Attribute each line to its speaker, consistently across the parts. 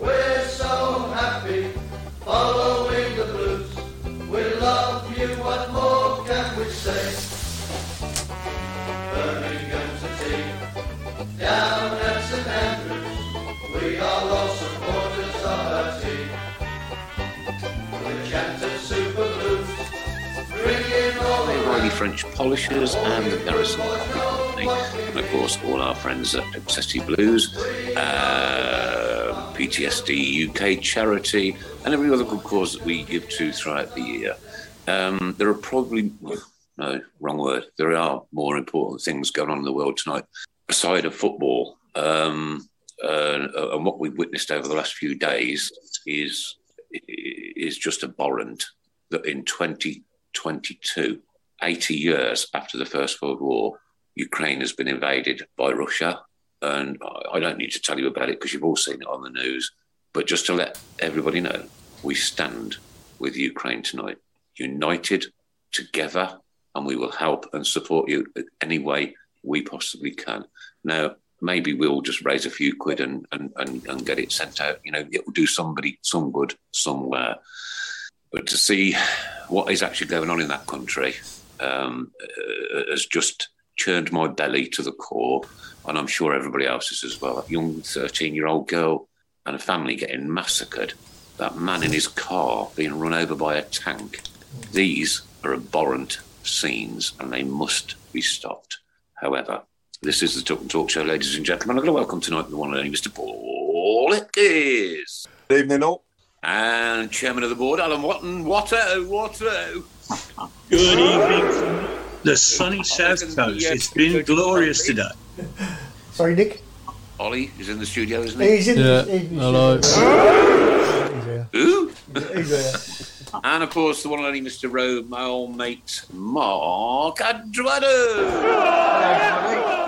Speaker 1: We're so happy following the blues. We love you, what more can we say? Birmingham's a team, down at St Andrews. We are all supporters of our team. The Chanton Super Blues, bringing all the
Speaker 2: Riley French polishers and there are some coffee company. And of course, all our friends at Obsessive Blues, uh, PTSD UK charity, and every other good cause that we give to throughout the year. Um, there are probably, no, wrong word. There are more important things going on in the world tonight aside of football. Um, uh, and what we've witnessed over the last few days is is just abhorrent that in 2022, 80 years after the First World War, Ukraine has been invaded by Russia. And I- I don't need to tell you about it because you've all seen it on the news. But just to let everybody know, we stand with Ukraine tonight, united, together, and we will help and support you in any way we possibly can. Now, maybe we'll just raise a few quid and, and, and, and get it sent out. You know, it will do somebody some good somewhere. But to see what is actually going on in that country um, uh, has just churned my belly to the core, and I'm sure everybody else's as well. A young 13 year old girl and a family getting massacred, that man in his car being run over by a tank. These are abhorrent scenes and they must be stopped. However, this is the Talk and Talk Show, ladies and gentlemen. I'm going to welcome tonight the one and only Mr. Paul Ickes
Speaker 3: Good evening, all.
Speaker 2: and Chairman of the Board, Alan Watton. Watto, Watto.
Speaker 4: Good evening from the sunny south coast. It's been glorious today.
Speaker 5: Sorry, Nick.
Speaker 2: Ollie is in the studio, isn't he?
Speaker 5: He's in.
Speaker 6: Yeah,
Speaker 5: he's- he's-
Speaker 6: hello.
Speaker 5: He's here.
Speaker 2: Ooh.
Speaker 5: He's here.
Speaker 2: And of course, the one and only Mr. Rowe, my old mate, Mark Andrado.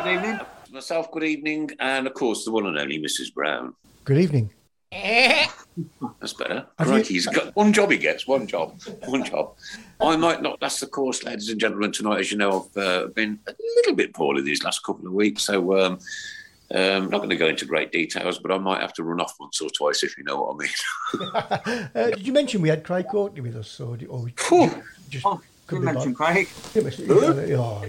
Speaker 7: Good evening.
Speaker 2: Myself, good evening. And of course, the one and only Mrs. Brown.
Speaker 5: Good evening.
Speaker 2: That's better.
Speaker 5: Have you-
Speaker 2: Crikey, he's got one job he gets, one job, one job. I might not last the course, ladies and gentlemen, tonight. As you know, I've uh, been a little bit poorly these last couple of weeks, so um, um, not going to go into great details, but I might have to run off once or twice, if you know what I mean.
Speaker 5: Uh, did you mention we had Craig Courtney with us? Or, did- or
Speaker 2: Phew.
Speaker 5: just
Speaker 7: Oh, good
Speaker 5: could be
Speaker 7: mention, Craig.
Speaker 5: bothered. It was- oh,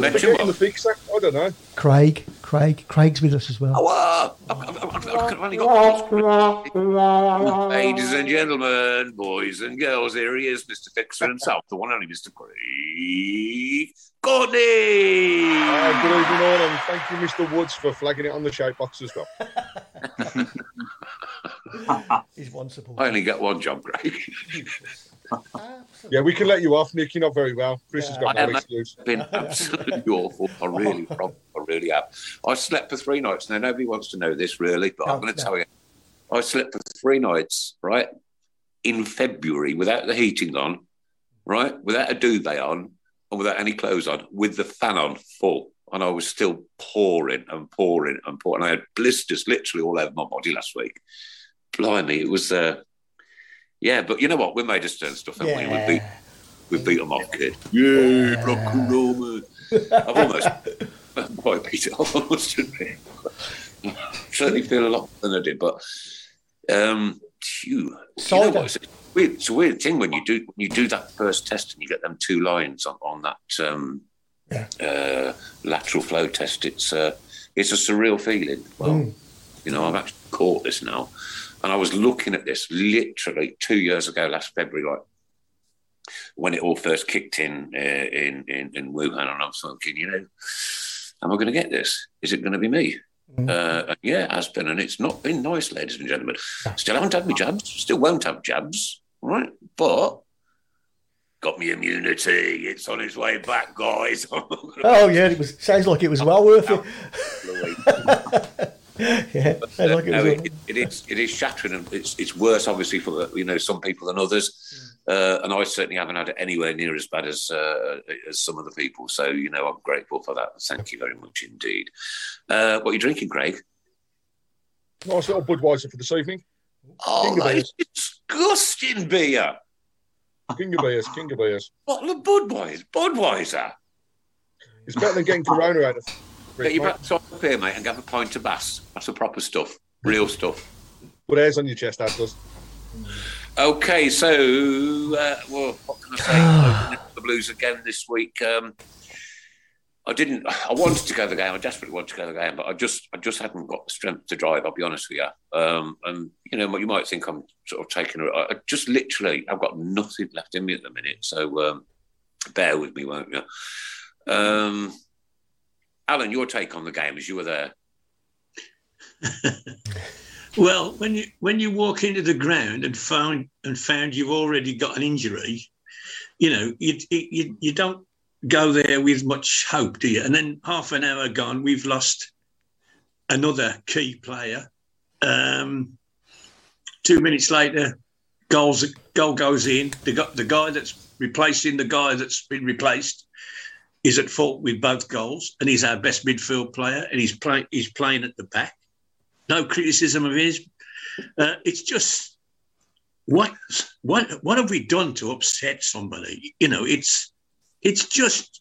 Speaker 2: Mention
Speaker 3: Getting
Speaker 2: what?
Speaker 3: the big sack, Oh, I don't know.
Speaker 5: Craig, Craig, Craig's with us as well.
Speaker 2: Oh, ah, I've, I've- I've- I've only got- Ladies and gentlemen, boys and girls, here he is, Mr. Fixer himself, the one and only Mr. Craig Courtney.
Speaker 3: Uh, good evening, all, and thank you, Mr. Woods, for flagging it on the shout box as well.
Speaker 5: He's one
Speaker 2: I
Speaker 5: supporter.
Speaker 2: only get one job, Craig.
Speaker 3: Yeah, we can let you off, Nick. You're not very well. Chris has got
Speaker 2: I am,
Speaker 3: no excuse.
Speaker 2: been absolutely awful. I really, prob- I really have. I slept for three nights. Now nobody wants to know this, really, but I'm
Speaker 5: No,
Speaker 2: going to
Speaker 5: no.
Speaker 2: tell you. I slept for three nights, right, in February without the heating on, right, without a duvet on, and without any clothes on, with the fan on full, and I was still pouring and pouring and pouring. I had blisters literally all over my body last week. Blimey, it was. Uh, yeah, but you know what? We made a stern stuff, haven't we? we? beat-
Speaker 5: Yeah.
Speaker 2: we beat them off, kid. Yeah, rock and roll, man. I've almost quite beat it off, I must admit. Certainly feel a lot better than I did, but um, phew. you know
Speaker 5: Cider.
Speaker 2: what? It's a weird, it's a weird thing when you do when you do that first test and you get them two lines on, on that um,
Speaker 5: Yeah.
Speaker 2: uh, lateral flow test. It's uh, it's a surreal feeling. Well, you know, I've actually caught this now, and I was looking at this literally two years ago, last February, like when it all first kicked in uh, in, in in Wuhan, and I'm thinking, you know, am I going to get this? Is it going to be me? Uh, and yeah, it has been, and it's not been nice, ladies and gentlemen. Still haven't had my jabs. Still won't have jabs, right? But Got me immunity. It's on its way back, guys.
Speaker 5: Oh yeah, it was. Sounds like it was well worth it. yeah, sounds like it
Speaker 2: No,
Speaker 5: was.
Speaker 2: it, it is it is shattering, and it's it's worse obviously for the, you know some people than others.
Speaker 5: Hmm.
Speaker 2: Uh, and I certainly haven't had it anywhere near as bad as uh, as some of the people. So you know I'm grateful for that. Thank you very much indeed. Uh, what are you drinking, Craig?
Speaker 3: Nice little Budweiser for this evening.
Speaker 2: Oh,
Speaker 3: Ginger
Speaker 2: that is
Speaker 3: beers.
Speaker 2: disgusting beer.
Speaker 3: King of beers, king of beers.
Speaker 2: Bottle of Budweiser. Budweiser.
Speaker 3: It's better than getting Corona out of.
Speaker 2: Get your
Speaker 3: Mate,
Speaker 2: back up here, mate, and have a pint of Bass. That's the proper stuff. Real stuff.
Speaker 3: Put airs on your chest, that does.
Speaker 2: Okay, so uh, well, what can I say? the Blues again this week. Um, I didn't. I wanted to go to the game. I desperately wanted to go to the game, but I just, I just hadn't got the strength to drive. I'll be honest with you. Um, and you know, you might think I'm sort of taking. I I just literally, I've got nothing left in me at the minute. So um, bear with me, won't you? Um, Alan, your take on the game as you were there.
Speaker 4: Well, when you when you walk into the ground and found and found you've already got an injury, you know you you, you don't go there with much hope, do you? And then half an hour gone, we've lost another key player. Um, two minutes later, goals goal goes in. The gu- the guy that's replacing the guy that's been replaced is at fault with both goals, and he's our best midfield player, and he's playing he's playing at the back no criticism of his. Uh, it's just what what what have we done to upset somebody? You know, it's it's just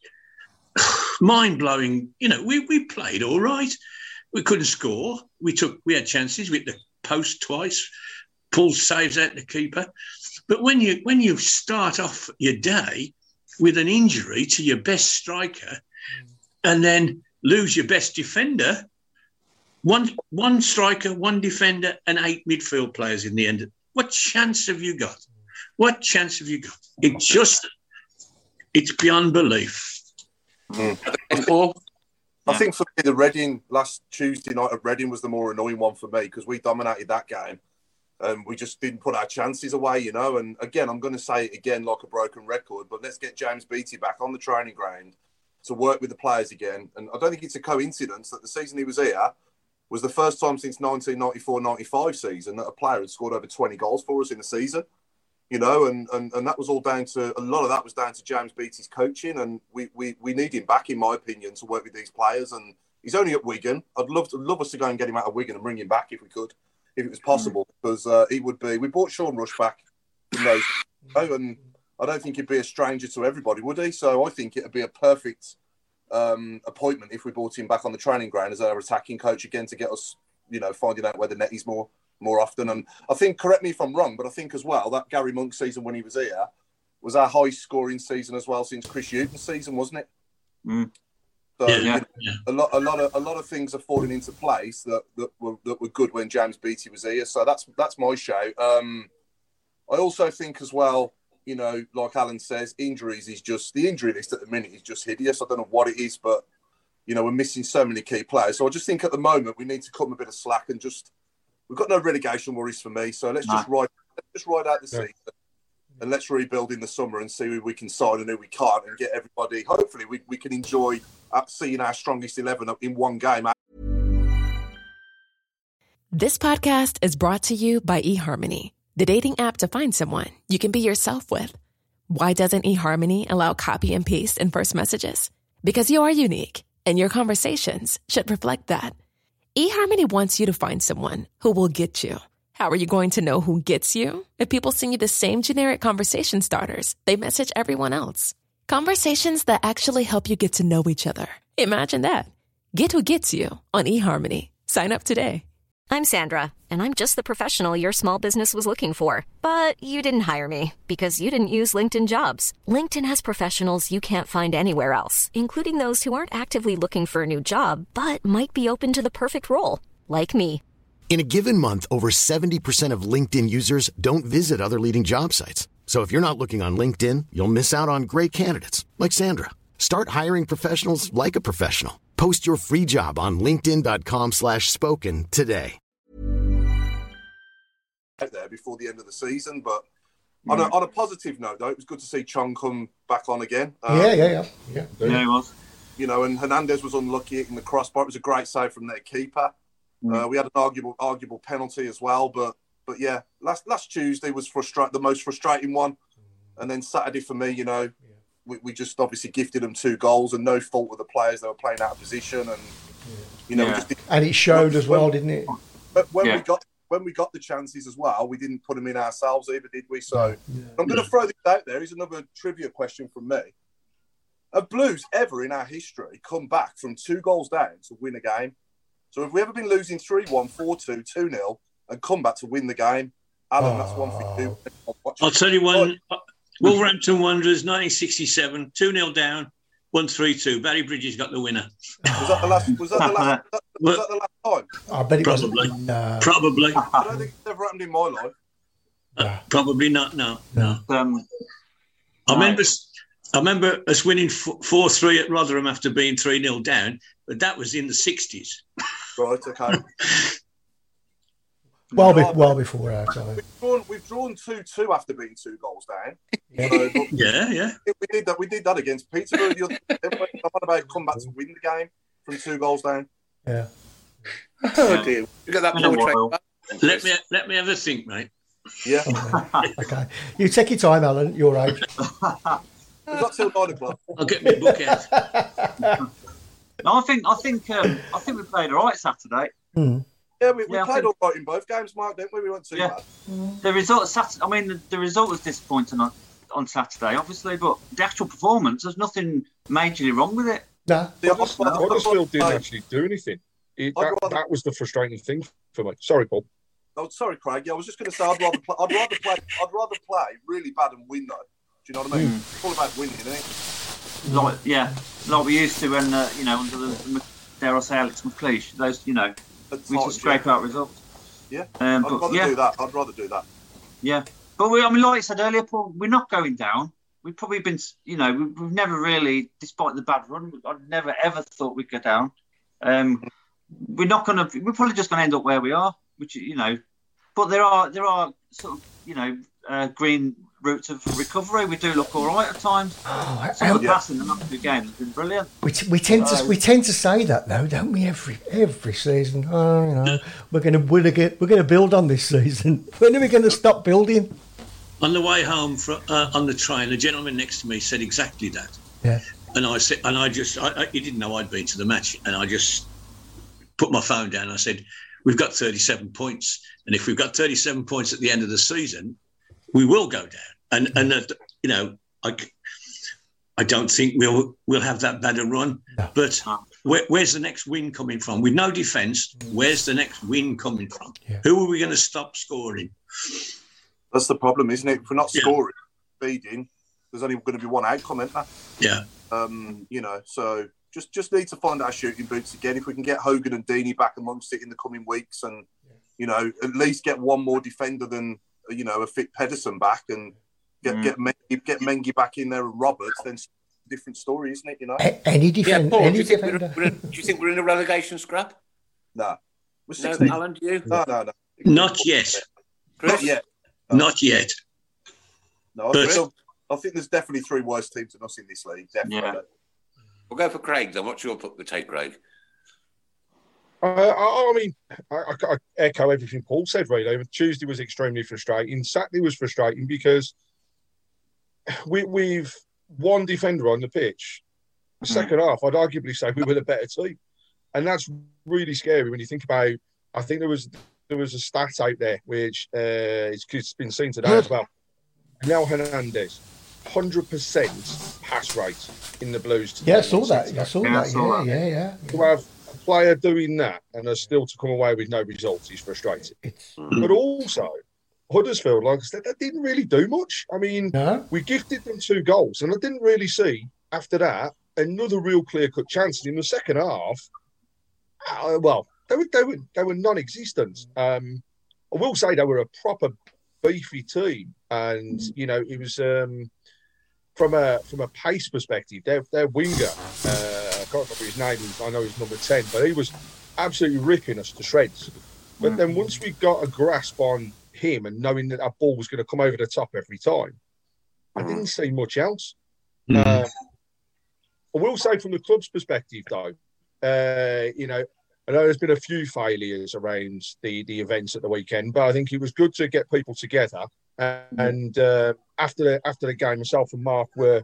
Speaker 4: mind blowing. You know, we we played all right. We couldn't score. We took we had chances. We hit the post twice. Paul saves out the keeper. But when you when you start off your day with an injury to your best striker, and then lose your best defender, one one striker, one defender, and eight midfield players in the end. What chance have you got? What chance have you got? It just it's beyond belief.
Speaker 2: And Paul,
Speaker 6: I think for me, the Reading last Tuesday night at Reading was the more annoying one for me because we dominated that game. Um, we just didn't put our chances away, you know. And again, I'm going to say it again like a broken record, but let's get James Beattie back on the training ground to work with the players again. And I don't think it's a coincidence that the season he was here was the first time since 1994-95 season that a player had scored over 20 goals for us in a season you know, and, and, and that was all down to a lot of that was down to James Beattie's coaching, and we, we, we need him back, in my opinion, to work with these players. And he's only at Wigan. I'd love to love us to go and get him out of Wigan and bring him back if we could, if it was possible, because uh, he would be. We bought Sean Rush back, in those, you know, and I don't think he'd be a stranger to everybody, would he? So I think it'd be a perfect um, appointment if we brought him back on the training ground as our attacking coach again to get us, you know, finding out where the net is more more often. And I think, correct me if I'm wrong, but I think as well that Gary Monk season when he was here was our highest scoring season as well since Chris Hughton's season, wasn't it?
Speaker 8: Mm.
Speaker 6: So
Speaker 4: Hmm. Yeah,
Speaker 6: you
Speaker 4: yeah,
Speaker 6: know,
Speaker 4: yeah.
Speaker 6: a lot, a lot of, a lot of things are falling into place that that were, that were good when James Beattie was here. So that's that's my show. Um, I also think as well, you know, like Alan says, injuries is just the injury list at the minute is just hideous. I don't know what it is, but you know, we're missing so many key players. So I just think at the moment we need to cut them a bit of slack and just we've got no relegation worries for me. So let's just ride let's just ride out the
Speaker 3: Yeah.
Speaker 6: season and let's rebuild in the summer and see who we can sign and who we can't and get everybody. Hopefully we, we can enjoy uh, seeing our strongest eleven in one game
Speaker 9: This podcast is brought to you by eHarmony, the dating app to find someone you can be yourself with. Why doesn't eHarmony allow copy and paste in first messages? Because you are unique and your conversations should reflect that. eHarmony wants you to find someone who will get you. How are you going to know who gets you? If people send you the same generic conversation starters, they message everyone else. Conversations that actually help you get to know each other. Imagine that. Get who gets you on eHarmony. Sign up today.
Speaker 10: I'm Sandra, and I'm just the professional your small business was looking for. But you didn't hire me because you didn't use LinkedIn jobs. LinkedIn has professionals you can't find anywhere else, including those who aren't actively looking for a new job but might be open to the perfect role, like me.
Speaker 11: In a given month, over 70% of LinkedIn users don't visit other leading job sites. So if you're not looking on LinkedIn, you'll miss out on great candidates like Sandra. Start hiring professionals like a professional. Post your free job on linkedin.com/spoken slash spoken today.
Speaker 6: out there before the end of the season. But On, a, on a positive note, though, it was good to see Chong come back on again. Um,
Speaker 5: yeah, yeah, yeah, yeah.
Speaker 4: Yeah, he was.
Speaker 6: You know, and Hernandez was unlucky hitting the crossbar. It was a great save from their keeper.
Speaker 4: Mm.
Speaker 6: Uh, we had an arguable arguable penalty as well, but but yeah, last last Tuesday was frustrate the most frustrating one, and then Saturday for me, you know, we, we just obviously gifted them two goals and no fault with the players they were playing out of position, and you know, we
Speaker 5: Yeah.
Speaker 6: just
Speaker 5: And it showed as well, didn't it?
Speaker 6: But when
Speaker 5: Yeah.
Speaker 6: we got when we got the chances as well, we didn't put them in ourselves either, did we? So I'm going to throw this out there. Here's another trivia question from me: Have Blues ever in our history come back from two goals down to win a game? So have we ever been losing 3 1, 4 2, 2 0 and come back to win the game? Alan, that's one
Speaker 5: Oh.
Speaker 6: for you.
Speaker 4: I'll tell you one. Wolverhampton Wanderers, 1967, 2 0 down, 1 3 2. Barry Bridges got the winner.
Speaker 6: Was that the last? Was that the last? Was that the last time?
Speaker 5: I bet it uh, wasn't.
Speaker 4: Probably.
Speaker 5: No.
Speaker 4: Probably.
Speaker 6: I don't think it's ever happened in my life.
Speaker 4: Probably not. No, no. I remember. I remember us winning four three at Rotherham after being three 0 down, but that was in the sixties.
Speaker 6: Right. Okay.
Speaker 5: Well, be- well before our time.
Speaker 6: drawn, we've drawn two two after being two goals down.
Speaker 5: Yeah.
Speaker 6: So, but-
Speaker 4: Yeah, yeah.
Speaker 6: We did that. We did that against Peterborough. The other, everyone thought about come back to win the game from two goals down.
Speaker 5: Yeah.
Speaker 6: Oh dear, you got that portrait.
Speaker 4: Let me let me have a think, mate.
Speaker 6: Yeah.
Speaker 5: Oh, okay. You take your time, Alan. You're right.
Speaker 6: We've got till nine o'clock.
Speaker 4: I'll get my book out.
Speaker 7: No, I think I think um, I think we played all right Saturday.
Speaker 6: Yeah, we, we
Speaker 7: Yeah, I
Speaker 6: played
Speaker 7: think-
Speaker 6: all right in both games, Mark, didn't we? We weren't too
Speaker 7: Yeah.
Speaker 6: bad.
Speaker 7: The result Saturday, I mean, the, the result was disappointing on, on Saturday, obviously, but the actual performance, there's nothing majorly wrong with it.
Speaker 5: No.
Speaker 3: Huddersfield didn't actually do anything. It,
Speaker 6: I'd
Speaker 3: that,
Speaker 6: rather-
Speaker 3: that was the frustrating thing for me. Sorry, Paul.
Speaker 6: Oh, sorry, Craig. Yeah, I was just going to say I'd rather play, I'd rather play I'd rather play really bad and win though. Do you know what I
Speaker 3: Hmm.
Speaker 6: mean? It's all about winning, isn't it?
Speaker 7: Like, yeah, like we used to when, uh, you know, under the, the, Mc- dare I say, Alex McLeish, those, you know, we
Speaker 6: times,
Speaker 7: just scrape out results.
Speaker 6: Yeah.
Speaker 7: Um,
Speaker 6: I'd
Speaker 7: but,
Speaker 6: rather
Speaker 7: yeah.
Speaker 6: do that. I'd rather do that.
Speaker 7: Yeah, but we, I mean, like I said earlier, Paul, we're not going down. We've probably been, you know, we, we've never really, despite the bad run, I've never ever thought we'd go down. Um, we're not going to. We're probably just going to end up where we are, which you know, but there are there are sort of you know uh, green routes of recovery. We do look all right at times. Some of the
Speaker 5: how-
Speaker 7: passing the last two games has been brilliant.
Speaker 5: Oh, um, We, t- we tend to we tend to say that though, don't we? Every every season, oh, you know, we're going to we're going to we're going to build on this season. When are we going to stop building?
Speaker 4: On the way home from uh, on the train, a gentleman next to me said exactly that.
Speaker 5: Yeah.
Speaker 4: And I said, and I just, I, I, he didn't know I'd been to the match, and I just put my phone down. And I said, "We've got 37 points, and if we've got 37 points at the end of the season, we will go down." And and that, you know, I, c- I don't think we'll we'll have that bad a run. But where, where's the next win coming from? With no defence, where's the next win coming from? Who are we going to stop scoring?
Speaker 6: That's the problem, isn't it? If we're not
Speaker 4: Yeah.
Speaker 6: scoring, feeding, there's only going to be one outcome, isn't there?
Speaker 4: Yeah.
Speaker 6: Um, you know, so just just need to find our shooting boots again. If we can get Hogan and Deeney back amongst it in the coming weeks, and you know, at least get one more defender than you know a fit Pedersen back, and get
Speaker 5: Mm.
Speaker 6: get Mengi, get Mengi back in there and Roberts, then it's a different story, isn't it? You know,
Speaker 5: A- any defend-
Speaker 2: Paul, do
Speaker 5: any
Speaker 2: you think we're-
Speaker 5: defender.
Speaker 2: we're in- do you think we're in a relegation scrap?
Speaker 6: No. We're
Speaker 2: No,
Speaker 6: 16.
Speaker 2: Alan, do you?
Speaker 6: No, no, no.
Speaker 4: Not yet.
Speaker 6: Not yet.
Speaker 4: Not yet.
Speaker 6: No, I,
Speaker 4: But-
Speaker 6: think, I think there's definitely three worse teams than us in this league. Definitely.
Speaker 2: We'll go for Craig then. What's your put the take, Craig?
Speaker 3: I, I, I mean, I, I- I echo everything Paul said. Really, Tuesday was extremely frustrating. Saturday was frustrating because we, we've one defender on the pitch. The second half, I'd arguably say we were the better team, and that's really scary when you think about. I think there was there was a stat out there which uh, it's, it's been seen today as well. Now Hernandez, hundred percent pass rate in the Blues. today.
Speaker 5: Yeah, I saw that. I saw that. Yeah, yeah, yeah.
Speaker 3: To have a player doing that and us still to come away with no results is frustrating. But also, Huddersfield, like I said, that didn't really do much. I mean, we gifted them two goals, and I didn't really see after that another real clear cut chance. And in the second half, uh, well, they were they were they were non-existent. Um, I will say they were a proper beefy team, and you know it was um, from a from a pace perspective. Their their winger, uh, I can't remember his name. I know he's number ten, but he was absolutely ripping us to shreds. But then once we got a grasp on him and knowing that that ball was going to come over the top every time, I didn't see much else.
Speaker 4: Mm.
Speaker 3: Um, I will say from the club's perspective, though, uh, you know, I know there's been a few failures around the, the events at the weekend, but I think it was good to get people together. And, and, uh, after the, after the game, myself and Mark were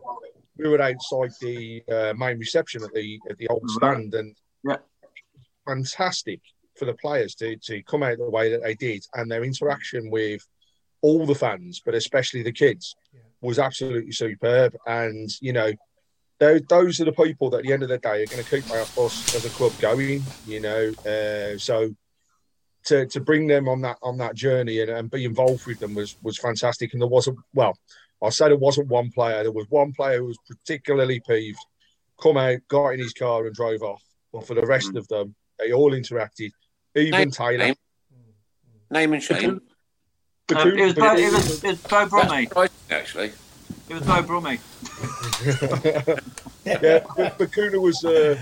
Speaker 3: we were outside the uh, main reception at the at the old stand, and
Speaker 7: yeah.
Speaker 3: fantastic for the players to, to come out the way that they did, and their interaction with all the fans, but especially the kids, was absolutely superb. And you know, those, those are the people that at the end of the day are going to keep us as a club going. You know, uh, so to, to bring them on that on that journey and, and be involved with them was was fantastic. And there wasn't well, I said there wasn't one player. There was one player who was particularly peeved, come out, got in his car, and drove off. But for the rest of them, they all interacted. Even
Speaker 2: Name-
Speaker 3: Taylor,
Speaker 2: name- Name and shame.
Speaker 3: The
Speaker 7: Um,
Speaker 3: Coop-
Speaker 7: it was
Speaker 3: the
Speaker 7: Bo,
Speaker 3: Coop-
Speaker 7: it was, it was Bo Brummy.
Speaker 2: Actually,
Speaker 7: It was Bo Brummy.
Speaker 3: yeah, but Bakuna was uh,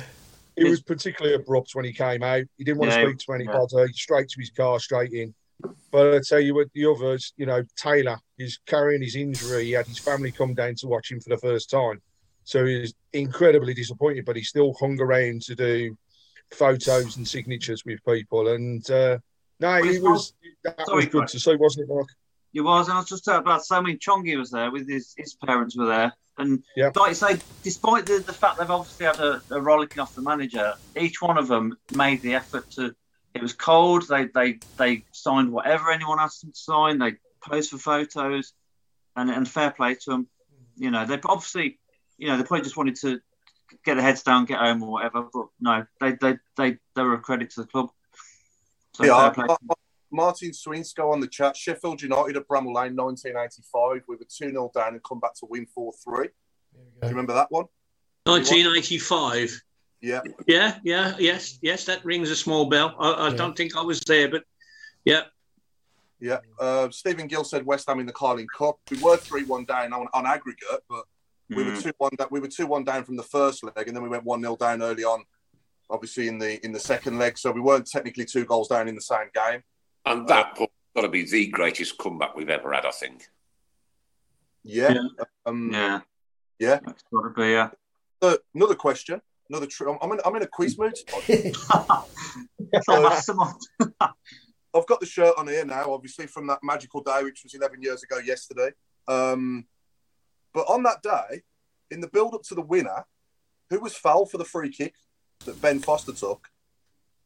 Speaker 3: he was particularly abrupt when he came out. He didn't want
Speaker 7: Yeah.
Speaker 3: to speak to anybody. Straight to his car, straight in. But I tell you what, the others, you know, Taylor is carrying his injury. He had his family come down to watch him for the first time, so he was incredibly disappointed. But he still hung around to do photos and signatures with people. And uh, no, he was that
Speaker 7: Sorry,
Speaker 3: was good
Speaker 7: Craig.
Speaker 3: to see, wasn't it, Mark?
Speaker 7: It was, and I was just talking about so many Chongi was there with his, his parents were there, and like you say, despite the, the fact they've obviously had a, a rollicking off the manager, each one of them made the effort to. It was cold. They they they signed whatever anyone asked them to sign. They posed for photos, and and fair play to them. You know, they obviously, you know, they probably just wanted to get their heads down, get home or whatever. But no, they they they, they were a credit to the club. So
Speaker 6: yeah,
Speaker 7: fair play.
Speaker 6: Ma- Ma- Martin Swinsko on the chat. Sheffield United at Bramall Lane, 1985. We were 2 0 down and come back to win 4 3. Do you remember that one?
Speaker 4: 1985.
Speaker 6: Yeah.
Speaker 4: Yeah, yeah, yes, yes. That rings a small bell. I, I don't think I was there, but yeah.
Speaker 6: Yeah. Uh, Stephen Gill said West Ham in the Carling Cup. We were 3 1 down on, on aggregate, but we were
Speaker 7: Mhm.
Speaker 6: 2 1 we were 2 1 down from the first leg, and then we went 1 0 down early on, obviously, in the in the second leg. So we weren't technically two goals down in the same game.
Speaker 2: and
Speaker 5: Uh,
Speaker 2: that has got to be the greatest comeback we've ever had. I think.
Speaker 6: Yeah.
Speaker 7: Yeah.
Speaker 6: Um,
Speaker 7: yeah.
Speaker 6: Yeah.
Speaker 7: That's gotta be, yeah.
Speaker 6: Uh, another question. Another. Tr- I'm, in, I'm in a quiz mood. tonight. I've got the shirt on here now, obviously from that magical day, which was 11 years ago yesterday. Um, but on that day, in the build-up to the winner, who was foul for the free kick that Ben Foster took,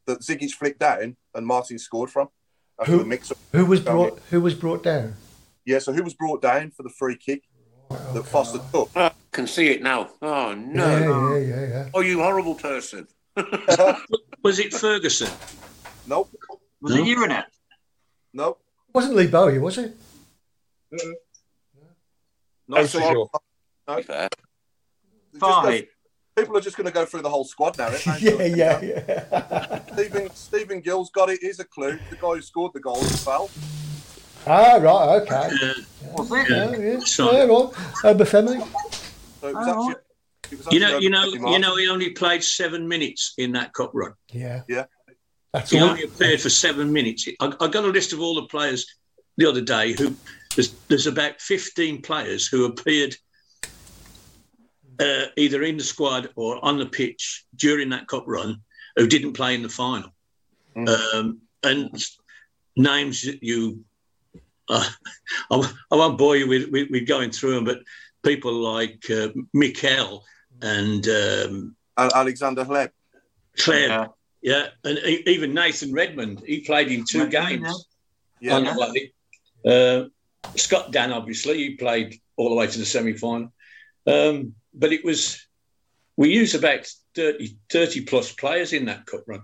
Speaker 6: that Ziggy's flicked down and Martin scored from? After
Speaker 5: Who-
Speaker 6: the mix-up.
Speaker 5: Who was
Speaker 6: Tell
Speaker 5: brought?
Speaker 6: me.
Speaker 5: Who was brought down?
Speaker 6: Yeah, so who was brought down for the free kick that Foster took?
Speaker 2: I can see it now. Oh no!
Speaker 5: Yeah, yeah, yeah, yeah.
Speaker 2: Oh, you horrible person!
Speaker 4: Was it Ferguson?
Speaker 6: Nope.
Speaker 7: Was it Urinet?
Speaker 6: Nope.
Speaker 5: Wasn't Lee Bowie, was it?
Speaker 6: No,
Speaker 3: That's
Speaker 6: so
Speaker 3: for
Speaker 6: I-
Speaker 3: sure.
Speaker 6: no.
Speaker 2: Fair.
Speaker 6: Just go-
Speaker 7: Fine.
Speaker 6: people are just going to go through the whole squad now. ain't they?
Speaker 5: Yeah, yeah, yeah.
Speaker 6: Stephen Stephen Gill's got it. Here's a clue. The guy who scored the goal as well.
Speaker 5: Ah, right, okay.
Speaker 7: Was it?
Speaker 5: Yeah, yeah.
Speaker 4: Sorry.
Speaker 5: Yeah, right. Obafemi.
Speaker 6: So it was actually. It was
Speaker 4: You know,
Speaker 6: actually
Speaker 4: you know,
Speaker 6: Andy
Speaker 4: you
Speaker 6: Martin.
Speaker 4: know. He only played seven minutes in that cup run.
Speaker 5: Yeah,
Speaker 6: Yeah.
Speaker 5: that's
Speaker 4: He
Speaker 5: all.
Speaker 4: only appeared for seven minutes. I, I got a list of all the players the other day who there's, there's about 15 players who appeared uh, either in the squad or on the pitch during that cup run who didn't play in the final. Um, and names that you, uh, I, w- I won't bore you with, with, with going through them, but people like uh, Mikel and um,
Speaker 6: And Alexander Hleb.
Speaker 4: Claire.
Speaker 7: Yeah.
Speaker 4: Yeah, and e- even Nathan Redmond, he played in two
Speaker 7: Yeah.
Speaker 4: games
Speaker 7: Oh,
Speaker 6: Yeah.
Speaker 4: on the way. Uh, Scott Dan, obviously, he played all the way to the semi final. Um, but it was, we used about 30, 30 plus players in that cup run.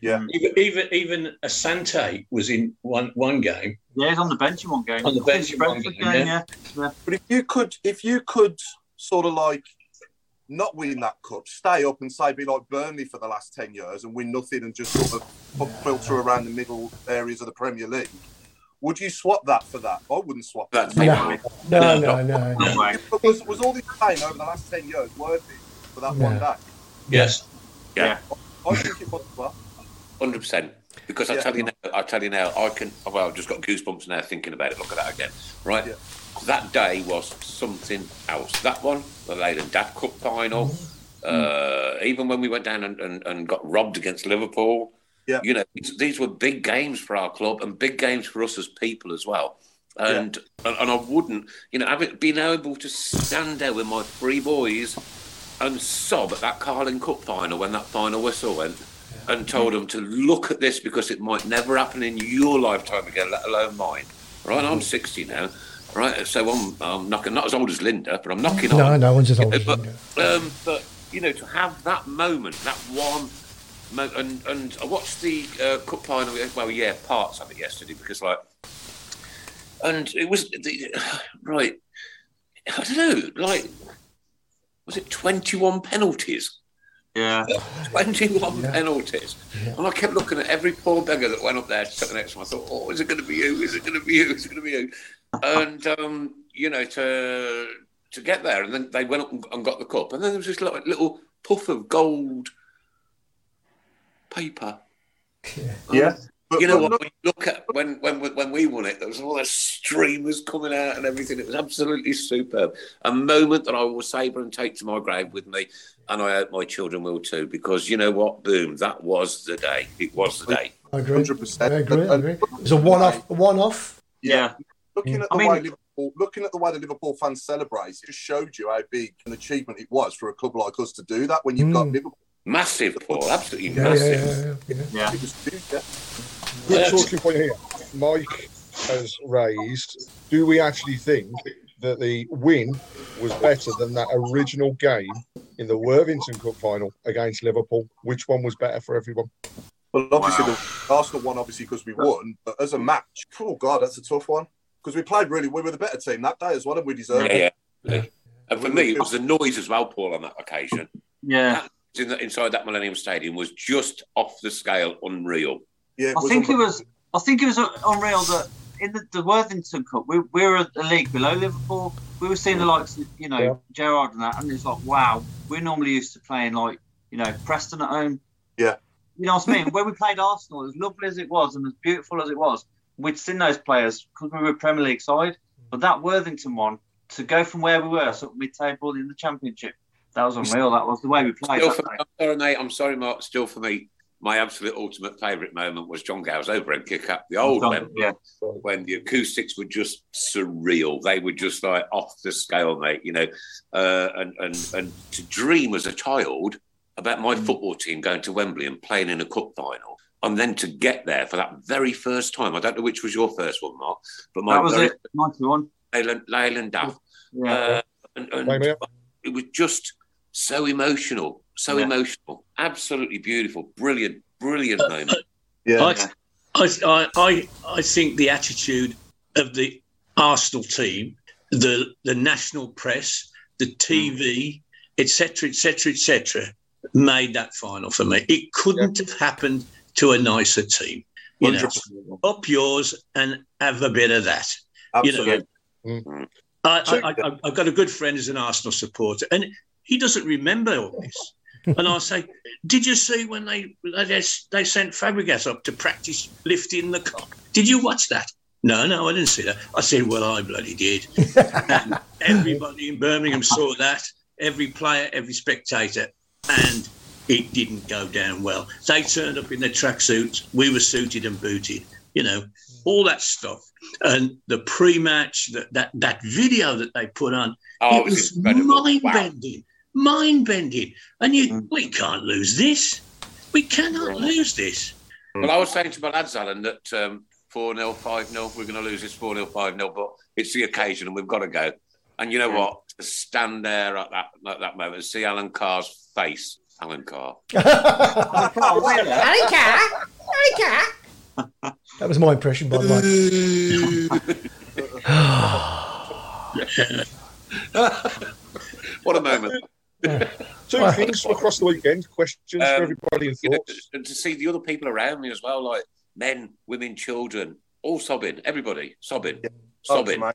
Speaker 6: Yeah.
Speaker 4: Even, even, even Asante was in one, one game.
Speaker 7: Yeah, he's on the bench in one game.
Speaker 4: On the bench in one
Speaker 7: Brentford
Speaker 4: game, yeah.
Speaker 7: yeah. yeah.
Speaker 6: But if you could, if you could sort of like not win that cup, stay up and say be like Burnley for the last ten years and win nothing and just sort of fu- filter around the middle areas of the Premier League. Would you swap that for that? I wouldn't swap that.
Speaker 2: That's
Speaker 5: No, no, no, no. no.
Speaker 7: No way.
Speaker 6: But was, was all this pain over the last ten years worth it for that one
Speaker 5: No.
Speaker 6: day?
Speaker 4: Yes.
Speaker 2: Yeah,
Speaker 6: I think it was. Well,
Speaker 2: hundred percent. Because I tell you now, I tell you now, I can. Well, I've just got goosebumps now thinking about it. Look at that again, right? That day was something else. That one, the Leyland Dad Cup final.
Speaker 5: Mm.
Speaker 2: Uh, even when we went down and, and, and got robbed against Liverpool, yeah. you know, these- these were big games for our club and big games for us as people as well. And and, and I wouldn't, you know, having been able to stand there with my three boys and sob at that Carling Cup final when that final whistle went, and told them to look at this because it might never happen in your lifetime again, let alone mine. Right, I'm 60 now. Right, so I'm, I'm knocking, not as old as Linda, but I'm knocking on.
Speaker 5: No, no one's as old as
Speaker 2: But, um, but you know, to have that moment, that one, mo- and and I watched the uh, cup final. Well, yeah, parts of it yesterday because like, and it was the, right. I don't know, like, was it twenty-one penalties?
Speaker 7: Yeah,
Speaker 2: twenty-one penalties, and I kept looking at every poor beggar that went up there to take the next one. I thought, oh, is it going to be you? Is it going to be you? Is it going to be you? and um, you know to to get there, and then they went up and, and got the cup, and then there was this little, little puff of gold paper.
Speaker 6: Yeah.
Speaker 2: you know what? When you look at when when we- when we won it, there was all those streamers coming out and everything. It was absolutely superb. A moment that I will savour and take to my grave with me, and I hope my children will too. Because you know what? Boom! That was the day. It was the day.
Speaker 5: I agree. 100%. I agree. I agree. It's a one-off. One-off.
Speaker 7: Yeah.
Speaker 6: Looking at the way Liverpool, looking at the way the Liverpool fans celebrate, it just showed you how big an achievement it was for a club like us to do that when you've got
Speaker 7: Mm.
Speaker 6: Liverpool.
Speaker 2: Massive, Paul. Absolutely
Speaker 5: Yeah, yeah,
Speaker 2: massive.
Speaker 5: yeah, yeah, yeah.
Speaker 7: Yeah.
Speaker 6: It was huge, yeah.
Speaker 3: Good talking point here. Mike has raised do we actually think that the win was better than that original game in the Worthington Cup final against Liverpool? Which one was better for everyone?
Speaker 6: Well, obviously, the Arsenal won, obviously, because we won. But as a match, oh, God, that's a tough one. Because we played really, we were the better team that day as well, and we deserved
Speaker 2: Yeah,
Speaker 6: it.
Speaker 2: yeah. And for me, it was the noise as well, Paul, on that occasion.
Speaker 7: yeah.
Speaker 2: In the, inside that Millennium Stadium was just off the scale, unreal.
Speaker 6: Yeah, it
Speaker 7: I think it
Speaker 6: unbelievable.
Speaker 7: was. I think it was unreal that in the, the Worthington Cup, we, we were a league below Liverpool. We were seeing the likes, of, you know,
Speaker 3: Yeah.
Speaker 7: Gerard and that, and it's like, wow, we're normally used to playing like, you know, Preston at home.
Speaker 6: Yeah.
Speaker 7: You know what I mean? when we played Arsenal, as lovely as it was and as beautiful as it was, we'd seen those players because we were a Premier League side. But that Worthington one, to go from where we were, sort of mid-table in the Championship, that was unreal. That was the way we played.
Speaker 2: Still
Speaker 7: That day.
Speaker 2: for, I'm sorry, mate. I'm sorry, Mark. Still for me, my absolute ultimate favourite moment was John Gow's over and kick up the old Wembley
Speaker 7: yeah.
Speaker 2: when the acoustics were just surreal. They were just like off the scale, mate. You know, uh, and and and to dream as a child about
Speaker 7: Mm.
Speaker 2: my football team going to Wembley and playing in a cup final, and then to get there for that very first time. I don't know which was your first one, Mark, but my
Speaker 7: That was
Speaker 2: very
Speaker 7: it. 91.
Speaker 2: Leyland, Leyland Duff.
Speaker 7: Yeah.
Speaker 2: Uh, and, and
Speaker 3: Wait a minute.
Speaker 2: it was just so emotional, so
Speaker 7: Yeah.
Speaker 2: emotional, absolutely beautiful, brilliant, brilliant moment.
Speaker 6: Yeah.
Speaker 4: I, I, I, I think the attitude of the Arsenal team, the the national press, the TV, etc., etc., etc., made that final for me. It couldn't have happened to a nicer team. You know, up yours and have a bit of that.
Speaker 6: Absolutely.
Speaker 4: You know, I, I, I, I've got a good friend who's an Arsenal supporter, and he doesn't remember all this. and I say, "Did you see when they they, they sent Fabregas up to practice lifting the cup? Did you watch that?" No, no, I didn't see that. I said, "Well, I bloody did." and everybody in Birmingham saw that. Every player, every spectator, and it didn't go down well. They turned up in their tracksuits. We were suited and booted. You know, all that stuff. And the pre-match, that that, that video that they put on,
Speaker 2: Oh,
Speaker 4: it was
Speaker 2: incredible.
Speaker 4: mind
Speaker 2: Wow. Mm.
Speaker 4: bending, mind bending. And you, we can't lose this. We cannot lose this.
Speaker 2: Well, I was saying to my lads, Alan, that um, 4 0, 5 0, we're going to lose this 4 0, 5 0, but it's the occasion and we've got to go. And you know what? To stand there at that, at that moment and see Alan Carr's face, Alan Carr.
Speaker 7: Oh, really?
Speaker 5: That was my impression, by the
Speaker 6: Uh,
Speaker 5: way.
Speaker 2: What a moment.
Speaker 3: Two things from across the weekend, questions
Speaker 2: Um,
Speaker 3: for everybody and
Speaker 2: you know,
Speaker 3: thoughts.
Speaker 2: and to see the other people around me as well, like men, women, children, all sobbing, everybody sobbing,
Speaker 6: Oh,
Speaker 2: sobbing,
Speaker 6: mate.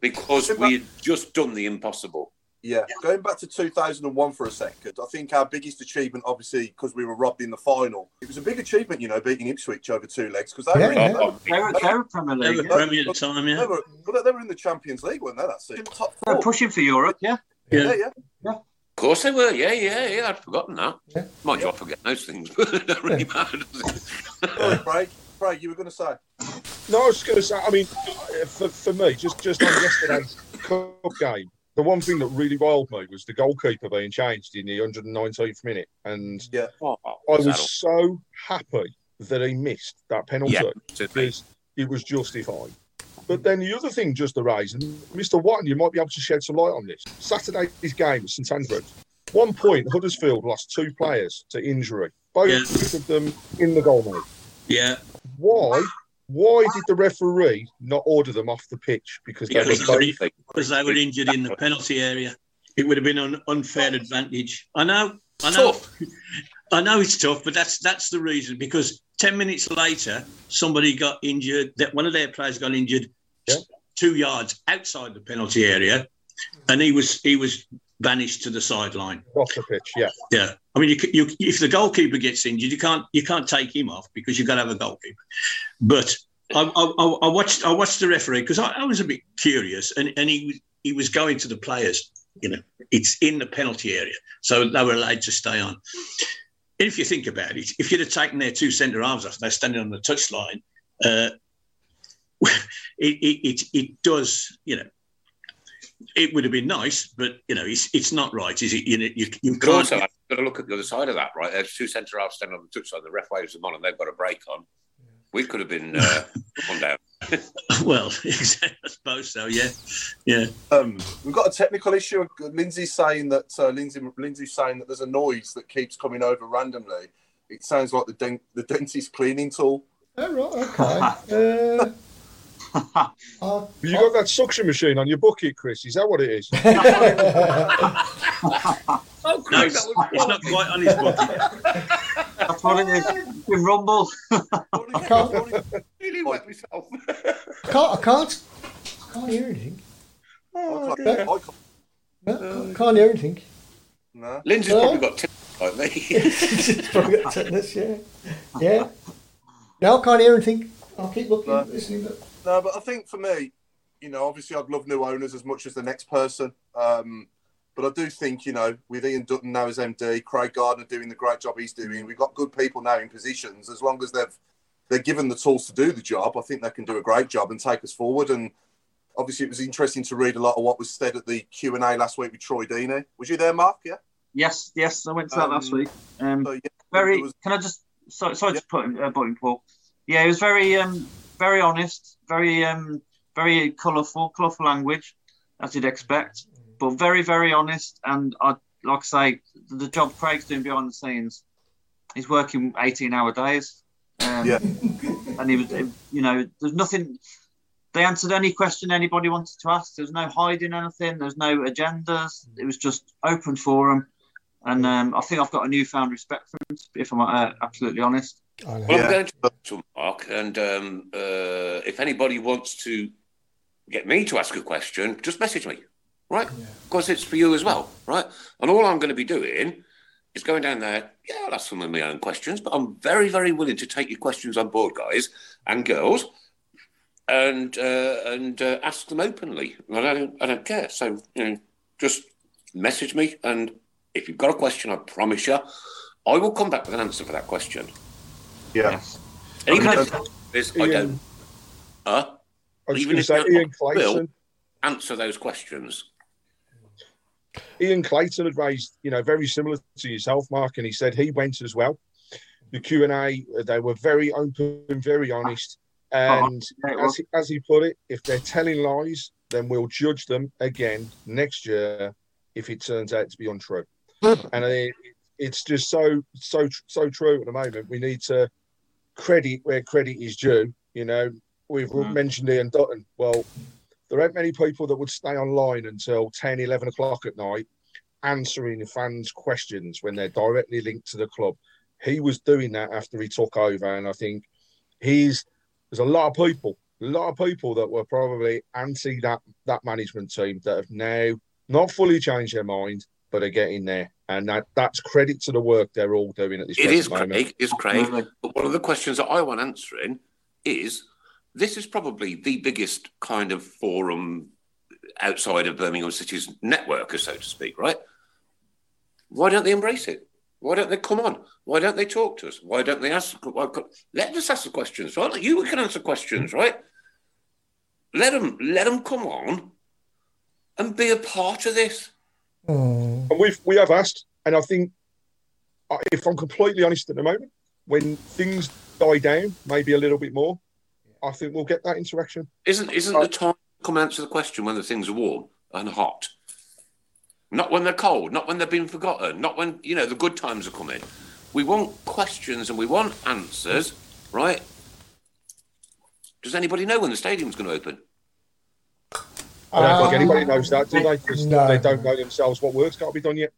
Speaker 2: because
Speaker 6: But-
Speaker 2: we had just done the impossible.
Speaker 6: Yeah. Going back to 2001 for a second, I think our biggest achievement, obviously, because we were robbed in the final, it was a big achievement, you know, beating Ipswich over two legs because they,
Speaker 4: Yeah,
Speaker 6: were in-
Speaker 4: yeah.
Speaker 6: they were-
Speaker 7: They were- they were Premier
Speaker 4: They were
Speaker 7: League, yeah.
Speaker 4: Premier at the time, yeah.
Speaker 6: They were, well, they were in the Champions League, weren't they? That season, top
Speaker 7: They
Speaker 6: four.
Speaker 7: were pushing for Europe, yeah.
Speaker 6: Yeah, yeah. yeah.
Speaker 2: Of course they were. Yeah, yeah, yeah. I'd forgotten that. Mind you, I forget those things, but it don't really matter.
Speaker 6: Craig, Craig, you were going to say.
Speaker 3: No, I was going to say. I mean, uh, for, for me, just just on yesterday's cup game, the one thing that really riled me was the goalkeeper being changed in the 119th minute, and
Speaker 6: yeah,
Speaker 3: Oh,
Speaker 2: Oh,
Speaker 3: I was so happy that he missed that penalty
Speaker 2: Yeah,
Speaker 3: because it was justified. But then the other thing, just to raise, and Mr. Watton, you might be able to shed some light on this. Saturday's game at St Andrews, one point, Huddersfield lost two players to injury, both of them in the goal line
Speaker 4: Yeah.
Speaker 3: why why did the referee not order them off the pitch because they
Speaker 4: Because
Speaker 3: were
Speaker 4: they, were, because they were injured in the penalty area. It would have been an unfair advantage. I know. I know. I know it's tough, but that's that's the reason. Because ten minutes later, somebody got injured. That one of their players got injured two yards outside the penalty area, and he was he was banished to the sideline.
Speaker 3: off the pitch yeah
Speaker 4: Yeah, I mean, you, c- you, if the goalkeeper gets injured, you can't you can't take him off because you've got to have a goalkeeper. But I, I, I- I watched I watched the referee because I, I was a bit curious, and, and he was- he was going to the players. You know, it's in the penalty area, so they were allowed to stay on. If you think about it, if you'd have taken their two centre halves off, and they're standing on the touchline. Uh, it, it, it it does you know it would have been nice, but you know it's it's not right, is it? You know you, you
Speaker 2: But
Speaker 4: can't.
Speaker 2: also, I've got to look at the other side of that, right? There's two centre halves standing on the touchline. The ref waves them on, and they've got a break on. We could have been uh, one down.
Speaker 4: Well, I suppose so. Yeah, yeah.
Speaker 6: Um, we've got a technical issue. Lindsay's saying that uh, Lindsay Lindsay's saying that there's a noise that keeps coming over randomly. It sounds like the den- the dentist cleaning tool.
Speaker 5: All right, okay. Uh,
Speaker 3: you got that suction machine on your bucket chris is that what it is
Speaker 2: oh,
Speaker 4: no, it's, it's not quite on his bucket.
Speaker 7: That's what it is. Fucking Rumble.
Speaker 5: I can't,
Speaker 2: Really wet myself.
Speaker 5: I can't, I can't, I can't hear anything.
Speaker 6: I can't- I can't- Uh,
Speaker 5: No, I can't hear anything.
Speaker 6: no.
Speaker 2: Lindsay's probably got tips like me.
Speaker 5: It's probably got tetanus, yeah. Yeah. No, I can't hear anything. I'll keep looking,
Speaker 6: No.
Speaker 5: listening, but
Speaker 6: No, but I think for me, you know, obviously I'd love new owners as much as the next person. Um, but I do think, you know, with Ian Dutton now as MD, Craig Gardner doing the great job he's doing, we've got good people now in positions. As long as they've they're given the tools to do the job, I think they can do a great job and take us forward. And obviously, it was interesting to read a lot of what was said at the Q and A last week with Troy Deeney. Was you there, Mark? Yeah.
Speaker 7: Yes, yes, I went to that last
Speaker 6: Um,
Speaker 7: week. Um,
Speaker 6: So, yeah,
Speaker 7: very.
Speaker 6: it was-
Speaker 7: Can I just? Sorry, sorry to put him, uh, put him, Paul. Yeah, it was very, um, very honest, very, um, very colourful, colourful language, as you'd expect, but very, very honest. And I, like I say, the job Craig's doing behind the scenes, he's working eighteen-hour days. Um,
Speaker 6: Yeah.
Speaker 7: And he was, you know, there's nothing. They answered any question anybody wanted to ask. There was no hiding anything. There's no agendas. It was just open forum. And um, I think I've got a newfound respect for him, if I'm uh, absolutely honest.
Speaker 5: I know.
Speaker 2: Well,
Speaker 6: Yeah.
Speaker 2: I'm going to to Mark, and um, uh, if anybody wants to get me to ask a question, just message me, right? Because it's for you as well, right? And all I'm going to be doing is going down there. Yeah, I'll ask some of my own questions, but I'm very, very willing to take your questions on board, guys and girls, and uh, and uh, ask them openly. I don't, I don't care. So you know, just message me, and if you've got a question, I promise you, I will come back with an answer for that question.
Speaker 6: yeah.
Speaker 2: And Even
Speaker 7: Okay.
Speaker 2: if there's- I
Speaker 3: Ian.
Speaker 2: don't, huh?
Speaker 3: i was
Speaker 2: Even
Speaker 3: going to
Speaker 2: if
Speaker 3: say
Speaker 2: not,
Speaker 3: ian
Speaker 2: I will.
Speaker 3: clayton
Speaker 2: Answer those questions.
Speaker 3: ian clayton had raised you know very similar to yourself mark and he said he went as well the q&a they were very open very honest and
Speaker 7: Yeah,
Speaker 6: Oh,
Speaker 7: it
Speaker 3: as
Speaker 7: was.
Speaker 3: he, as he put it if they're telling lies then we'll judge them again next year if it turns out to be untrue and it, it's just so so so true at the moment. We need to credit where credit is due. You know, we've
Speaker 7: Mm.
Speaker 3: mentioned Ian Dutton. Well, there aren't many people that would stay online until 10, 11 o'clock at night answering fans' questions when they're directly linked to the club. He was doing that after he took over, and I think he's there's a lot of people, a lot of people that were probably anti that that management team that have now not fully changed their mind, but are getting there. And that, that's credit to the work they're all doing at this
Speaker 2: It
Speaker 3: present
Speaker 2: is
Speaker 3: moment.
Speaker 2: Craig. It's Craig. But one of the questions that I want answering is this is probably the biggest kind of forum outside of Birmingham City's networker, so to speak, right? Why don't they embrace it? Why don't they come on? Why don't they talk to us? Why don't they ask? Why, let us ask the questions, right? You can answer questions, right? Let them, let them come on and be a part of this.
Speaker 3: And we've we have asked, and I think, I- if I'm completely honest at the moment, when things die down, maybe a little bit more, I think we'll get that interaction.
Speaker 2: Isn't isn't the time to come answer the question when the things are warm and hot? Not when they're cold, not when they've been forgotten, not when you know the good times are coming. We want questions and we want answers, right? Does anybody know when the stadium's going to open?
Speaker 3: I don't
Speaker 2: Um,
Speaker 3: think anybody knows that, do they? 'Cause they don't know themselves what work's got to be done yet.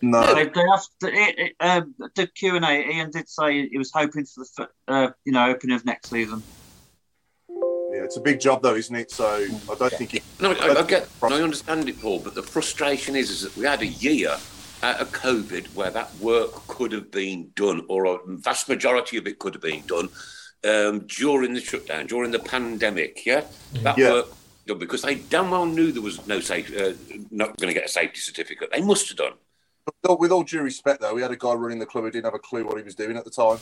Speaker 5: No.
Speaker 7: They, they have to, it, it, um, the Q and A. Ian did say he was hoping for the fir- uh, you know opening of next season.
Speaker 6: Yeah, it's a big job though, isn't it? So I don't think it.
Speaker 2: No, I, I get, no, I understand it, Paul. But the frustration is, is that we had a year out of COVID where that work could have been done, or a vast majority of it could have been done um, during the shutdown, during the pandemic. Yeah, that
Speaker 6: Yeah.
Speaker 2: work done because they damn well knew there was no safe, uh, not going to get a safety certificate. They must have done.
Speaker 6: With all- with all due respect, though, we had a guy running the club who didn't have a clue what he was doing at the time.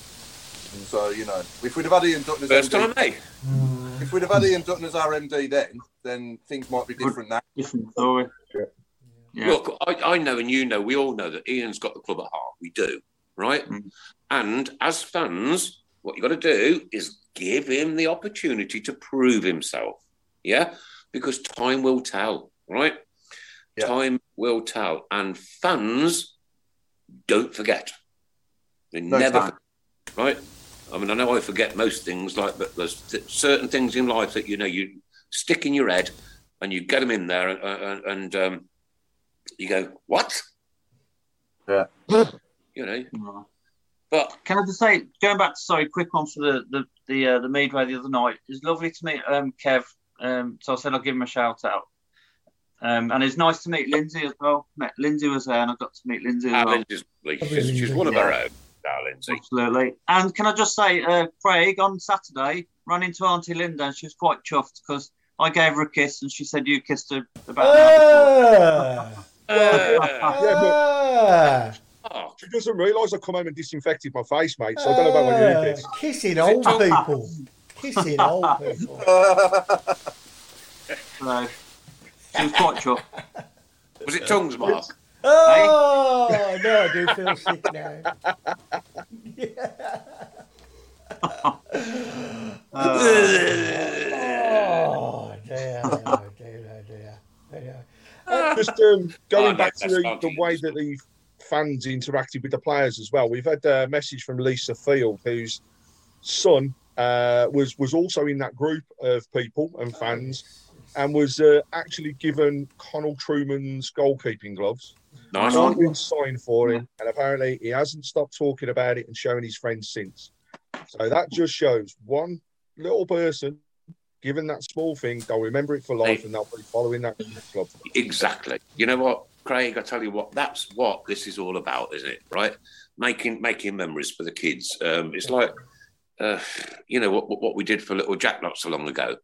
Speaker 6: So you know, if we'd have had Ian Dutton as
Speaker 2: First time,
Speaker 6: MD,
Speaker 2: eh?
Speaker 6: if we'd have had Ian Dutton as our MD then, then things might be different now.
Speaker 7: Different story.
Speaker 2: Look, I, I know and you know, we all know that Ian's got the club at heart. We do, right?
Speaker 6: Hmm.
Speaker 2: And as fans, what you got to do is give him the opportunity to prove himself. Yeah? Because time will tell, right? Time will tell. And fans don't forget. They
Speaker 6: No,
Speaker 2: never
Speaker 6: fine.
Speaker 2: forget, right? I mean, I know I forget most things, like, but there's th- certain things in life that, you know, you stick in your head and you get them in there and, and, and um, you go, what?
Speaker 6: Yeah.
Speaker 2: You know,
Speaker 7: But can I just say, going back to sorry, quick one for the the the, uh, the Meadway the other night. It was lovely to meet um, Kev. Um, so I said I'll give him a shout out. Um, and it's nice to meet Lindsay as well. Met Lindsay was there, and I got to meet Lindsay as
Speaker 2: Ah,
Speaker 7: well.
Speaker 2: Lindsay's lovely. She's- she's one of our own, our Lindsay.
Speaker 7: Absolutely. And can I just say, uh, Craig, on Saturday, ran into Auntie Linda, and she was quite chuffed because I gave her a kiss, and she said you kissed her about.
Speaker 5: Ah.
Speaker 7: Uh,
Speaker 5: Uh,
Speaker 3: yeah, but
Speaker 5: Ah.
Speaker 2: Oh,
Speaker 3: she doesn't realise I come home and disinfected my face, mate. So I don't know about when you
Speaker 5: Ah.
Speaker 3: did this.
Speaker 5: Kissing old people. Kissing old people.
Speaker 7: So she was quite chuffed.
Speaker 2: Was it tongues, Mark?
Speaker 5: Oh, no, I do feel sick now. Ah. oh, dear, oh, dear, oh, dear. oh, dear.
Speaker 3: just um,
Speaker 5: Oh,
Speaker 3: going
Speaker 5: no,
Speaker 3: back to
Speaker 5: that's
Speaker 3: the,
Speaker 5: not
Speaker 3: the way that the fans interacted with the players as well. We've had a message from Lisa Field, whose son uh, was was also in that group of people and fans, and was uh, actually given Connell Truman's goalkeeping gloves.
Speaker 2: Nice.
Speaker 3: Not been signed for him, and apparently he hasn't stopped talking about it and showing his friends since. So that just shows one little person. Given that small thing, they'll remember it for life, and they'll be following that club.
Speaker 2: Exactly. You know what, Craig? I tell you what, that's what this is all about, isn't it? Right? Making making memories for the kids. Um, it's like, uh, you know, what what what we did for little Jack not so long ago.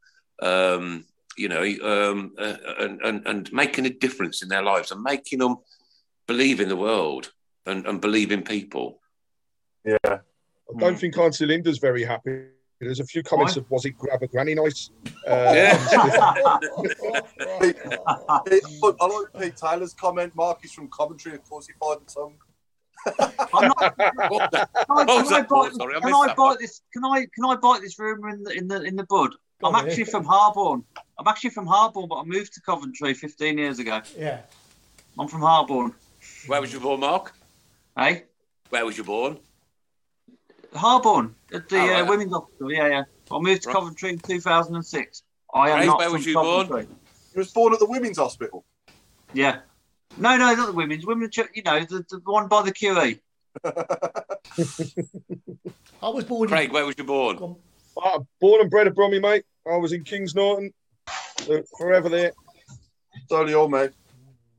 Speaker 2: Um, you know, um, uh, and, and and making a difference in their lives and making them believe in the world and, and believe in people.
Speaker 6: Yeah.
Speaker 3: I don't think Auntie Linda's very happy. There's a few comments of was it grab a granny Uh, night?
Speaker 2: Yeah.
Speaker 6: I like- I like Pete Taylor's comment. Mark is from Coventry, of course, he fired the tongue.
Speaker 7: Can I-
Speaker 6: What was
Speaker 7: can I
Speaker 6: that, Paul?
Speaker 7: bite-
Speaker 6: Sorry, I
Speaker 7: can
Speaker 6: missed
Speaker 7: I
Speaker 6: that
Speaker 7: bite this? Can I can I bite this rumor in the in the in the bud? I'm
Speaker 5: on,
Speaker 7: actually
Speaker 5: yeah.
Speaker 7: from Harborne. I'm actually from Harborne, but I moved to Coventry 15 years ago.
Speaker 5: Yeah.
Speaker 7: I'm from Harborne.
Speaker 2: Where was you born, Mark?
Speaker 7: Hey,
Speaker 2: Where was you born?
Speaker 7: Harborne at the
Speaker 2: Oh,
Speaker 7: uh,
Speaker 2: right.
Speaker 7: women's hospital. Yeah, yeah. I moved to
Speaker 2: Right.
Speaker 7: Coventry in 2006. I am
Speaker 2: Craig,
Speaker 7: not
Speaker 2: where
Speaker 7: from
Speaker 2: was you born?
Speaker 7: Coventry.
Speaker 6: He was born at the women's hospital.
Speaker 7: Yeah. No, no, not the women's. Women's, ch- you know, the, the one by the E. QE.
Speaker 5: I was born.
Speaker 2: Craig, where was you born?
Speaker 3: Ah, born and bred at Bromley, mate. I was in Kings Norton, uh, forever there.
Speaker 6: Totally old, mate.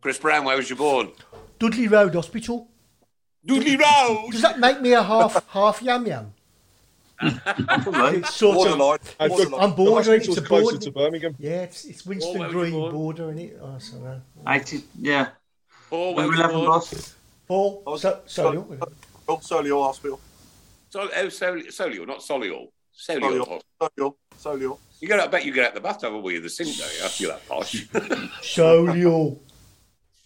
Speaker 2: Chris Brown, where was you born?
Speaker 5: Dudley Road Hospital.
Speaker 2: Dudley Road.
Speaker 5: Does that make me a half half yam yam? It's sort of. I'm bordering. It's a border.
Speaker 3: Birmingham.
Speaker 5: Yeah, it's, it's Winston Green border, and it. Oh, so, uh,
Speaker 7: Eighty, yeah.
Speaker 2: Paul,
Speaker 7: Number eleven, boss.
Speaker 5: Paul, so, sorry,
Speaker 6: Oh, Solihull Hospital.
Speaker 2: Sol- oh, Sol- Solihull, not Solihull.
Speaker 6: Solihull.
Speaker 2: Solihull.
Speaker 6: Solihull. Solihull.
Speaker 2: You get, I bet you get out the bathtub and we in the sink, don't you? I feel that posh.
Speaker 5: Solihull.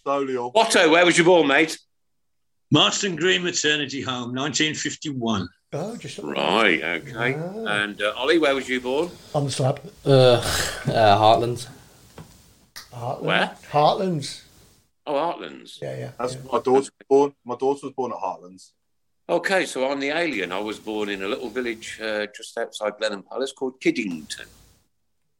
Speaker 6: Solihull.
Speaker 2: Otto, where was you born, mate?
Speaker 4: Marston Green Maternity Home, 1951.
Speaker 5: Oh, just
Speaker 2: Right, okay.
Speaker 7: Ah.
Speaker 2: And uh, Ollie, where was you born?
Speaker 5: on the slab.
Speaker 8: Uh, uh, Heartland.
Speaker 5: Heartland.
Speaker 2: Where?
Speaker 5: Heartlands.
Speaker 2: Oh, Heartlands.
Speaker 5: Yeah, yeah.
Speaker 6: That's my daughter was born. My daughter was born at Heartlands.
Speaker 2: Okay, so I'm the alien. I was born in a little village uh, just outside Blenheim Palace called Kiddington.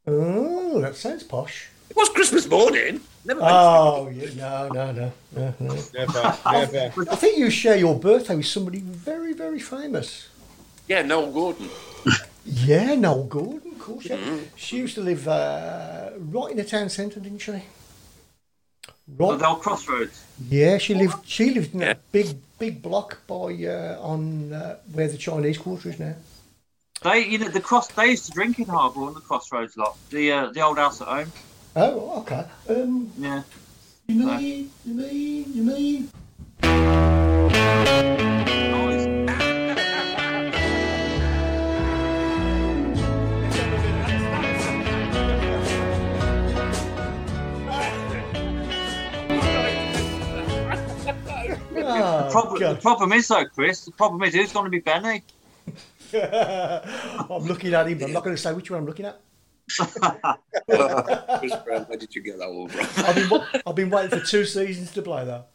Speaker 5: Oh, that sounds posh.
Speaker 2: It was Christmas morning. Never mind.
Speaker 7: Ah.
Speaker 5: Oh, yeah, no, no, no, no, no.
Speaker 3: Never, never.
Speaker 5: I think you share your birthday with somebody very, very famous.
Speaker 2: Yeah, Noel Gordon.
Speaker 5: Yeah, Noel Gordon, of course. Yeah.
Speaker 2: Mm-hmm.
Speaker 5: She used to live uh, right in the town centre, didn't she?
Speaker 7: Oh,
Speaker 5: Right.
Speaker 7: the old crossroads.
Speaker 5: Yeah, she lived. She lived in
Speaker 2: Yeah.
Speaker 5: that big, big block by uh, on uh, where the Chinese Quarter is now.
Speaker 7: They, you know, the cross. They used to drink in Harbour on the crossroads lot. The uh, the old house at home.
Speaker 5: Oh, okay. Um,
Speaker 7: Yeah.
Speaker 5: you mean, you mean, you mean?
Speaker 7: Nice.
Speaker 5: Oh,
Speaker 7: Problem, the
Speaker 5: God.
Speaker 7: problem is though, Chris. The problem is who's going to be Benny?
Speaker 5: I'm looking at him. But I'm not going to say which one I'm looking at.
Speaker 2: Chris Brown, where did you get that all from?
Speaker 5: I've been, wa- I've been waiting for two seasons to play that.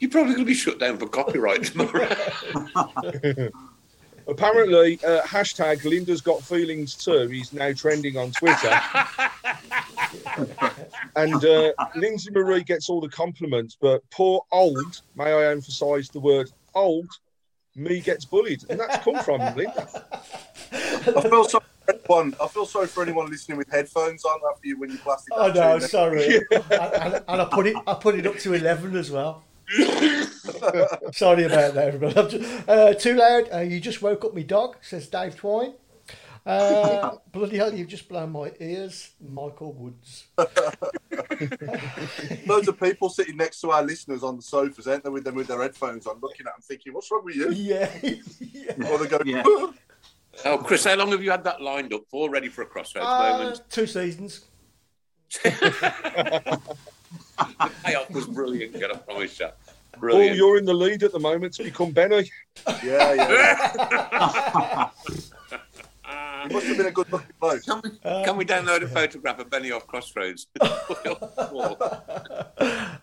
Speaker 2: You're probably going to be shut down for copyright tomorrow.
Speaker 3: Apparently, uh, hashtag Linda's got feelings too is now trending on Twitter. and uh, Lindsay Marie gets all the compliments, but poor old, may I emphasise the word old, me gets bullied. And that's come from Linda.
Speaker 6: I feel sorry for anyone. I feel sorry for anyone listening with headphones on after you when you blasted.
Speaker 5: Oh
Speaker 6: that
Speaker 5: no,
Speaker 6: tune.
Speaker 5: sorry. and, and- and I put it, I put it up to eleven as well. sorry about that, everybody. I'm just- uh, too loud. Uh, you just woke up my dog, says Dave Twine. Uh, bloody hell, you've just blown my ears, Michael Woods.
Speaker 6: Loads of people sitting next to our listeners on the sofas, ain't they, with them with their headphones on, looking at them thinking, "What's wrong with you?"
Speaker 5: Yeah, yeah.
Speaker 6: Or they go,
Speaker 7: Yeah.
Speaker 2: oh, Chris, how long have you had that lined up for, ready for a crossroads
Speaker 5: Uh,
Speaker 2: moment?
Speaker 5: two seasons.
Speaker 2: Payoff was brilliant, can I promise you?
Speaker 3: Oh,
Speaker 2: Brilliant.
Speaker 3: you're in the lead at the moment to become Benny.
Speaker 6: "Yeah, yeah." He must have been a good-looking bloke.
Speaker 2: Can we, can we download a photograph of Benioff Crossroads? well,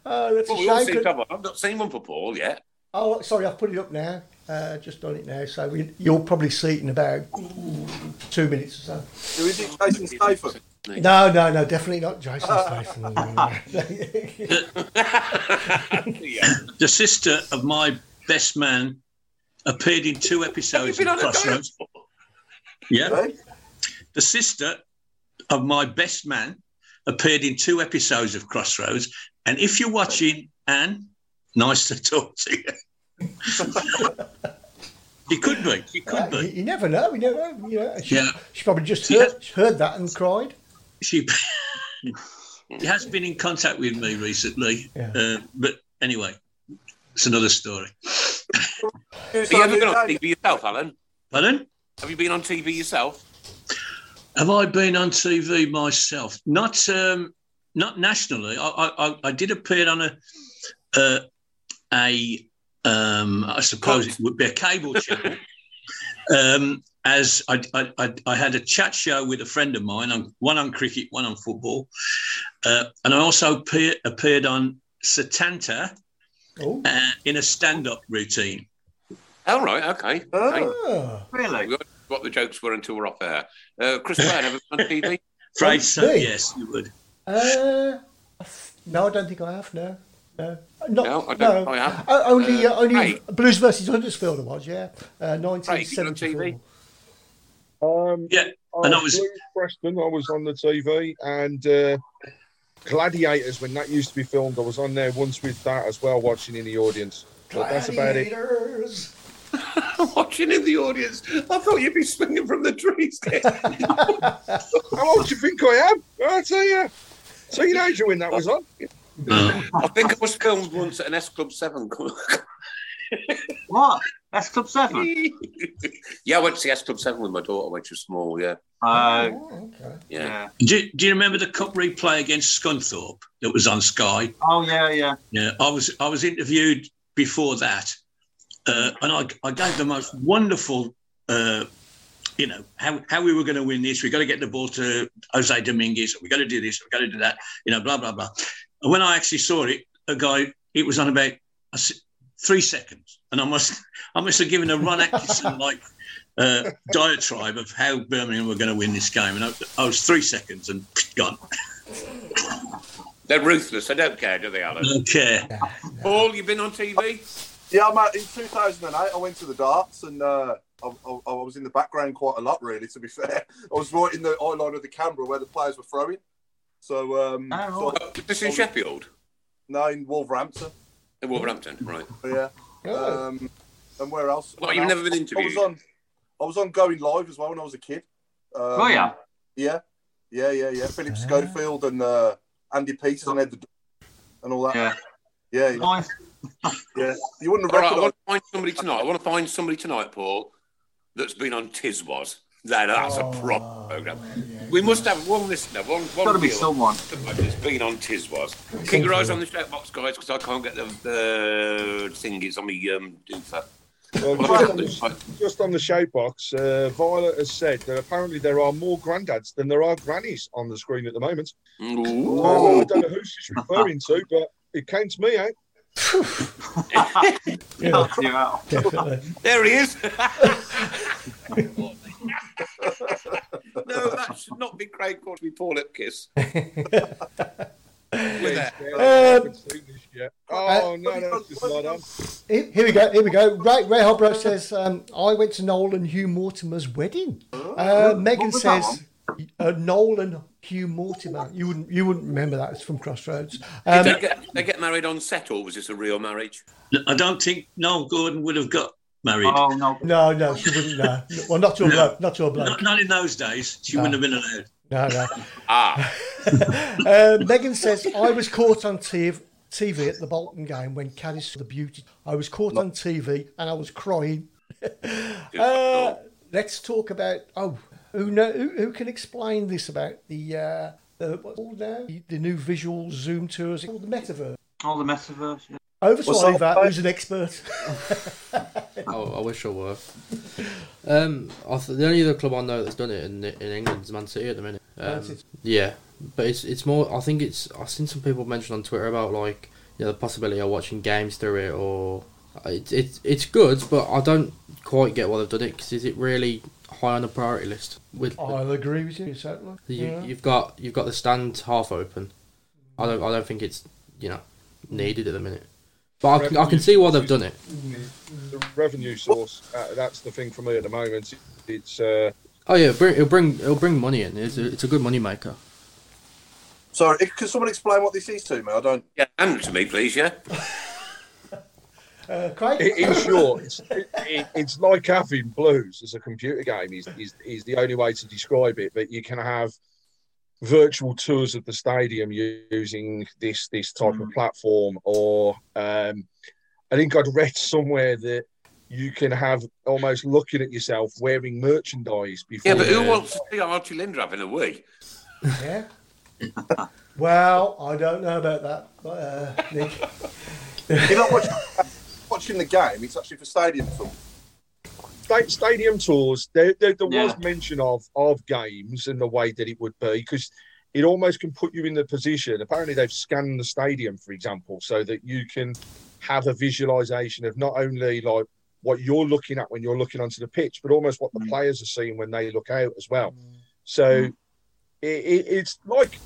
Speaker 5: Oh, that's
Speaker 2: we all
Speaker 5: a shame.
Speaker 2: see
Speaker 5: 'cause-
Speaker 2: cover. I've not seen one for Paul yet.
Speaker 5: Oh, sorry, I've put it up now. Uh, just on it now, so we, you'll probably see it in about two minutes or so.
Speaker 6: Who is it, Jason Statham?
Speaker 5: No, no, no, definitely not Jason Statham.
Speaker 2: yeah.
Speaker 4: The sister of my best man appeared in two episodes
Speaker 2: Been on
Speaker 4: of
Speaker 2: a diet.
Speaker 4: Crossroads. Yeah.
Speaker 6: Eh?
Speaker 4: The sister of my best man appeared in two episodes of Crossroads. And if you're watching, Anne, nice to talk to you. she could be. She could
Speaker 5: you,
Speaker 4: be.
Speaker 5: you never know. You never. You know, she,
Speaker 4: Yeah.
Speaker 5: she probably just
Speaker 4: Yeah.
Speaker 5: heard, heard that and cried.
Speaker 4: she she has been in contact with me recently.
Speaker 5: Yeah.
Speaker 4: Uh, but anyway, it's another story.
Speaker 6: Who's
Speaker 2: Have you
Speaker 6: that
Speaker 2: ever been
Speaker 6: new
Speaker 2: on
Speaker 6: name?
Speaker 2: TV yourself, Alan?
Speaker 4: Pardon?
Speaker 2: Have you been on TV yourself?
Speaker 4: Have I been on TV myself? Not um, not nationally. I, I I- I did appear on a uh, a um, I suppose it would be a cable channel. um, as I, I, I I had a chat show with a friend of mine on one on cricket, one on football, uh, and I also appear, appeared on Satanta
Speaker 5: Oh.
Speaker 4: uh, in a stand up routine.
Speaker 2: All right, okay. Hey,
Speaker 5: Ah.
Speaker 7: Really?
Speaker 2: we won't know what the jokes were until we're off air. Uh, Chris Brown, have you been on TV?
Speaker 4: Afraid so,
Speaker 5: Okay.
Speaker 4: yes, you would.
Speaker 5: Uh, I th- no, I don't think I have. No, no, not,
Speaker 2: No, I don't-
Speaker 5: no.
Speaker 2: I have.
Speaker 5: O- only
Speaker 2: Uh,
Speaker 5: uh, only
Speaker 2: Craig.
Speaker 5: Blues versus Huddersfield. I was yeah, uh, nineteen
Speaker 2: Craig, you on TV?
Speaker 5: seventy.
Speaker 3: Um,
Speaker 4: Yeah,
Speaker 3: I
Speaker 4: And I
Speaker 3: was
Speaker 4: was-
Speaker 3: Preston. I was on the TV, and uh, Gladiators, when that used to be filmed, I was on there once with that as well, watching in the audience. But that's about it.
Speaker 5: Gladiators.
Speaker 2: Watching in the audience, I thought you'd be swinging from the trees.
Speaker 3: How old do you think I am? I tell you, teenager when that was on.
Speaker 4: uh,
Speaker 2: I think I was filmed once at an S Club Seven.
Speaker 7: what? S Club Seven?
Speaker 2: yeah, I went to see S Club Seven with my daughter when she was small. Yeah.
Speaker 7: Uh,
Speaker 5: Oh,
Speaker 2: yeah.
Speaker 4: Do, do you remember the cup replay against Scunthorpe that was on Sky?
Speaker 7: Oh yeah, yeah.
Speaker 4: Yeah, I was I was interviewed before that, uh, and I, I gave the most wonderful, uh, you know, how, how we were going to win this. We got to get the ball to Jose Dominguez. We got to do this. We got to do that. You know, blah blah blah. And when I actually saw it, a guy, it was on about I s- three seconds, and I must I must have given a Ron Atkinson like uh, diatribe of how Birmingham were going to win this game, and I, I was three seconds and gone.
Speaker 2: They're ruthless. They don't care, do they, Alan?
Speaker 4: Don't care.
Speaker 2: Paul, you've been on TV.
Speaker 6: Yeah, mate. In 2008, I went to the darts and uh, I, I, I was in the background quite a lot, really. To be fair, I was right in the eye line of the camera where the players were throwing. So, um,
Speaker 7: Oh,
Speaker 6: so I-
Speaker 2: This in Sheffield,
Speaker 6: No, in Wolverhampton.
Speaker 2: in Wolverhampton, right?
Speaker 6: Yeah.
Speaker 2: Oh.
Speaker 6: Um, and where else?
Speaker 2: Well, you've
Speaker 6: And I-
Speaker 2: never been interviewed.
Speaker 6: I was on. I was on Going Live as well when I was a kid. Um,
Speaker 7: Oh, yeah.
Speaker 6: Yeah, yeah, yeah, yeah.
Speaker 7: Ah.
Speaker 6: Philip Schofield and uh, Andy Peterson had the and all that.
Speaker 7: Yeah.
Speaker 6: yeah, yeah. Yeah. You wouldn't
Speaker 2: All right,
Speaker 6: have
Speaker 2: I
Speaker 6: recognised.
Speaker 2: want to find somebody tonight. I want to find somebody tonight, Paul, that's been on Tiswas. That, that's a proper program. we must have one listener, one. one
Speaker 7: Gotta be
Speaker 2: viewer
Speaker 7: someone.
Speaker 2: that's been on Tiswas. Keep your eyes on the chat box, guys, because I can't get the uh, thingies on me um, doofer.
Speaker 3: Well,
Speaker 2: Well,
Speaker 3: just,
Speaker 2: I-
Speaker 3: on the, just on the shape box, uh, Violet has said that apparently there are more granddads than there are grannies on the screen at the moment.
Speaker 2: Ooh.
Speaker 3: Uh, I don't know who she's referring to, but it came to me, eh?
Speaker 2: There he is. no, that should not be Craig Court, be Paul Ipkiss. We're there.
Speaker 5: Um,
Speaker 3: Oh, no, no, it's just not on.
Speaker 5: Here here we go. Here we go. Right, Ray Hobro says, um, "I went to Noel and Hugh Mortimer's wedding." Uh,
Speaker 7: Oh,
Speaker 5: Megan
Speaker 7: was that
Speaker 5: says, uh, "Noel and Hugh Mortimer." You wouldn't. You wouldn't remember that. It's from Crossroads. Um,
Speaker 2: Did they, get, they get married on set, or was this a real marriage?
Speaker 4: I don't think Noel Gordon would have got married.
Speaker 7: Oh no.
Speaker 5: no, no, she wouldn't. No. Well, not to a bloke. Not to a bloke.
Speaker 4: Not, not in those days. She wouldn't have been allowed.
Speaker 5: No, no.
Speaker 2: Ah,
Speaker 5: Uh, Megan says, I was caught on TV, TV at the Bolton game when Caddy saw the beauty. I was caught on TV and I was crying. uh, let's talk about, oh, who, know, who, who can explain this about the, uh, the what's it called now? The, the new visual Zoom tour, is it called the metaverse?
Speaker 7: All the metaverse. Yeah.
Speaker 5: Over to
Speaker 6: What's that
Speaker 5: Oliver,
Speaker 6: about?
Speaker 5: who's an expert.
Speaker 8: I, Oh, I wish I were. Um, I th- the only other club I know that's done it in in England is Man City at the minute. Um,
Speaker 5: Man City.
Speaker 8: Yeah, but it's it's more. I think it's. I've seen some people mention on Twitter about like you know the possibility of watching games through it, or uh, it's it's it's good, but I don't quite get why they've done it because is it really high on the priority list with
Speaker 7: Oh,
Speaker 5: I'll agree with you, certainly.
Speaker 8: You,
Speaker 5: Yeah.
Speaker 8: You've got you've got the stand half open. I don't I don't think it's you know needed at the minute, but I can, I can see why they've done it.
Speaker 3: The revenue source, uh, that's the thing for me at the moment. It's uh,
Speaker 8: Oh yeah, bring, it'll bring it'll bring money in. It's a, it's a good money maker.
Speaker 6: Sorry, i- can someone explain what this is to me? I don't.
Speaker 2: yeah, hand it to me, please, yeah?
Speaker 5: Uh, Craig?
Speaker 3: i- in short, it's, it, it, it's like having blues as a computer game. Is, is is the only way to describe it. But you can have virtual tours of the stadium u- using this this type of platform, or um, I think I'd read somewhere that you can have almost looking at yourself wearing merchandise before.
Speaker 2: Yeah, but who wants to see Archie Linder having a wee?
Speaker 5: Yeah. well, I don't know about that, but, uh, Nick.
Speaker 6: You're not watching, watching the game. It's actually for stadium film.
Speaker 3: Sta- stadium tours. There, there, there
Speaker 7: Yeah.
Speaker 3: was mention of of games and the way that it would be because it almost can put you in the position. Apparently, they've scanned the stadium, for example, so that you can have a visualization of not only like what you're looking at when you're looking onto the pitch, but almost what the players are seeing when they look out as well. So it, it, it's like.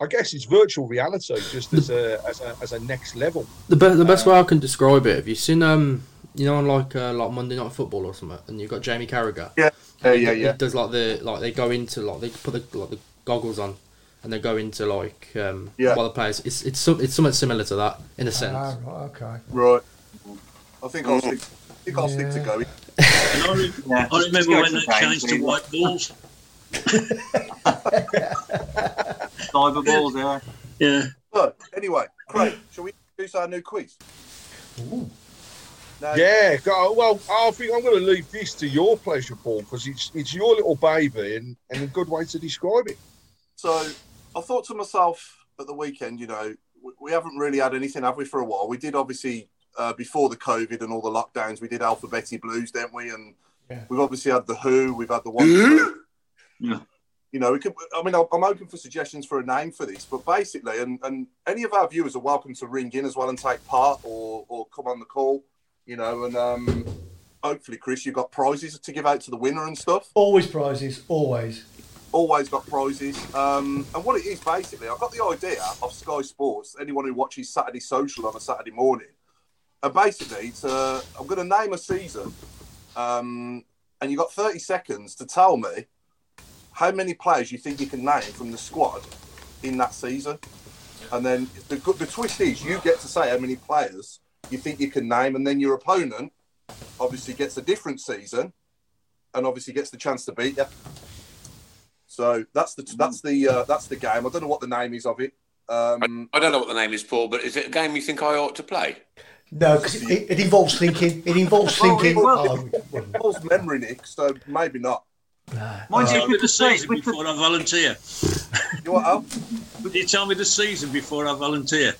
Speaker 3: I guess it's virtual reality, just as a as a, as a next level.
Speaker 8: The be- the best way I can describe it. Have you seen um you know on like uh, like Monday Night Football or something, and you've got Jamie Carragher.
Speaker 6: Yeah, yeah, yeah, yeah.
Speaker 8: It does like the like they go into like they put the like the goggles on, and they go into like um,
Speaker 6: Yeah.
Speaker 8: what the players. It's it's some, it's somewhat similar to that in a sense.
Speaker 5: Ah, right, okay.
Speaker 6: Right. I think I'll stick. I think I'll stick to going.
Speaker 4: I remember when that changed to white balls.
Speaker 7: Cyber balls, yeah.
Speaker 4: Yeah.
Speaker 6: But anyway, Craig, shall we introduce our new quiz? No.
Speaker 3: Yeah, go, well, I think I'm going to leave this to your pleasure, Paul, because it's it's your little baby and, and a good way to describe it.
Speaker 6: So I thought to myself at the weekend, you know, we, we haven't really had anything, have we, for a while? We did obviously uh, before the COVID and all the lockdowns, we did Alphabetti Blues, didn't we? And we've obviously had the Who, we've had the One. You know, we could, I mean, I'm I'm open for suggestions for a name for this, but basically, and, and any of our viewers are welcome to ring in as well and take part or, or come on the call, you know, and um, hopefully, Chris, you've got prizes to give out to the winner and stuff
Speaker 5: Always prizes, always.
Speaker 6: always got prizes. Um, and what it is basically, I got the idea of Sky Sports. Anyone who watches Saturday Social on a Saturday morning, and basically, it's uh, I'm going to name a season, um, and you have got 30 seconds to tell me how many players you think you can name from the squad in that season. And then the, good- the twist is you get to say how many players you think you can name, and then your opponent obviously gets a different season, and obviously gets the chance to beat you. So that's the that's the uh, that's the game. I don't know what the name is of it. Um,
Speaker 2: I don't know what the name is, Paul, but is it a game you think I ought to play?
Speaker 5: No, because it, it, it involves thinking. It involves
Speaker 6: Well,
Speaker 5: thinking.
Speaker 6: it will.
Speaker 5: Oh,
Speaker 6: it involves memory, Nick. So maybe not.
Speaker 7: Mind
Speaker 4: Tell me
Speaker 7: you,
Speaker 4: Uh, the season before I volunteer.
Speaker 6: You what? Al?
Speaker 4: Would you tell me the season before I volunteer?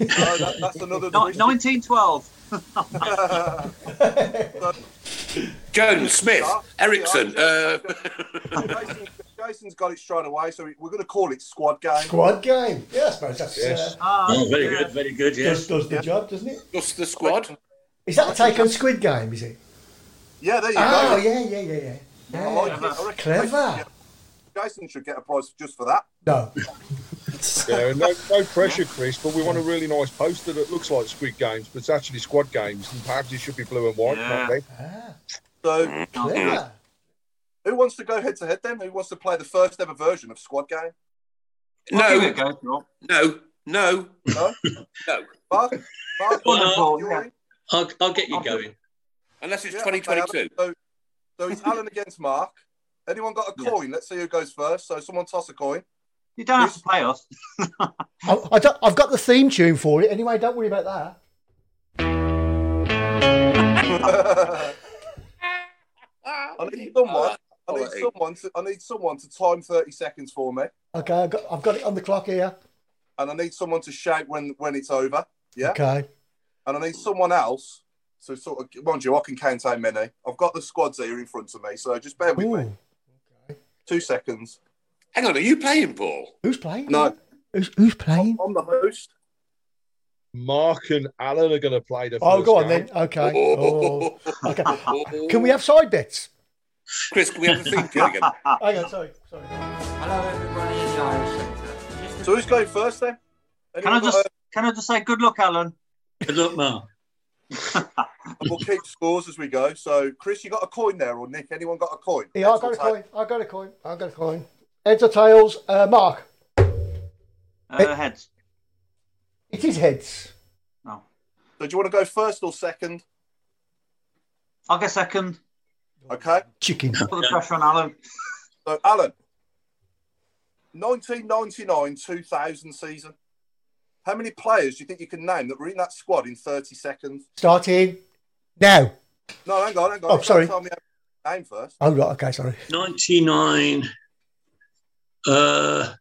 Speaker 6: No, that, that's another.
Speaker 7: Ni- 1912.
Speaker 2: Jones, Smith, Ericsson. Uh,
Speaker 6: Jason, Jason's got it straight away. So we're going to call it squad game.
Speaker 5: squad game. Yeah, I suppose that's
Speaker 3: Yes.
Speaker 5: uh,
Speaker 7: Ah,
Speaker 4: Oh, very good, very good,
Speaker 5: does,
Speaker 4: yes.
Speaker 5: does the job, doesn't it?
Speaker 2: just the squad.
Speaker 5: Is that a take on Squid Game? Is it?
Speaker 6: Yeah, Oh, there you
Speaker 5: Oh
Speaker 6: go.
Speaker 5: yeah, yeah, yeah, yeah.
Speaker 6: I like it. I reckon
Speaker 5: Clever.
Speaker 6: Jason should get a prize just for that.
Speaker 5: No,
Speaker 3: Yeah, no, no pressure, Chris, but we want a really nice poster that looks like Squid Games, but it's actually Squad Games, and perhaps it should be blue and white.
Speaker 7: Yeah.
Speaker 3: not red.
Speaker 6: So
Speaker 5: clever.
Speaker 6: who wants to go head to head then? Who wants to play the first ever version of squad game?
Speaker 7: I'll give it a
Speaker 2: No,
Speaker 7: go, Rob.
Speaker 2: no, no,
Speaker 6: No.
Speaker 2: no.
Speaker 6: Mark, Mark,
Speaker 4: Well, no.
Speaker 6: you're in?
Speaker 4: I'll, I'll get you
Speaker 6: I'll do
Speaker 4: going.
Speaker 2: Unless it's
Speaker 6: Yeah, okay,
Speaker 2: 2022.
Speaker 6: Alan. So, so it's Alan against Mark. Anyone got a
Speaker 4: Yeah.
Speaker 6: coin? Let's see who goes first. So someone toss a coin.
Speaker 7: You don't have to play us.
Speaker 5: I, I don't, I've got the theme tune for it anyway. Don't worry about that.
Speaker 6: I need someone. I need
Speaker 2: Quality.
Speaker 6: someone. To, I need someone to time thirty seconds for me,
Speaker 5: Okay, I've got, I've got it on the clock here.
Speaker 6: and I need someone to shout when when it's over. Yeah,
Speaker 5: Okay.
Speaker 6: and I need someone else. So sort of, mind you, I can count how many. I've got the squads here in front of me, so just bear with me.
Speaker 5: Ooh,
Speaker 6: Two seconds.
Speaker 2: Hang on, are you playing, Paul?
Speaker 5: who's playing?
Speaker 6: No. Oh,
Speaker 5: Who's, who's playing?
Speaker 6: I'm the host.
Speaker 3: Mark and Alan are going to play the.
Speaker 5: Oh,
Speaker 3: first
Speaker 5: go on
Speaker 3: game.
Speaker 5: then. Okay. Oh. Okay.
Speaker 2: Oh.
Speaker 5: Can we have side bets?
Speaker 2: Chris, can we have a theme tune again?
Speaker 5: Hang on, sorry, sorry.
Speaker 1: Hello, everybody in the Irish sector.
Speaker 6: So who's going first then?
Speaker 7: Can I
Speaker 6: Anyone got
Speaker 7: just can I just say good luck, Alan?
Speaker 4: Good luck, Mark.
Speaker 6: a- we'll keep scores as we go. So Chris, you got a coin there, or Nick? Anyone got a coin?
Speaker 5: Yeah, I got a coin. I got a coin. I got a coin. Heads or tails? Uh, Mark.
Speaker 7: Uh, heads.
Speaker 5: It is heads.
Speaker 7: No.
Speaker 6: So do you want to go first or second?
Speaker 7: I'll get second.
Speaker 6: Okay.
Speaker 5: Chicken.
Speaker 7: Put the pressure on Alan.
Speaker 6: So Alan, 1999-2000 season. How many players do you think you can name that were in that squad in 30 seconds?
Speaker 5: Starting now.
Speaker 6: No, hang on, hang on.
Speaker 5: Oh,
Speaker 6: You gotta
Speaker 5: sorry.
Speaker 6: Tell me how name first.
Speaker 5: Oh right, okay, sorry.
Speaker 4: 99. Uh,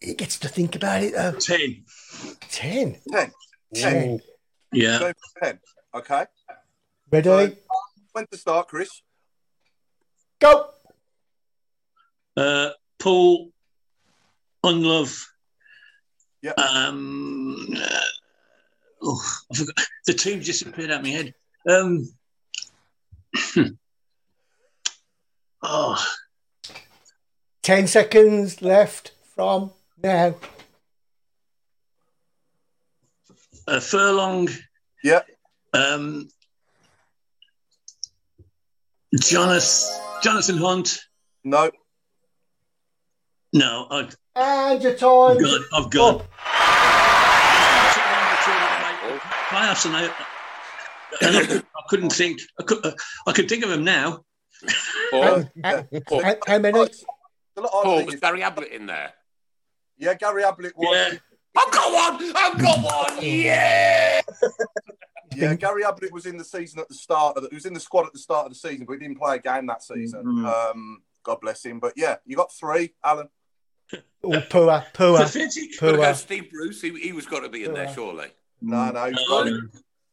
Speaker 5: It gets to think about it though.
Speaker 4: 10.
Speaker 5: Ten.
Speaker 6: 10. 10.
Speaker 5: Ten.
Speaker 4: Yeah.
Speaker 6: Go for 10. Okay.
Speaker 5: Ready?
Speaker 6: When to start, Chris?
Speaker 5: Go.
Speaker 4: Uh, Paul, Unlove.
Speaker 6: Yeah.
Speaker 4: Um, uh, oh, I forgot. The team disappeared out my head. Um, oh,
Speaker 5: Ten seconds left from now.
Speaker 4: uh, Furlong.
Speaker 6: Yeah.
Speaker 4: Um, Jonas, Jonathan Hunt.
Speaker 6: No.
Speaker 4: No, I,
Speaker 5: And your time.
Speaker 4: Good. I've got. Playoffs, and I, and I, I couldn't think. I could, I could think of them now.
Speaker 6: Oh.
Speaker 5: How, how- how many?
Speaker 2: Oh, was Gary Ablett in there?
Speaker 6: Yeah, Gary Ablett was.
Speaker 2: I've got one. I've got one. Yeah.
Speaker 6: yeah, Gary Ablett was in the season at the start. Of the, he was in the squad at the start of the season, but he didn't play a game that season.
Speaker 5: Mhm.
Speaker 6: Um, God bless him. But yeah, you got three, Alan.
Speaker 5: Mm-hmm. Oh, poor, poor,
Speaker 6: Pathetic.
Speaker 2: Gotta go
Speaker 5: poor.
Speaker 2: Steve Bruce. He, he was got to be in there, surely.
Speaker 6: No, no, you got it.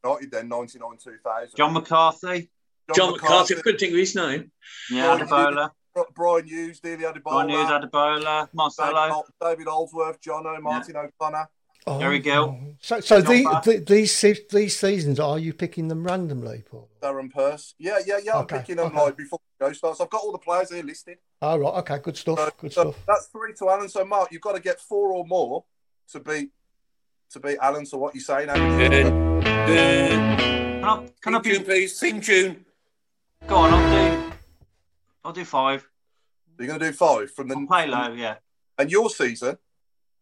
Speaker 6: United then, 99 2000.
Speaker 7: John McCarthy.
Speaker 6: John McCarthy.
Speaker 4: I couldn't think of his name.
Speaker 7: Yeah, Adebola.
Speaker 6: Brian Hughes, Dealey Adebola.
Speaker 7: Brian Hughes, Adebola, Marcelo.
Speaker 6: David, David Oldsworth, John Martin O'Connor.
Speaker 5: Oh.
Speaker 7: Gary Gill.
Speaker 5: So, so
Speaker 6: John
Speaker 5: the,
Speaker 6: Barnes.
Speaker 5: the, these se- these seasons, are you picking them randomly, Paul?
Speaker 6: Darren Purse. Yeah, yeah, yeah.
Speaker 5: Okay,
Speaker 6: I'm picking them
Speaker 5: okay.
Speaker 6: live before the show starts. I've got all the players here listed.
Speaker 5: All right. Okay. Good
Speaker 6: So,
Speaker 5: stuff. Good
Speaker 6: so
Speaker 5: stuff.
Speaker 6: that's three to Alan. So Mark, you've got to get four or more to beat to beat Alan. So what you saying? Alan?
Speaker 7: Can I, can I be...
Speaker 2: tune, please. Theme tune.
Speaker 7: Go on, I'll do. I'll do five.
Speaker 6: You're going to do five from the
Speaker 7: play low, yeah. Hmm.
Speaker 6: And your season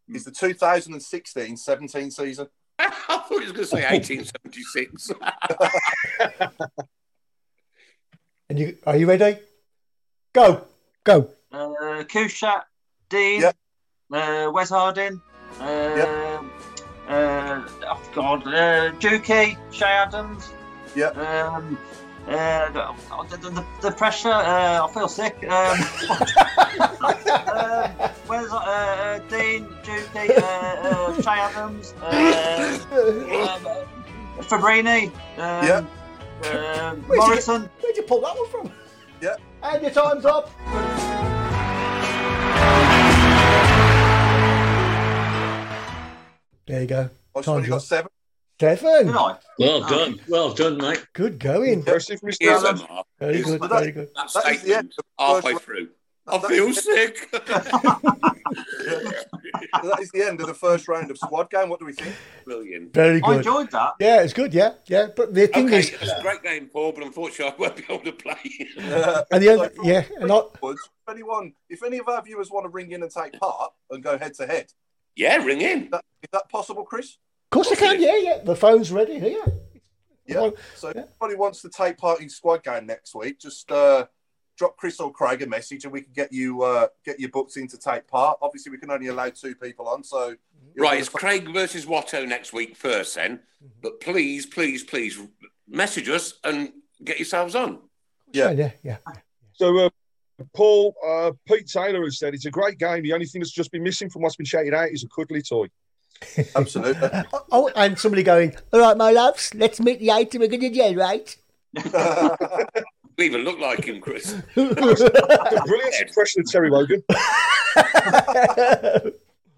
Speaker 6: is the 2016-17 season.
Speaker 2: I thought he was going to say 1876.
Speaker 5: And you are you ready? Go, go.
Speaker 7: Uh, Kushat, Dean, uh, Wes Harding, uh, uh, oh God, uh, Juki, Shay Adams.
Speaker 6: Yeah.
Speaker 7: Um, uh, the- oh, the, the, the pressure. Uh, I feel sick. Um, um, where's uh, uh, Dean, Juki, uh, uh, Shay Adams, uh, um, Fabrini, um, um,
Speaker 5: Where'd you get-
Speaker 7: Morrison.
Speaker 5: Where'd you pull that one from?
Speaker 6: Yeah.
Speaker 5: And your time's up. There you go.
Speaker 6: Oh,
Speaker 5: Time's up.
Speaker 6: seven.
Speaker 5: Seven.
Speaker 4: Well done, well done, mate.
Speaker 5: Good going.
Speaker 2: Here's a mark.
Speaker 5: Very
Speaker 2: Here's
Speaker 5: good,
Speaker 2: a
Speaker 5: very good.
Speaker 2: That
Speaker 6: That is the
Speaker 2: statement
Speaker 6: end of the
Speaker 2: halfway
Speaker 6: first
Speaker 2: through. I
Speaker 6: round.
Speaker 2: feel
Speaker 6: That's-
Speaker 2: sick.
Speaker 6: So that is the end of the first round of squad game. What do we think?
Speaker 2: Brilliant.
Speaker 5: Very good.
Speaker 7: that.
Speaker 5: Yeah, it's good. Yeah, yeah. But the thing
Speaker 2: Okay,
Speaker 5: is,
Speaker 2: it's a great game, Paul, but unfortunately I won't be able to play.
Speaker 5: and the other, yeah, and I,
Speaker 6: Woods, If anyone, if any of our viewers want to ring in and take part and go head to head,
Speaker 2: yeah, ring in.
Speaker 6: that- is that possible, Chris?
Speaker 5: Of course I can. Yeah, yeah. The phone's ready here.
Speaker 6: Yeah. So if anybody wants to take part in squad game next week, just uh, drop Chris or Craig a message, and we can get you uh, get your books in to take part. Obviously, we can only allow two people on, so you're
Speaker 2: Right,
Speaker 6: gonna
Speaker 2: it's
Speaker 6: fi-
Speaker 2: Craig versus Watto next week first, then. But please, please, please message us and get yourselves on.
Speaker 5: Yeah, yeah, yeah.
Speaker 3: So, uh, Paul, uh, Pete Taylor has said it's a great game. The only thing that's just been missing from what's been shouted out is a cuddly toy.
Speaker 6: Absolutely.
Speaker 5: Oh, and somebody going, all right, my loves, let's meet the item again again, right?
Speaker 2: We even look like him, Chris.
Speaker 3: Brilliant impression of Terry Wogan.
Speaker 7: I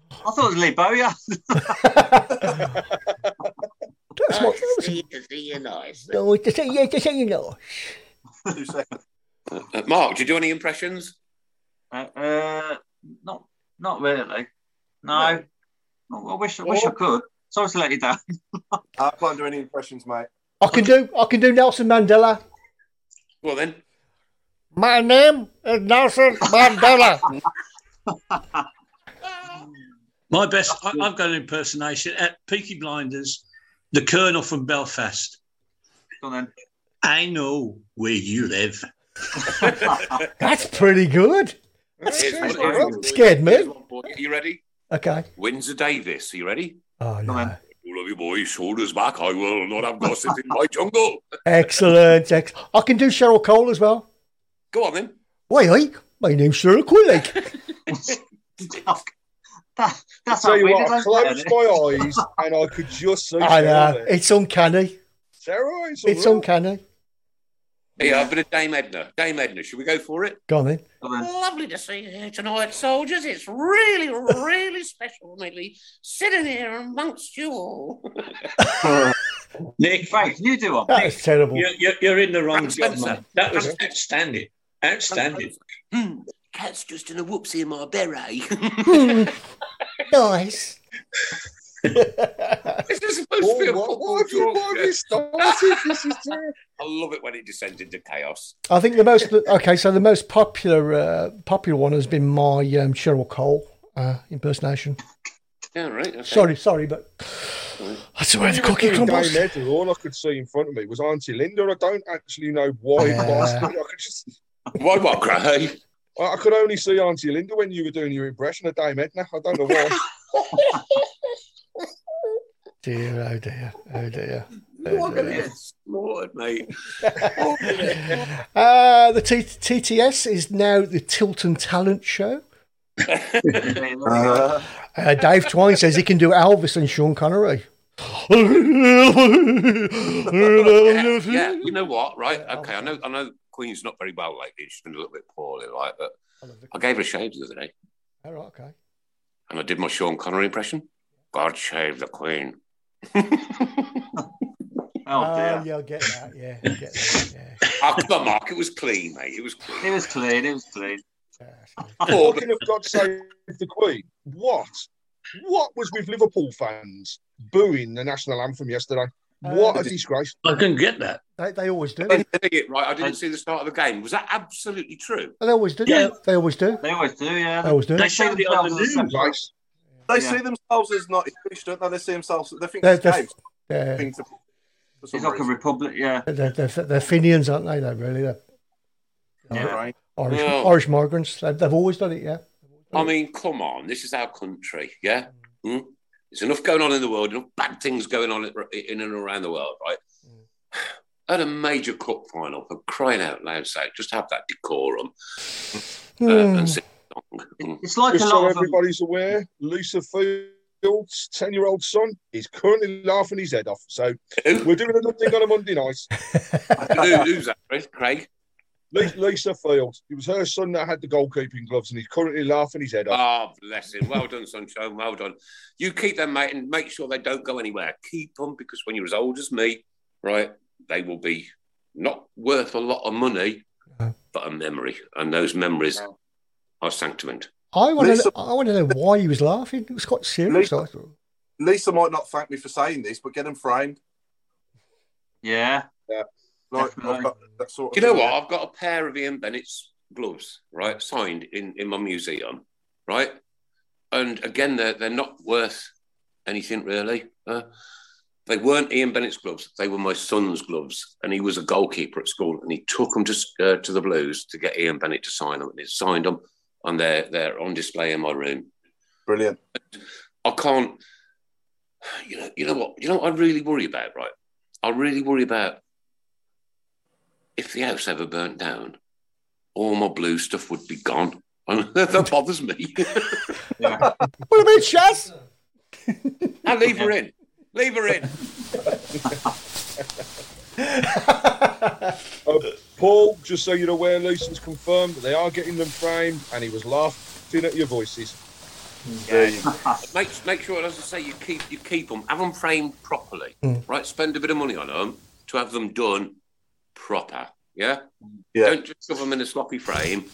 Speaker 7: thought it was Lee Bowyer.
Speaker 5: That's what. No, just say, yeah, just say you know.
Speaker 6: two seconds.
Speaker 2: Uh, Mark, do you do any impressions?
Speaker 7: Uh, uh, not, not really. No. Oh, I wish, I wish I could. Sorry to let you down.
Speaker 6: I can't do any impressions, mate.
Speaker 5: I can do, I can do Nelson Mandela.
Speaker 2: Well, then.
Speaker 5: My name is Nelson Mandela.
Speaker 4: My best. I, I've got an impersonation at Peaky Blinders, the Colonel from Belfast.
Speaker 7: Go on then.
Speaker 4: I know where you live.
Speaker 5: That's pretty good.
Speaker 2: Here's one-
Speaker 5: That
Speaker 2: here's one-
Speaker 5: scared
Speaker 2: here's
Speaker 5: me.
Speaker 2: one, boy. Are you ready?
Speaker 5: Okay.
Speaker 2: Windsor Davis, are you ready?
Speaker 5: Oh no.
Speaker 2: All of you boys, shoulders back. I will not have gossip in my jungle.
Speaker 5: Excellent. Ex- I can do Cheryl Cole as well.
Speaker 2: Go on then.
Speaker 5: Why, hi, my name's Cheryl Quillig.
Speaker 7: That, that's
Speaker 3: Tell
Speaker 7: how
Speaker 3: you
Speaker 7: we did
Speaker 3: what, I
Speaker 7: last night,
Speaker 3: closed
Speaker 7: isn't it?
Speaker 3: my eyes and I could just see
Speaker 5: I
Speaker 3: Sarah
Speaker 5: know.
Speaker 3: there.
Speaker 5: uh, It's uncanny.
Speaker 3: Sarah, it's,
Speaker 5: It's
Speaker 3: all right.
Speaker 5: uncanny.
Speaker 2: Yeah, a bit of Dame Edna. Dame Edna, should we go for it?
Speaker 5: Go on then.
Speaker 7: Go on then.
Speaker 12: Lovely to see you here tonight, soldiers. It's really, really special, maybe, sitting here amongst you all.
Speaker 4: Nick,
Speaker 7: Frank, you do one.
Speaker 5: That is terrible.
Speaker 4: you're, you're, you're in the wrong
Speaker 2: Frank
Speaker 4: job,
Speaker 2: Spencer.
Speaker 4: mate. That was outstanding. Outstanding.
Speaker 12: Hmm, cat's just in a whoopsie in my beret.
Speaker 5: Nice.
Speaker 2: this is supposed to be a
Speaker 3: Oh, what-
Speaker 2: football
Speaker 3: what have you-
Speaker 2: talk.
Speaker 3: what have you started? This is terrible.
Speaker 2: I love it when it descends into chaos.
Speaker 5: I think the most okay. So the most popular uh, popular one has been my um, Cheryl Cole uh, impersonation.
Speaker 2: Yeah, right. Okay.
Speaker 5: Sorry, sorry, but that's the way the cookie
Speaker 3: Doing
Speaker 5: crumbles.
Speaker 3: Dame Edna, all I could see in front of me was Auntie Linda. I don't actually know why.
Speaker 5: Yeah.
Speaker 3: bastard, I could just.
Speaker 2: Why what, Gray?
Speaker 3: I I could only see Auntie Linda when you were doing your impression of Dame Edna. I don't know why.
Speaker 5: Dear, oh dear, oh dear.
Speaker 2: You are going to get slaughtered, mate.
Speaker 5: Uh, the T- TTS is now the Tilton Talent Show.
Speaker 6: Uh,
Speaker 5: Uh, Dave Twine says he can do Elvis and Sean Connery.
Speaker 2: yeah, yeah, you know what? Right? Okay, I know. I know Queen's not very well lately. She's been a little bit poorly, right? But I gave her a shave the other day,
Speaker 5: All right, okay.
Speaker 2: and I did my Sean Connery impression. God save the Queen.
Speaker 7: Oh, dear.
Speaker 5: Ah, yeah, I get that. Yeah, I get that. Yeah.
Speaker 2: Oh, come on, Mark. It was clean, mate. It was clean.
Speaker 7: It was clean. It was clean.
Speaker 2: Oh,
Speaker 3: Talking of God Save the Queen, what? What was with Liverpool fans booing the national anthem yesterday? What
Speaker 5: Uh,
Speaker 3: a disgrace!
Speaker 4: I can get that.
Speaker 5: They, they always do.
Speaker 2: I didn't see it right. I didn't see the start of the game. Was that absolutely true?
Speaker 5: They always do.
Speaker 4: Yeah.
Speaker 5: They always do.
Speaker 7: They always do, yeah.
Speaker 5: They always do.
Speaker 4: They showed it on the news.
Speaker 3: Disgrace.
Speaker 6: they
Speaker 7: Yeah.
Speaker 6: see themselves as not English, don't they? They see themselves. They think
Speaker 5: They're-
Speaker 6: it's
Speaker 5: they're-
Speaker 6: games.
Speaker 5: Yeah.
Speaker 6: Think to- for some
Speaker 7: It's like a
Speaker 6: reason.
Speaker 7: republic, yeah.
Speaker 5: They're, they're, they're Fenians, aren't they? They're really they're
Speaker 7: Yeah.
Speaker 6: Right.
Speaker 5: Irish,
Speaker 2: No.
Speaker 5: Irish migrants. They've, they've always done it, yeah.
Speaker 2: I mean, come on. This is our country. Yeah. Hmm? There's enough going on in the world, enough bad things going on in and around the world, right? At a major cup final, for crying out loud, say, just have that decorum
Speaker 5: Hmm.
Speaker 2: uh, and sing along. Hmm.
Speaker 7: It's like
Speaker 3: Just
Speaker 7: a
Speaker 3: so
Speaker 7: lot of them.
Speaker 3: everybody's aware, Lisa Fields' ten-year-old son is currently laughing his head off. So
Speaker 2: Who?
Speaker 3: we're doing another thing on a Monday night.
Speaker 2: Who- Who's that, Chris? Craig?
Speaker 3: Le- Lisa Fields. It was her son that had the goalkeeping gloves, and he's currently laughing his head off.
Speaker 2: Ah, bless him. Well done, Sunshine. Well done. You keep them, mate, and make sure they don't go anywhere. Keep them because when you're as old as me, right, they will be not worth a lot of money, but a memory. And those memories are sanctiment.
Speaker 5: I want to.
Speaker 6: Lisa-
Speaker 5: I want to know why he was laughing. It was quite serious.
Speaker 6: Lisa-
Speaker 5: I thought.
Speaker 6: Lisa might not thank me for saying this, but get him framed.
Speaker 7: Yeah.
Speaker 6: Like
Speaker 7: Definitely.
Speaker 6: I've got that sort
Speaker 2: Do
Speaker 6: of.
Speaker 2: you know
Speaker 6: thing.
Speaker 2: what? I've got a pair of Ian Bennett's gloves, right, signed in, in my museum, right? And again, they're, they're not worth anything really. Uh, they weren't Ian Bennett's gloves. They were my son's gloves. And he was a goalkeeper at school and he took them to, s- uh, to the Blues to get Ian Bennett to sign them. And he signed them and they're, they're on display in my room.
Speaker 6: Brilliant.
Speaker 2: I can't. You know, you know what? You know what I really worry about, right? I really worry about if the house ever burnt down, all my blue stuff would be gone. And that bothers me.
Speaker 5: What about Chaz?
Speaker 2: I leave her in. Leave her in.
Speaker 3: Uh, Paul, just so you're aware, Lisa's confirmed that they are getting them framed, and he was laughing at your voices.
Speaker 2: Make make sure, as I say, you keep you keep them. Have them framed properly, right? Spend a bit of money on them to have them done proper. Yeah.
Speaker 6: Yeah.
Speaker 2: Don't just shove them in a sloppy frame.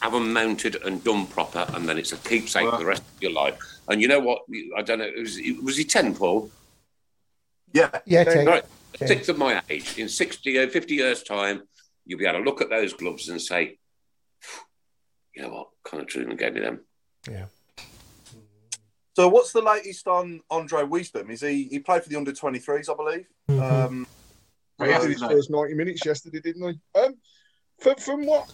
Speaker 2: Have them mounted and done proper, and then it's a keepsake for the rest of your life. And you know what? You- I don't know. It was, it- was he 10, Paul?
Speaker 6: Yeah.
Speaker 5: Yeah, Ted.
Speaker 2: Right.
Speaker 5: Yeah.
Speaker 2: Sixth of my age. In 60, uh, 50 years' time, you'll be able to look at those gloves and say, you know what? Connor Truman gave me them.
Speaker 6: So what's the latest on Andre Wisdom? Is he he played for the under 23s, I believe. Um,
Speaker 3: He did his first 90 minutes yesterday, didn't he? Um, from, from what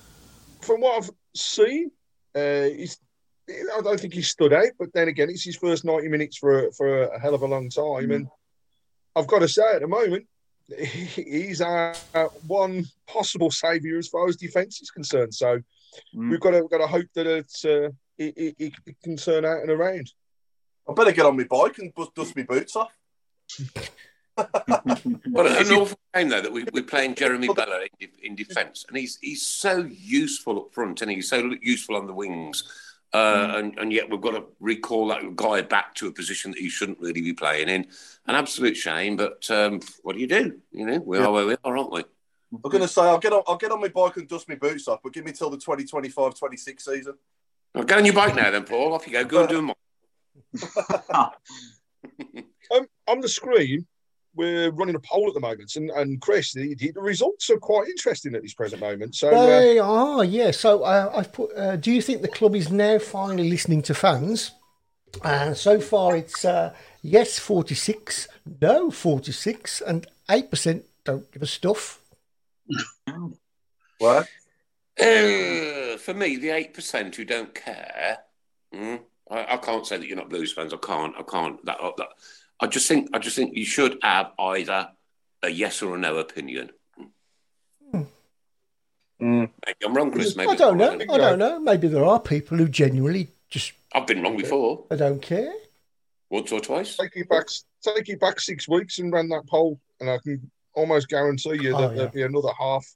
Speaker 3: from what I've seen, uh, he's, I don't think he stood out. But then again, it's his first 90 minutes for a- for a hell of a long time, and I've got to say, at the moment, he's our one possible saviour as far as defence is concerned. So
Speaker 7: Mm.
Speaker 3: we've got to, we've got to hope that it's, uh, it, it, it it can turn out and around.
Speaker 6: I better get on my bike and bust, dust my boots off.
Speaker 2: Well, an awful game though that we, we're playing Jeremy Bella in, de- in defence, and he's he's so useful up front, and he's so useful on the wings, uh, and and yet we've got to recall that guy back to a position that he shouldn't really be playing in. An absolute shame, but um, what do you do? You know, we are where we are, aren't we?
Speaker 6: I'm gonna say I'll get on I'll get on my bike and dust my boots off, but give me till the 2025-26 season.
Speaker 2: Well, go on your bike now, then, Paul. Off you go. Go and do a mile.
Speaker 3: um, on the screen, we're running a poll at the moment, and, and Chris, the, the results are quite interesting at this present moment. So, uh,
Speaker 5: They are, yeah. So uh, I've put. Uh, do you think the club is now finally listening to fans? And so far, it's uh, yes, forty-six, no, forty-six, and eight percent don't give a stuff.
Speaker 6: What?
Speaker 2: Uh, for me, the eight percent who don't care. mm, I, I can't say that you're not Blues fans. I can't. I can't. That, uh, that. I just think. I just think you should have either a yes or a no opinion. Maybe I'm wrong, Chris. Maybe
Speaker 5: I don't
Speaker 2: I'm
Speaker 5: know.
Speaker 2: wrong.
Speaker 5: I don't know. Maybe there are people who genuinely just
Speaker 2: I've been wrong before,
Speaker 5: they don't care.
Speaker 2: once or twice.
Speaker 3: take you back, take you back six weeks and run that poll, and I can almost guarantee you that
Speaker 5: Oh,
Speaker 3: there'll be another half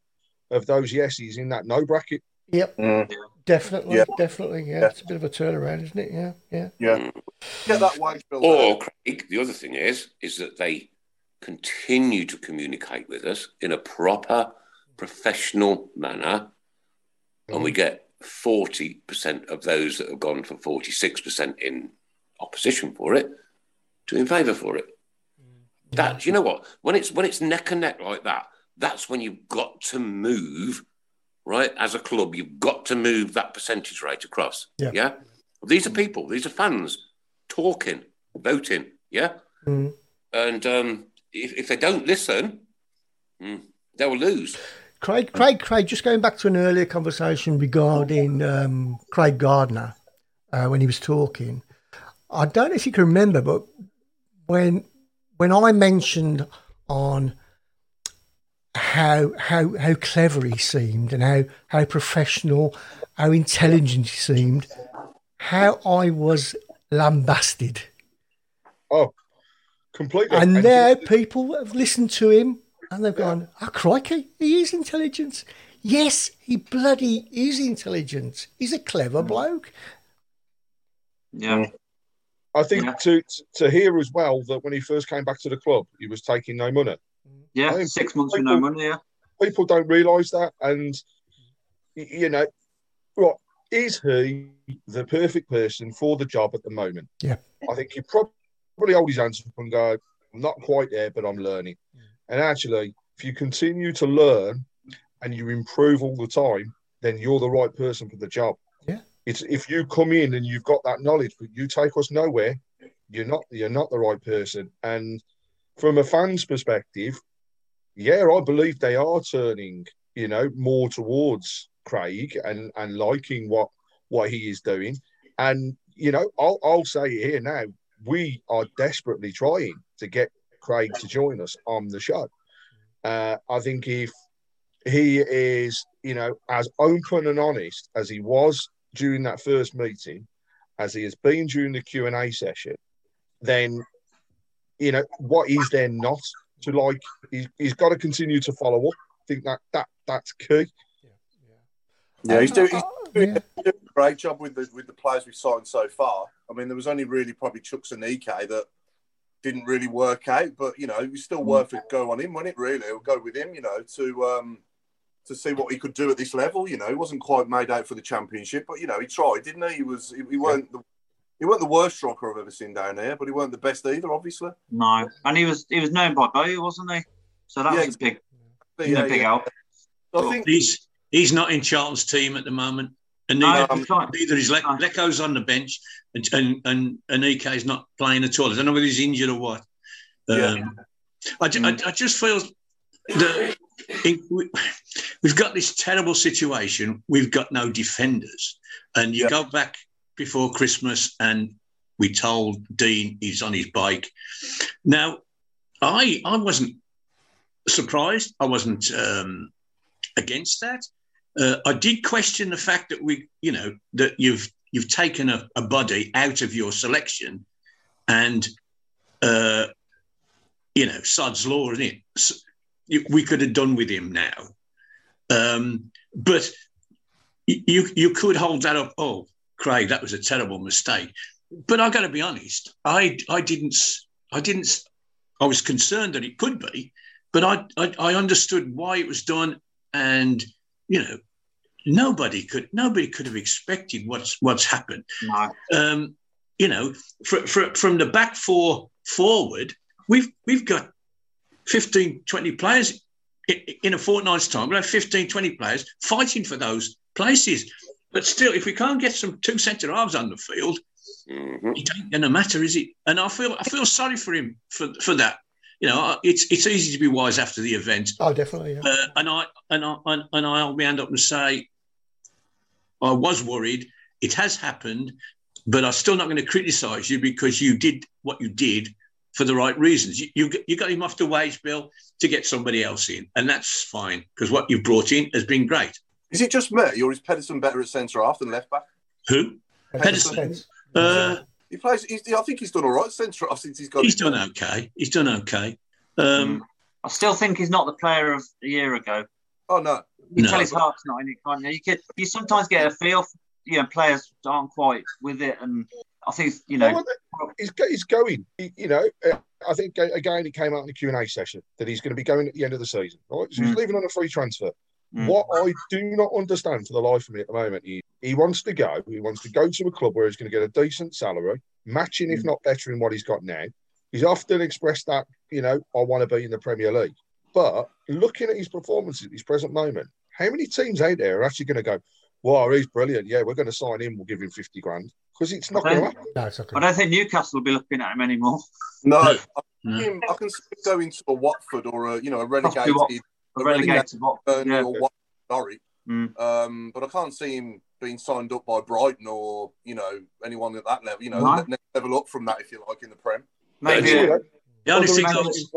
Speaker 3: of those yeses in that no bracket.
Speaker 5: Yep, definitely,
Speaker 3: Yeah.
Speaker 5: definitely. Yeah. it's a bit of a turnaround, isn't it? Yeah, yeah.
Speaker 6: Yeah. Get that wage bill.
Speaker 2: Or Craig, the other thing is, is that they continue to communicate with us in a proper, professional manner, and we get forty percent of those that have gone for forty-six percent in opposition for it to in favour for it. That you know what? When it's when it's neck and neck like that, that's when you've got to move, right? As a club, you've got to move that percentage rate across.
Speaker 5: Yeah.
Speaker 2: These are people. These are fans talking, voting. Yeah.
Speaker 5: Mm.
Speaker 2: And um, if, if they don't listen, mm, they will lose.
Speaker 5: Craig, Craig, Craig. Just going back to an earlier conversation regarding um, Craig Gardner uh, when he was talking. I don't know if you can remember, but when when I mentioned on how how how clever he seemed and how how professional, how intelligent he seemed, how I was lambasted,
Speaker 3: Oh, completely.
Speaker 5: and
Speaker 3: And
Speaker 5: now people have listened to him and they've gone, "Ah, crikey, he is intelligent." Yes, he bloody is intelligent. He's a clever
Speaker 6: Mm.
Speaker 5: bloke.
Speaker 7: Yeah.
Speaker 3: I think to to hear as well that when he first came back to the club, he was taking no money. I
Speaker 7: Yeah,
Speaker 3: think
Speaker 7: six months with no
Speaker 3: people-
Speaker 7: money. Yeah.
Speaker 3: People don't realise that, and y- you know, right? Is he the perfect person for the job at the moment?
Speaker 5: Yeah.
Speaker 3: I think he prob- probably hold his hands up and go, "I'm not quite there, but I'm learning." And actually, if you continue to learn and you improve all the time, then you're the right person for the job.
Speaker 5: Yeah.
Speaker 3: It's if you come in and you've got that knowledge, but you take us nowhere, you're not you're not the right person. And from a fan's perspective, yeah, I believe they are turning, you know, more towards Craig and and liking what what he is doing. And you know, I'll I'll say it here now, we are desperately trying to get Craig to join us on the show. Uh, I think if he is, you know, as open and honest as he was during that first meeting, as he has been during the Q and A session, then you know what is there not to like? He, he's got to continue to follow up. I think that that that's key.
Speaker 6: Yeah, he's doing, he's doing,
Speaker 5: uh, oh, yeah.
Speaker 6: he's doing a great job with the with the players we've signed so far. I mean, there was only really probably Chucks and EK that didn't really work out, but you know, it was still
Speaker 7: Mm.
Speaker 6: worth it go on him, wasn't it? Really, or go with him, you know, to um to see what he could do at this level. You know, he wasn't quite made out for the championship, but you know, he tried, didn't he? He was he, he weren't the he weren't the worst striker I've ever seen down here, but he weren't the best either, obviously.
Speaker 7: No, and he was he was known by Bowie, wasn't he? So that was a big, you know, big help.
Speaker 6: I think
Speaker 4: he's he's not in Charlton's team at the moment, and
Speaker 7: No,
Speaker 4: neither,
Speaker 7: I'm sorry.
Speaker 4: neither is Le- Lecco's on the bench, and and and, and EK's not playing at all. I don't know whether he's injured or what. Um, I, ju- I, I just feel that it, we, we've got this terrible situation. We've got no defenders, and you go back before Christmas, and we told Dean he's on his bike. Now, I I wasn't surprised. I wasn't um, against that. Uh, I did question the fact that we, you know, that you've you've taken a, a body out of your selection, and uh, you know, Sod's law, isn't it? S- you- We could have done with him now, um, but y- you you could hold that up. Oh, Craig, that was a terrible mistake. But I got to be honest, I I didn't s- I didn't s- I was concerned that it could be, but I, I I understood why it was done, and you know, nobody could nobody could have expected what's what's happened.
Speaker 7: No.
Speaker 4: Um, you know, fr- fr- from the back four forward, we've we've got 15, 20 players i- in a fortnight's time. We'll have 15, 20 players fighting for those places. But still, if we can't get some two centre halves on the field, it ain't going to matter, is it? And I feel I feel sorry for him for for that. You know, I- it's it's easy to be wise after the event,
Speaker 5: Oh, definitely. Yeah.
Speaker 4: uh, and I and I and, and I'll round up and say I was worried. It has happened, but I'm still not going to criticise you because you did what you did for the right reasons. You, you you got him off the wage bill to get somebody else in, and that's fine because what you've brought in has been great.
Speaker 6: Is it just me, or is Pedersen better at centre half than left back?
Speaker 4: Who? Pedersen. Uh,
Speaker 6: He plays. He's, I think he's done all right centre half since he's got.
Speaker 4: he's done okay. He's done okay. Um,
Speaker 7: I still think he's not the player of a year ago.
Speaker 6: Oh no,
Speaker 7: you
Speaker 4: No.
Speaker 7: tell his heart's not in it, can't you? You, can, you sometimes get a feel, for, you know, players aren't quite with it, and I think you know.
Speaker 3: Well, he's, go- he's going. He- you know, uh, I think uh, again it came out in the Q and A session that he's going to be going at the end of the season. All right, so he's
Speaker 6: Mm.
Speaker 3: leaving on a free transfer.
Speaker 6: Mm.
Speaker 3: What I do not understand for the life of me at the moment, he, he wants to go. He wants to go to a club where he's going to get a decent salary, matching if not better than what he's got now. He's often expressed that you know I want to be in the Premier League, but looking at his performances at his present moment, how many teams out there are actually going to go? Wow, he's brilliant. Yeah, we're going to sign him. We'll give him fifty grand because it's not going to happen.
Speaker 5: No, it's okay.
Speaker 7: I don't think Newcastle will be looking at him anymore.
Speaker 6: No, I, can see him, I can see him going to a Watford or a you know a relegated,
Speaker 7: Watford, a relegated Watford,
Speaker 6: Burnley
Speaker 7: yeah.
Speaker 6: or Watford, Norwich. Um, but I can't see him being signed up by Brighton or you know anyone at that level. You know,
Speaker 4: No.
Speaker 6: ne- level up from that if you like in the Prem.
Speaker 4: Maybe- Yeah. The only thing I was-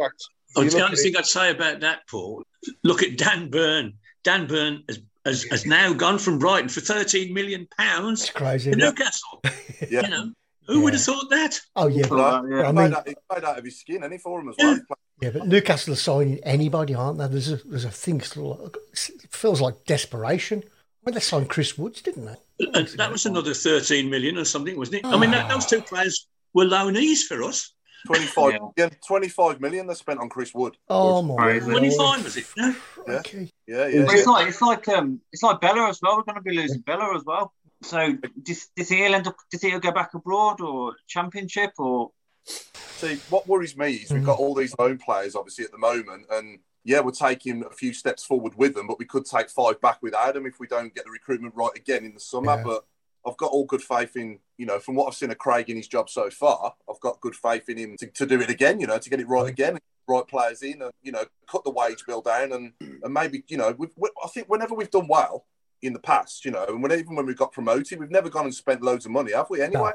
Speaker 4: Oh,
Speaker 6: You
Speaker 4: the
Speaker 6: look
Speaker 4: only
Speaker 6: at
Speaker 4: thing I'd say about that, Paul, look at Dan Byrne. Dan Byrne has, has, has now gone from Brighton for £13 million pounds
Speaker 5: crazy,
Speaker 4: to
Speaker 5: isn't it?
Speaker 4: Newcastle.
Speaker 6: Yeah.
Speaker 4: You know, who would have thought that?
Speaker 5: Oh yeah,
Speaker 4: uh,
Speaker 6: Right,
Speaker 5: but,
Speaker 6: yeah.
Speaker 5: I
Speaker 6: He
Speaker 5: mean,
Speaker 6: played out- he played out of his skin, any for him as well.
Speaker 5: yeah, but Newcastle are signing anybody, aren't they? There's a there's a thing still it feels like desperation. Well, they signed Chris Woods, didn't they?
Speaker 4: And that was another 13 million or something, wasn't it? I mean,
Speaker 6: Ah.
Speaker 4: that, those two players were loanees for us.
Speaker 6: 25, yeah, 25 million they spent on Chris Wood.
Speaker 5: Oh my
Speaker 7: Crazy.
Speaker 5: lord.
Speaker 4: 25, was it? No?
Speaker 6: Yeah,
Speaker 5: Okay.
Speaker 6: yeah,
Speaker 7: But it's
Speaker 6: yeah.
Speaker 7: like it's like um it's like Bella as well. We're going to be losing Bella as well. So do you, do you think he'll end up? Do you think he'll go back abroad or Championship or?
Speaker 6: See, what worries me is we've got all these loan players, obviously, at the moment, and yeah, we're taking a few steps forward with them, but we could take five back without them if we don't get the recruitment right again in the summer.
Speaker 5: Yeah.
Speaker 6: But I've got all good faith in, you know, from what I've seen of Craig in his job so far, I've got good faith in him to, to do it again, you know, to get it right again, right players in, and you know, cut the wage bill down, and and maybe you know, we've, we, I think whenever we've done well in the past, you know, and when, even when we got promoted, we've never gone and spent loads of money, have we? Anyway.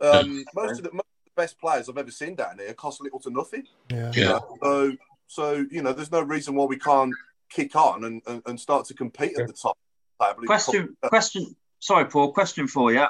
Speaker 6: Um, most, of the, most of the best players I've ever seen down here cost little to nothing.
Speaker 5: Yeah.
Speaker 4: Yeah.
Speaker 6: So, so you know, there's no reason why we can't kick on and, and, and start to compete at the top. table.
Speaker 7: Question, question. Sorry, Paul. Question for you.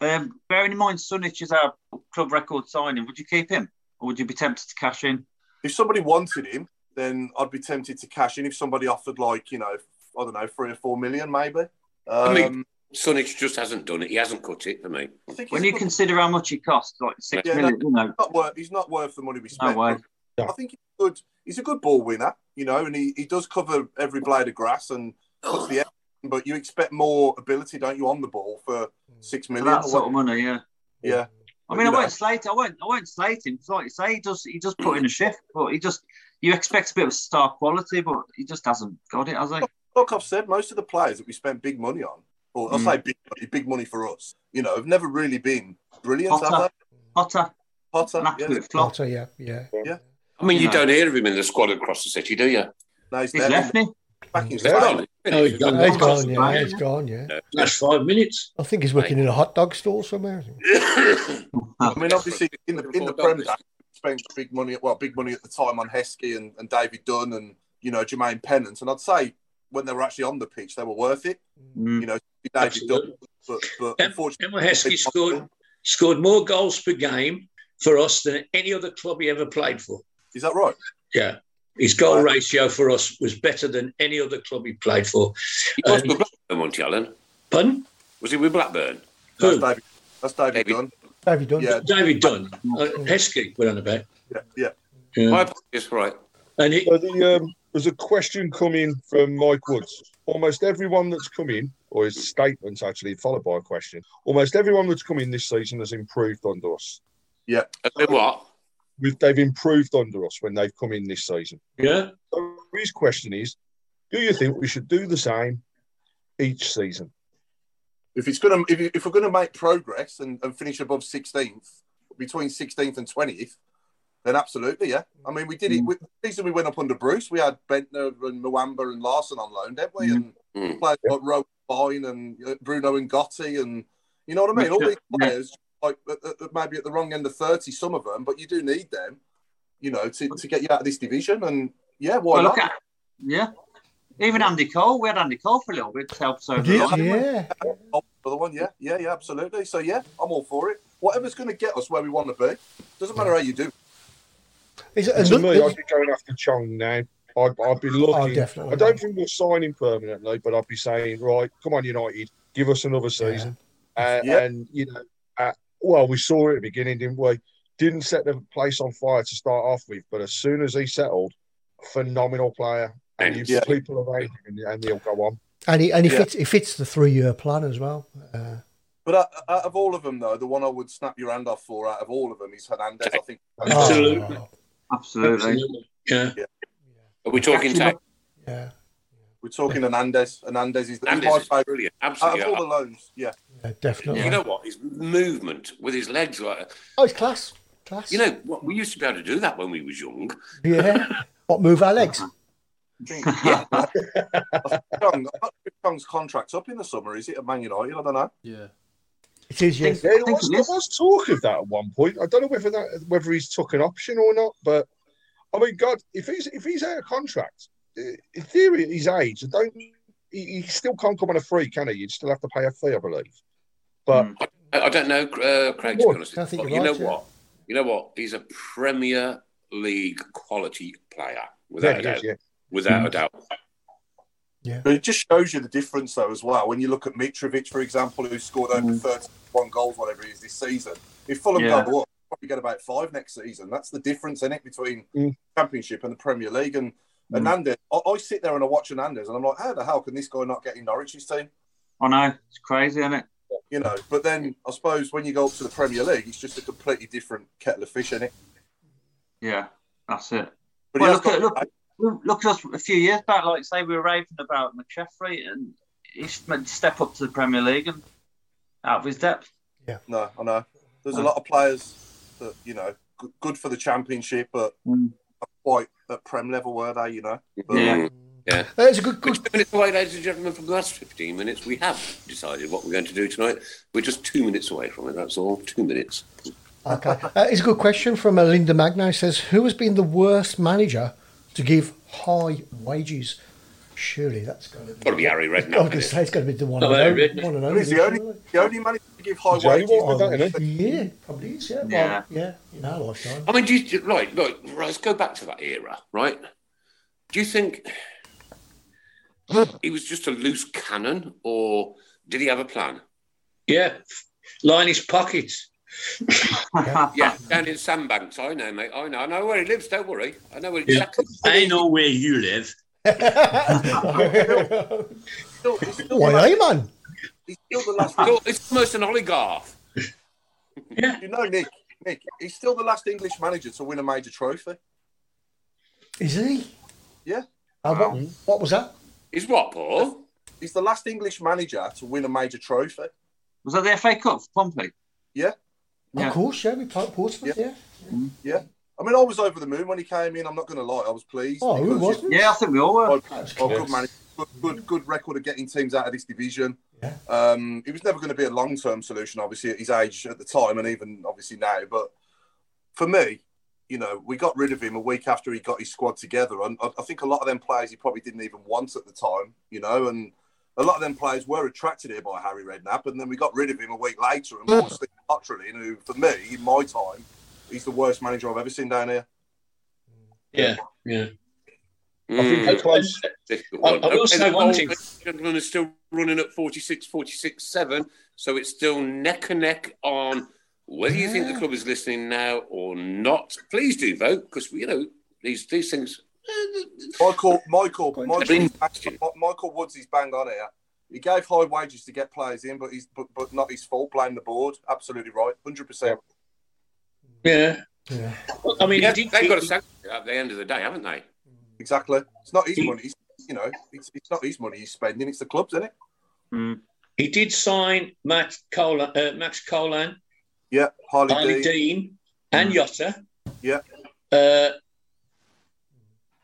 Speaker 7: Um, bearing in mind Sunich is our club record signing, would you keep him or would you be tempted to cash in?
Speaker 6: If somebody wanted him, then I'd be tempted to cash in. If somebody offered like you know, I don't know, three or four million, maybe. Um,
Speaker 2: I mean, Sonic just hasn't done it. He hasn't cut it for me.
Speaker 6: I think
Speaker 7: When
Speaker 6: he's
Speaker 7: you consider how much it costs, like six
Speaker 6: Yeah,
Speaker 7: million,
Speaker 6: no.
Speaker 7: you know,
Speaker 6: not worth, he's not worth the money we
Speaker 7: no
Speaker 6: spent.
Speaker 7: way.
Speaker 6: I think he's good. He's a good ball winner, you know, and he, he does cover every blade of grass and puts the effort in, but you expect more ability, don't you, on the ball for six
Speaker 7: For
Speaker 6: million?
Speaker 7: that
Speaker 6: or
Speaker 7: sort of
Speaker 6: what-
Speaker 7: money, yeah.
Speaker 6: Yeah.
Speaker 7: I mean, I
Speaker 6: You know.
Speaker 7: won't slate. I won't. I won't slate him. 'cause Like you say, he does. He does put in a shift, but he just. You expect a bit of star quality, but he just hasn't got it, has he?
Speaker 6: Like I've said, most of the players that we spent big money on, or I
Speaker 7: Mm.
Speaker 6: say big money, big money for us, you know, have never really been brilliant. have
Speaker 7: Potter,
Speaker 6: they?
Speaker 7: Potter,
Speaker 6: Potter,
Speaker 7: an
Speaker 6: yeah.
Speaker 7: absolute flop.
Speaker 5: Carter, yeah, yeah.
Speaker 6: yeah.
Speaker 2: I mean, you
Speaker 7: No.
Speaker 2: don't hear of him in the squad across the city, do you?
Speaker 6: No, he's,
Speaker 7: He's
Speaker 6: there.
Speaker 7: left me.
Speaker 6: back in
Speaker 2: Hold
Speaker 6: Spain.
Speaker 2: on.
Speaker 4: No, he's
Speaker 5: Oh, he's
Speaker 4: gone.
Speaker 5: gone, yeah, he's gone, yeah.
Speaker 4: Last five minutes.
Speaker 5: I think he's working in a hot dog store somewhere. isn't he?
Speaker 6: I mean, obviously, in the in the
Speaker 2: Before
Speaker 6: Prem, spent big money. Well, big money at the time on Heskey and, and David Dunn and you know Jermaine Pennant. And I'd say when they were actually on the pitch, they were worth it.
Speaker 7: Mm.
Speaker 6: You know, David Dunn,
Speaker 4: Absolutely.
Speaker 6: but, but
Speaker 4: Em-
Speaker 6: unfortunately,
Speaker 4: Emma Heskey scored, scored more goals per game for us than any other club he ever played for.
Speaker 6: Is that right?
Speaker 4: Yeah. His goal ratio for us was better than any other club he played for.
Speaker 2: He was
Speaker 4: And,
Speaker 2: with Blackburn, wasn't he, Alan?
Speaker 4: pardon?
Speaker 2: Was he with Blackburn?
Speaker 6: That's
Speaker 4: Who?
Speaker 6: David. That's David,
Speaker 2: David.
Speaker 6: Dunn.
Speaker 5: Have you done?
Speaker 6: Yeah,
Speaker 4: David Dunn. Uh, Heskey went on about.
Speaker 6: yeah, yeah.
Speaker 4: Yeah.
Speaker 2: My apologies, right.
Speaker 4: And he,
Speaker 3: So the, um, there's a question coming from Mike Woods. Almost everyone that's come in, or his statements actually followed by a question. Almost everyone that's come in this season has improved under us.
Speaker 6: yeah.
Speaker 2: And then what?
Speaker 3: We've, they've improved under us when they've come in this season.
Speaker 4: Yeah.
Speaker 3: So his question is, do you think we should do the same each season?
Speaker 6: If it's gonna, if, if we're gonna make progress and, and finish above 16th, between 16th and 20th, then absolutely, yeah. I mean, we did
Speaker 7: Mm.
Speaker 6: it. with the reason we went up under Bruce, we had Bentner and Mwamba and Larson on loan,
Speaker 7: Mm.
Speaker 6: didn't we? And players like Rowan Fine and uh, Bruno and Gotti, and you know what I mean. All
Speaker 7: Yeah.
Speaker 6: these players, like at- at- at maybe at the wrong end of 30, some of them, but you do need them, you know, to, to get you out of this division. And yeah, why
Speaker 7: Well,
Speaker 6: not?
Speaker 7: look at, yeah. Even Andy Cole, we had Andy Cole for a little bit to help us over the
Speaker 6: Yeah,
Speaker 7: line.
Speaker 6: yeah. Oh, Another one, yeah, yeah, yeah, absolutely. So yeah, I'm all for it. Whatever's going to get us where we want to be, doesn't matter how you do.
Speaker 5: Is
Speaker 3: to me, I'd be going after Chong now. I'd, I'd be looking.
Speaker 5: Oh, definitely.
Speaker 3: I don't think we'll sign him permanently, but I'd be saying, right, come on, United, give us another season. Uh,
Speaker 6: Yeah.
Speaker 3: And, you know, uh, well, we saw it at the beginning, didn't we? Didn't set the place on fire to start off with, but as soon as he settled, phenomenal player. And you
Speaker 5: Yeah.
Speaker 3: people around him and, and he'll go on.
Speaker 5: And he and he
Speaker 6: Yeah.
Speaker 5: fits he fits the three year plan as well. Uh,
Speaker 6: But out, out of all of them, though, the one I would snap your hand off for out of all of them is Hernandez. I think.
Speaker 4: Absolutely.
Speaker 5: oh,
Speaker 7: Absolutely.
Speaker 4: Yeah.
Speaker 2: Are we talking
Speaker 6: Actually,
Speaker 2: tag?
Speaker 5: Yeah.
Speaker 6: We're talking Hernandez. Hernandez is, the,
Speaker 2: Hernandez
Speaker 6: my
Speaker 2: is
Speaker 6: favourite.
Speaker 2: brilliant.
Speaker 6: Out
Speaker 2: Absolutely.
Speaker 6: of all the loans, yeah.
Speaker 5: yeah, definitely.
Speaker 2: You know what? His movement with his legs, like
Speaker 5: Oh, it's class, class.
Speaker 2: you know, what we used to be able to do that when we was young.
Speaker 5: Yeah. what move our legs?
Speaker 6: Yeah. Chong, I'm not sure Chong's contract's up in the summer, is it? At Man United, I don't know.
Speaker 8: Yeah.
Speaker 5: It is, yes.
Speaker 3: Yeah, there was, there was talk of that at one point. I don't know whether that whether he's took an option or not, but I mean, God, if he's if he's out of contract, eh, in theory, at his age, I don't he, he still can't come on a free, can he? You'd still have to pay a fee, I believe. But
Speaker 2: I, I don't know, uh, Craig. To be
Speaker 3: Well,
Speaker 2: honest,
Speaker 3: I think
Speaker 2: but
Speaker 3: you're
Speaker 2: you know
Speaker 3: right, yeah.
Speaker 2: what? You know what? He's a Premier League quality player, without
Speaker 6: Yeah,
Speaker 2: a
Speaker 6: he
Speaker 2: doubt.
Speaker 6: is, yeah.
Speaker 2: Without a doubt.
Speaker 6: But it just shows you the difference, though, as well. When you look at Mitrovic, for example, who scored over 31 goals, whatever it is, this season. If Fulham
Speaker 7: Mm. Yeah.
Speaker 6: go up, probably get about five next season. That's the difference, in it, between
Speaker 7: Mm.
Speaker 6: Championship and the Premier League. And Hernandez, I, I sit there and I watch Hernandez, and I'm like, how the hell can this guy not get in Norwich's team?
Speaker 7: I know. It's crazy, isn't it?
Speaker 6: You know, but then I suppose when you go up to the Premier League, it's just a completely different kettle of fish, is it?
Speaker 7: Yeah, that's it.
Speaker 6: But
Speaker 7: well,
Speaker 6: he
Speaker 7: look,
Speaker 6: has
Speaker 7: at, look, look, look at us a few years back, like say we were raving about McSheffrey and he's meant to step up to the Premier League and out of his depth.
Speaker 6: No, I know. There's a lot of players that you know, g- good for the championship, but not quite at prem level were they? You know. But-
Speaker 2: Yeah. Yeah.
Speaker 5: That's Uh, a good, good.
Speaker 2: Two Mm. minutes away, ladies and gentlemen, from the last 15 minutes. We have decided what we're going to do tonight. We're just two minutes away from it, that's all. Two minutes.
Speaker 5: Okay. Uh, it's a good question from uh, Linda Magno. It Says who has been the worst manager to give high wages? Surely that's got to be.
Speaker 2: Got to be Harry
Speaker 5: I
Speaker 2: Redknapp.
Speaker 5: was going to
Speaker 2: isn't
Speaker 5: say it's got to be the one.
Speaker 2: Oh,
Speaker 5: and
Speaker 2: Harry
Speaker 5: only-
Speaker 2: Redknapp.
Speaker 5: one and
Speaker 6: But
Speaker 5: only,
Speaker 6: he's the only,
Speaker 5: surely.
Speaker 6: the only manager to give high
Speaker 5: Is he only
Speaker 6: wages.
Speaker 5: one, Yeah, probably is. Yeah,
Speaker 2: Yeah.
Speaker 5: Well, yeah, in our lifetime.
Speaker 2: it? I mean, do you, right, look, right, let's go back to that era, right? Do you think he was just a loose cannon or did he have a plan?
Speaker 4: Yeah. Line his pockets.
Speaker 2: yeah,
Speaker 4: Ah.
Speaker 2: down in Sandbanks. I know, mate. I know. I know where he lives. Don't worry. I know where
Speaker 4: Yeah.
Speaker 2: exactly.
Speaker 4: I know where you live.
Speaker 6: Oh,
Speaker 5: Why, hey, man?
Speaker 6: He's still the last.
Speaker 2: it's almost an oligarch.
Speaker 6: You know, Nick. Nick, he's still the last English manager to win a major trophy.
Speaker 5: Is he?
Speaker 6: Yeah.
Speaker 5: Uh, what, what was that?
Speaker 2: He's what, Paul?
Speaker 6: He's the last English manager to win a major trophy.
Speaker 7: Was that the FA Cup for Pompey?
Speaker 6: Yeah.
Speaker 7: Yeah.
Speaker 5: Of course, yeah, we played Portsmouth, yeah.
Speaker 6: Yeah. I mean, I was over the moon when he came in. I'm not going to lie, I was pleased.
Speaker 5: Oh, who
Speaker 6: because-
Speaker 5: wasn't?
Speaker 7: Yeah, I think we all were.
Speaker 6: Oh,
Speaker 5: That's
Speaker 6: oh, good,
Speaker 5: class.
Speaker 6: man. Good, good, good record of getting teams out of this division. Um, it was never going to be a long term solution, obviously, at his age at the time, and even obviously now. But for me, you know, we got rid of him a week after he got his squad together. And I, I think a lot of them players he probably didn't even want at the time, you know, and a lot of them players were attracted here by Harry Redknapp. And then we got rid of him a week later and bought Steve Cottrell in, who, for me, in my time, he's the worst manager I've ever seen down here.
Speaker 4: Yeah. Yeah.
Speaker 2: I
Speaker 6: think they're close.
Speaker 4: I- I will say one thing.
Speaker 2: Gentleman is still running at 46, 46, 7, so it's still neck and neck on whether you think the club is listening now or not. Please do vote because you know these these things. eh,
Speaker 6: Michael, Michael, Michael,
Speaker 2: Green-
Speaker 6: Michael Woods is bang on here. He gave high wages to get players in, but he's but, but not his fault. Blame the board. Absolutely right, hundred percent.
Speaker 4: Yeah.
Speaker 5: Yeah.
Speaker 2: I mean,
Speaker 5: Yeah,
Speaker 2: they've got a sacrifice at the end of the day, haven't they?
Speaker 6: Exactly. It's not his money. He's, you know, it's, it's not his money he's spending. It's the club's, isn't it?
Speaker 4: He did sign Max Colan, uh, Max Colan.
Speaker 6: Yeah, Harley,
Speaker 4: Dean. and Yotta.
Speaker 6: Hmm. Yeah.
Speaker 4: Uh,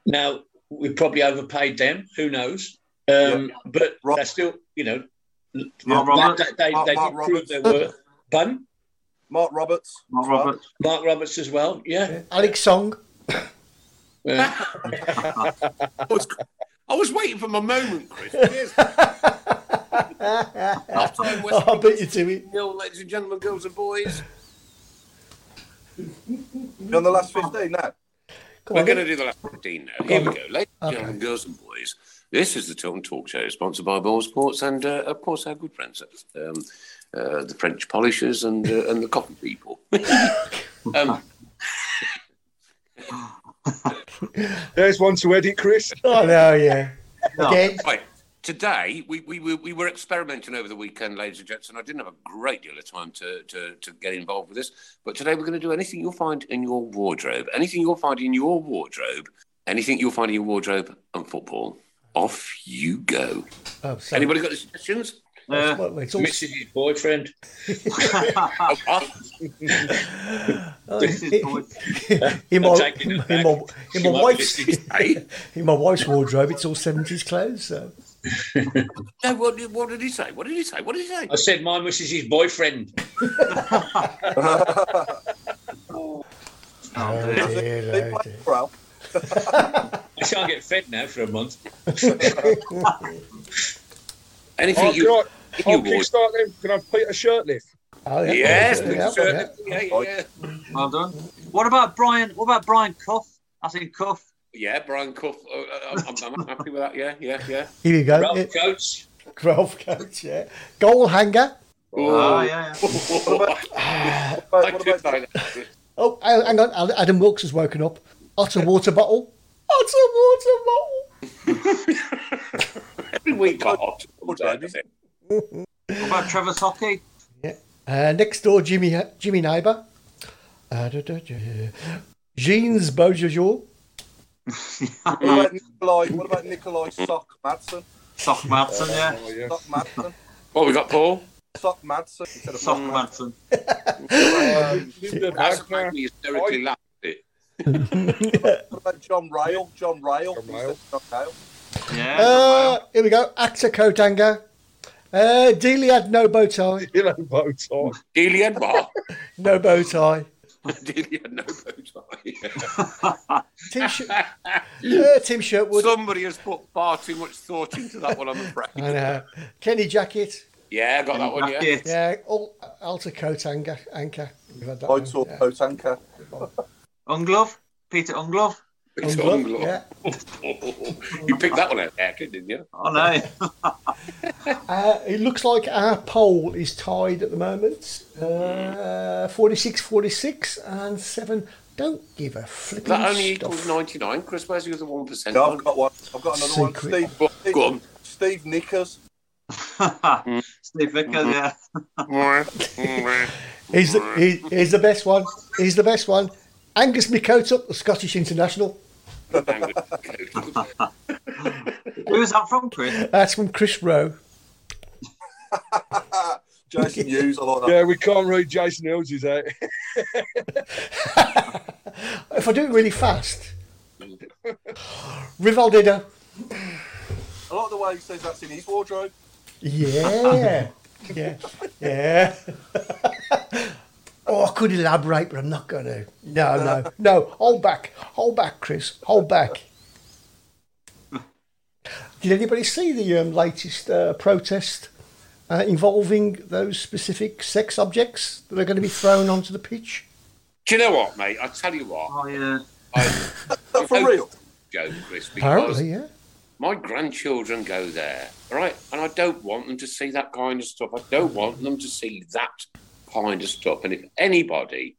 Speaker 4: now we probably overpaid them. Who knows? Um, But they're still, you know,
Speaker 6: Mark
Speaker 4: that-
Speaker 6: Roberts.
Speaker 4: they,
Speaker 6: Mark-
Speaker 4: they
Speaker 6: Mark
Speaker 4: did prove their
Speaker 6: Roberts.
Speaker 4: worth. Pardon?
Speaker 6: Mark Roberts.
Speaker 7: Mark
Speaker 6: Roberts.
Speaker 4: Mark Roberts as well. Yeah.
Speaker 5: Alex Song.
Speaker 4: Yeah.
Speaker 2: I was waiting for my moment, Chris.
Speaker 5: Oh, I bet you to it.
Speaker 2: Nil, ladies and gentlemen, girls and boys.
Speaker 6: You're on the last 15 now.
Speaker 2: We're going
Speaker 6: on,
Speaker 2: to
Speaker 6: then.
Speaker 2: do the last 15 now. Here we go. Ladies and
Speaker 6: Okay.
Speaker 2: gentlemen, girls and boys, this is the Tilton Talk Show, sponsored by Ball Sports and, uh, of course, our good friends at um, uh, the French polishers and, uh, and the cotton people. um,
Speaker 3: There's one to edit, Chris.
Speaker 5: I know, Oh, yeah.
Speaker 2: Right. Today, we, we, were- we were experimenting over the weekend, ladies and gents, and I didn't have a great deal of time to, to, to get involved with this. But today, we're going to do anything you'll find in your wardrobe. Anything you'll find in your wardrobe, anything you'll find in your wardrobe and football. Off you go.
Speaker 5: Oh, sorry.
Speaker 2: Anybody got any suggestions?
Speaker 5: Uh, Well, it's all-
Speaker 4: Mrs. Boyfriend.
Speaker 2: Oh,
Speaker 5: in
Speaker 4: I'm
Speaker 5: my
Speaker 4: taking
Speaker 5: in
Speaker 4: it
Speaker 5: my,
Speaker 4: back. She
Speaker 5: in my
Speaker 4: might
Speaker 5: wife's
Speaker 4: be listening.
Speaker 5: in my wife's wardrobe, it's all seventies clothes. So
Speaker 2: No, what, did- what did he say? What did he say? What did he say?
Speaker 4: I said my missus is boyfriend.
Speaker 5: Oh, dear, oh, dear.
Speaker 4: I can't get fed now for a month.
Speaker 2: Anything
Speaker 3: oh,
Speaker 2: you-
Speaker 3: Can I,
Speaker 2: you
Speaker 3: I'll kickstart them. Can I Peter Shirtliff?
Speaker 5: Oh,
Speaker 7: yeah.
Speaker 2: Yes,
Speaker 7: Yeah,
Speaker 2: Mr.
Speaker 7: yeah.
Speaker 2: Shirley. yeah, yeah, yeah.
Speaker 7: Well done. What about Brian? What about Brian Cuff? I think Cuff.
Speaker 2: Brian Cuff. uh, uh, I'm, I'm happy with that. Yeah, yeah, yeah.
Speaker 5: Here you go.
Speaker 2: Ralph
Speaker 5: It-
Speaker 2: Coates.
Speaker 5: Ralph Coates, yeah. Goal hanger.
Speaker 7: Oh, yeah.
Speaker 2: What about
Speaker 5: Oh, hang hang on. Al- Adam Wilkes has woken up. Otter water bottle. Otter water bottle.
Speaker 2: Every week, got hot.
Speaker 7: What about Travis Hockey?
Speaker 5: Uh, next door, Jimmy Jimmy neighbour. Uh, da, da, da. Jeans Beaujour.
Speaker 6: What about Nikolai? What about Nikolai Sock Madsen?
Speaker 7: Sock Madsen, yeah.
Speaker 6: Sock Madsen.
Speaker 2: What we got, Paul?
Speaker 6: Sock Madsen instead of
Speaker 7: Sock
Speaker 6: Sock
Speaker 7: Madsen.
Speaker 2: That's made me hysterically laugh. at it.
Speaker 6: What about John Rail? John Rail. John Rail. John Rail.
Speaker 7: Yeah.
Speaker 5: Uh, here we go. Actor Kotanga. Uh, Dealey had no bow tie.
Speaker 3: You know, bow tie.
Speaker 2: Dealey had what?
Speaker 5: No bow tie.
Speaker 2: Dealey had no bow
Speaker 5: Tim, Sh-
Speaker 2: tie.
Speaker 5: uh, Tim Sherwood.
Speaker 2: Somebody has put far too much thought into that one, I'm afraid.
Speaker 5: I know. uh, Kenny Jacket.
Speaker 2: Yeah, I got that one, yeah.
Speaker 5: Yeah, all, Alta Kotanga. Anchor. We've had that
Speaker 6: I
Speaker 5: one,
Speaker 6: saw
Speaker 5: yeah.
Speaker 6: Potanka.
Speaker 7: Unglove. Peter Unglove.
Speaker 2: It's
Speaker 5: Unglove,
Speaker 2: Unglove.
Speaker 5: yeah.
Speaker 2: you picked that one out there, didn't you?
Speaker 7: Oh, no.
Speaker 5: Uh, it looks like our poll is tied at the moment. Uh, 46, 46, and 7. Don't give a flipping
Speaker 2: That only
Speaker 5: stuff.
Speaker 2: equals 99. Chris, where's the other 1%?
Speaker 6: No, I've got one. I've got another one.
Speaker 5: Secret.
Speaker 6: Steve.
Speaker 2: Go-
Speaker 6: Steve,
Speaker 2: go on.
Speaker 6: Steve Nickers.
Speaker 7: Steve Vickers, yeah.
Speaker 5: He's the, he, he's the best one. He's the best one. Angus Mikotup, the Scottish international.
Speaker 7: Who was that from, Chris?
Speaker 5: That's from Chris Rowe.
Speaker 6: Jason Hughes. I like that.
Speaker 3: Yeah, we can't read Jason Hills's out.
Speaker 5: If I do it really fast, Rivaldido.
Speaker 6: I like the way he says that's in his wardrobe.
Speaker 5: Yeah. Yeah. Yeah. oh, I could elaborate, but I'm not going to. No, no. No. Hold back. Hold back, Chris. Hold back. Did anybody see the um, latest uh, protest uh, involving those specific sex objects that are going to be thrown onto the pitch?
Speaker 2: Do you know what, mate? I tell you what.
Speaker 7: Oh, yeah.
Speaker 2: I,
Speaker 6: For real.
Speaker 2: Joe, Chris, because
Speaker 5: Apparently, yeah.
Speaker 2: my grandchildren go there, all right? And I don't want them to see that kind of stuff. I don't want them to see that kind of stuff. And if anybody,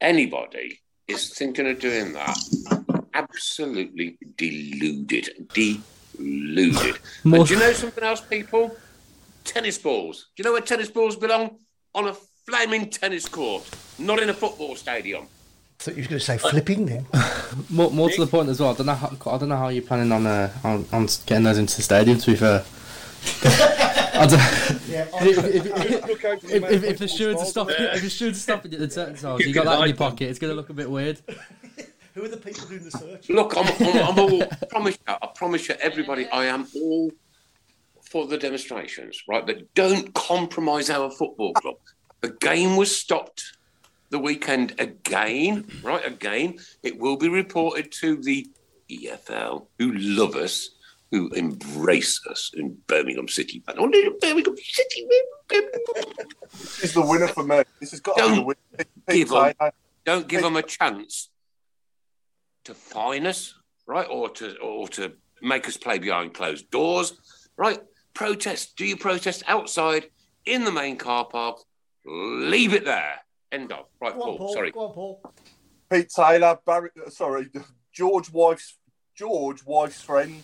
Speaker 2: anybody is thinking of doing that, absolutely deluded, deluded.
Speaker 8: More-
Speaker 2: And do you know something else, people? Tennis balls. Do you know where tennis balls belong? On a flaming tennis court, not in a football stadium.
Speaker 5: thought you were going to say flipping then.
Speaker 8: More, more to the point as well. I don't know. How, I don't know how you're planning on uh, on, on getting those into the stadium. To be fair. I don't- if, if, if, if, if, if the stewards are stopping, if the stewards are stopping at the turnstiles, Oh, you got that in your pocket. It's going to look a bit weird.
Speaker 5: Who are the people doing the search?
Speaker 2: Look, I'm, I'm, I'm all, I promise you, I promise you, everybody, I am all for the demonstrations, right? But don't compromise our football club. The game was stopped the weekend again, right? Again, it will be reported to the EFL, who love us, who embrace us in Birmingham City. I don't need Birmingham City.
Speaker 6: This is the winner for me. This has got to be the winner.
Speaker 2: give them, don't give them a chance to fine us, right, or to or to make us play behind closed doors, right? Protest. Do you protest outside in the main car park? Leave it there. End of. Right,
Speaker 5: Go on,
Speaker 2: Paul.
Speaker 5: Paul.
Speaker 2: Sorry.
Speaker 5: Go on, Paul.
Speaker 6: Pete Taylor, Barry, uh, sorry, George Wife's George Wife's friend.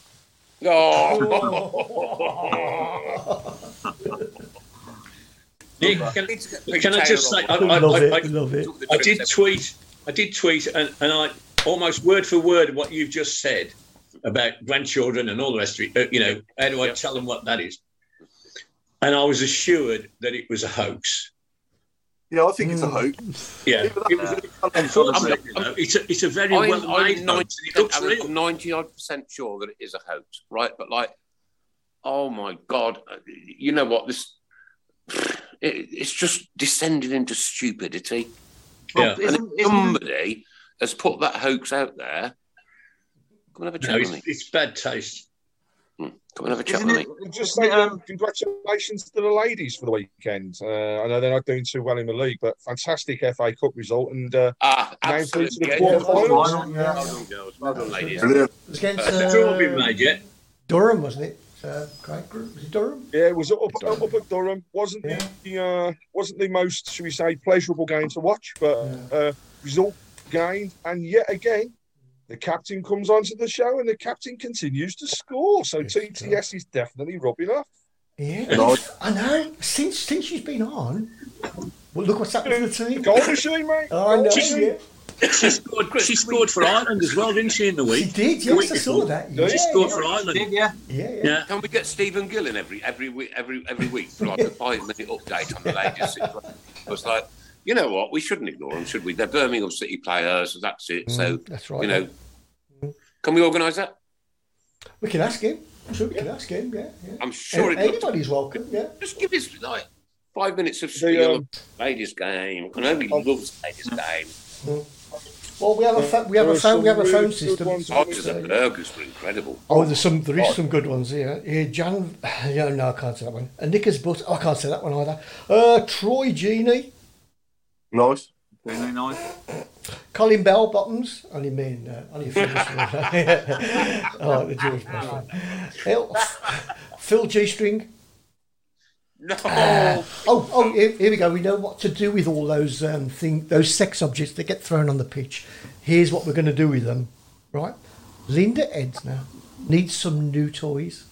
Speaker 2: Oh.
Speaker 4: Nick, can, can I just say, I, I,
Speaker 5: love
Speaker 4: I,
Speaker 5: it.
Speaker 4: I,
Speaker 5: love it.
Speaker 4: I did tweet, I did tweet, and, and I almost word for word what you've just said about grandchildren and all the rest of it. uh, You know, how do I tell them what that is? And I was assured that it was a hoax.
Speaker 6: Yeah, I think it's a hoax.
Speaker 4: Yeah, it was, unfortunately,
Speaker 2: I'm-
Speaker 4: you know, it's a, it's a very
Speaker 2: I'm-
Speaker 4: well
Speaker 2: I'm
Speaker 4: made
Speaker 2: 90
Speaker 4: hoax. and It looks
Speaker 2: I'm-
Speaker 4: real.
Speaker 2: I'm 90 odd percent sure that it is a hoax, right? But like, oh my god, you know what? This it, it's just descended into stupidity.
Speaker 4: Yeah.
Speaker 2: And if somebody has put that hoax out there. Come and have a
Speaker 4: No,
Speaker 2: chat with
Speaker 4: it's,
Speaker 2: me.
Speaker 4: it's bad taste.
Speaker 2: Come and have a chat with me.
Speaker 3: And Just say um, congratulations to the ladies for the weekend. Uh, I know they're not doing too well in the league, but fantastic FA Cup result and uh,
Speaker 2: ah,
Speaker 3: named through to the
Speaker 4: absolutely.
Speaker 3: quarterfinals.
Speaker 5: It was against
Speaker 4: Uh, draw will be
Speaker 5: uh,
Speaker 4: made yet.
Speaker 5: Durham, wasn't it? Uh, great group. Was it Durham?
Speaker 3: Yeah, it was up, up, up at Durham. wasn't the uh, wasn't the most, should we say, pleasurable game to watch, but uh, result gained, and yet again, the captain comes onto the show and the captain continues to score. So TTS is definitely rubbing off.
Speaker 5: Yeah, I know. Since since she's been on, well, look what's happened to the team. Oh,
Speaker 3: Goal machine, mate.
Speaker 5: I know.
Speaker 3: Goal
Speaker 5: yeah.
Speaker 4: She scored. She scored for Ireland as well, didn't she? In the week,
Speaker 5: She did,
Speaker 4: The week
Speaker 5: yes, I saw
Speaker 4: before.
Speaker 5: that,
Speaker 4: She
Speaker 5: yeah,
Speaker 4: scored
Speaker 5: yeah.
Speaker 4: for Ireland.
Speaker 7: yeah.
Speaker 5: Yeah, yeah.
Speaker 4: Yeah.
Speaker 2: Can we get Stephen Gillen every every week every every week for like a five minute update on the latest? situation? I was like, you know what? We shouldn't ignore them, should we? They're Birmingham City players, and that's it. so
Speaker 5: Mm, that's right,
Speaker 2: You know, can we organise that?
Speaker 5: We can ask him. I'm sure we can ask him. Yeah, yeah.
Speaker 2: I'm sure
Speaker 5: An-
Speaker 2: it would.
Speaker 5: anybody's welcome. Yeah.
Speaker 2: Just give us like five minutes of spiel.
Speaker 3: um,
Speaker 2: ladies game. I know we love ladies
Speaker 5: Mm.
Speaker 2: game.
Speaker 5: Well, we have a pho- we have a
Speaker 3: There are
Speaker 5: phone we have
Speaker 3: some
Speaker 5: a phone
Speaker 3: really good
Speaker 5: system.
Speaker 3: ones
Speaker 2: Oh, the burgers were incredible.
Speaker 5: Oh, there's some. There is some good ones here. Yeah, Jan. Yeah, no, I can't say that one. A knickers butt. Oh, I can't say that one either. Uh, Troy Genie,
Speaker 6: Nice.
Speaker 7: Really nice.
Speaker 5: Colin Bell bottoms. Only me and uh, only a few. of us. oh, the George Bush one. Elf. Phil G string.
Speaker 2: No.
Speaker 5: Oh, oh, here, here we go. We know what to do with all those um, thing, those sex objects that get thrown on the pitch. Here's what we're going to do with them, right? Linda Edna needs some new toys.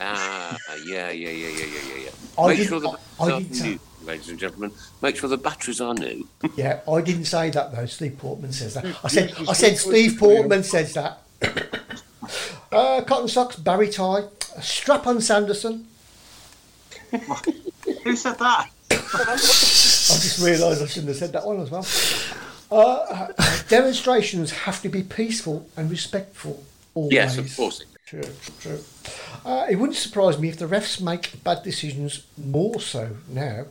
Speaker 2: Ah, yeah, yeah, yeah, yeah, yeah, yeah, yeah.
Speaker 5: I
Speaker 2: Make
Speaker 5: didn't-
Speaker 2: sure the
Speaker 5: I- I
Speaker 2: batteries are
Speaker 5: didn't-
Speaker 2: new, ladies and gentlemen. Make sure the batteries are new.
Speaker 5: Yeah, I didn't say that though. Steve Portman says that. I said, I said Steve Portman says that. Uh, cotton socks, Barry tie, strap on Sanderson.
Speaker 7: Who said that?
Speaker 5: I just realised I shouldn't have said that one as well. Uh, demonstrations have to be peaceful and respectful always.
Speaker 2: Yes, of course.
Speaker 5: True, true. Uh, it wouldn't surprise me if the refs make bad decisions more so now.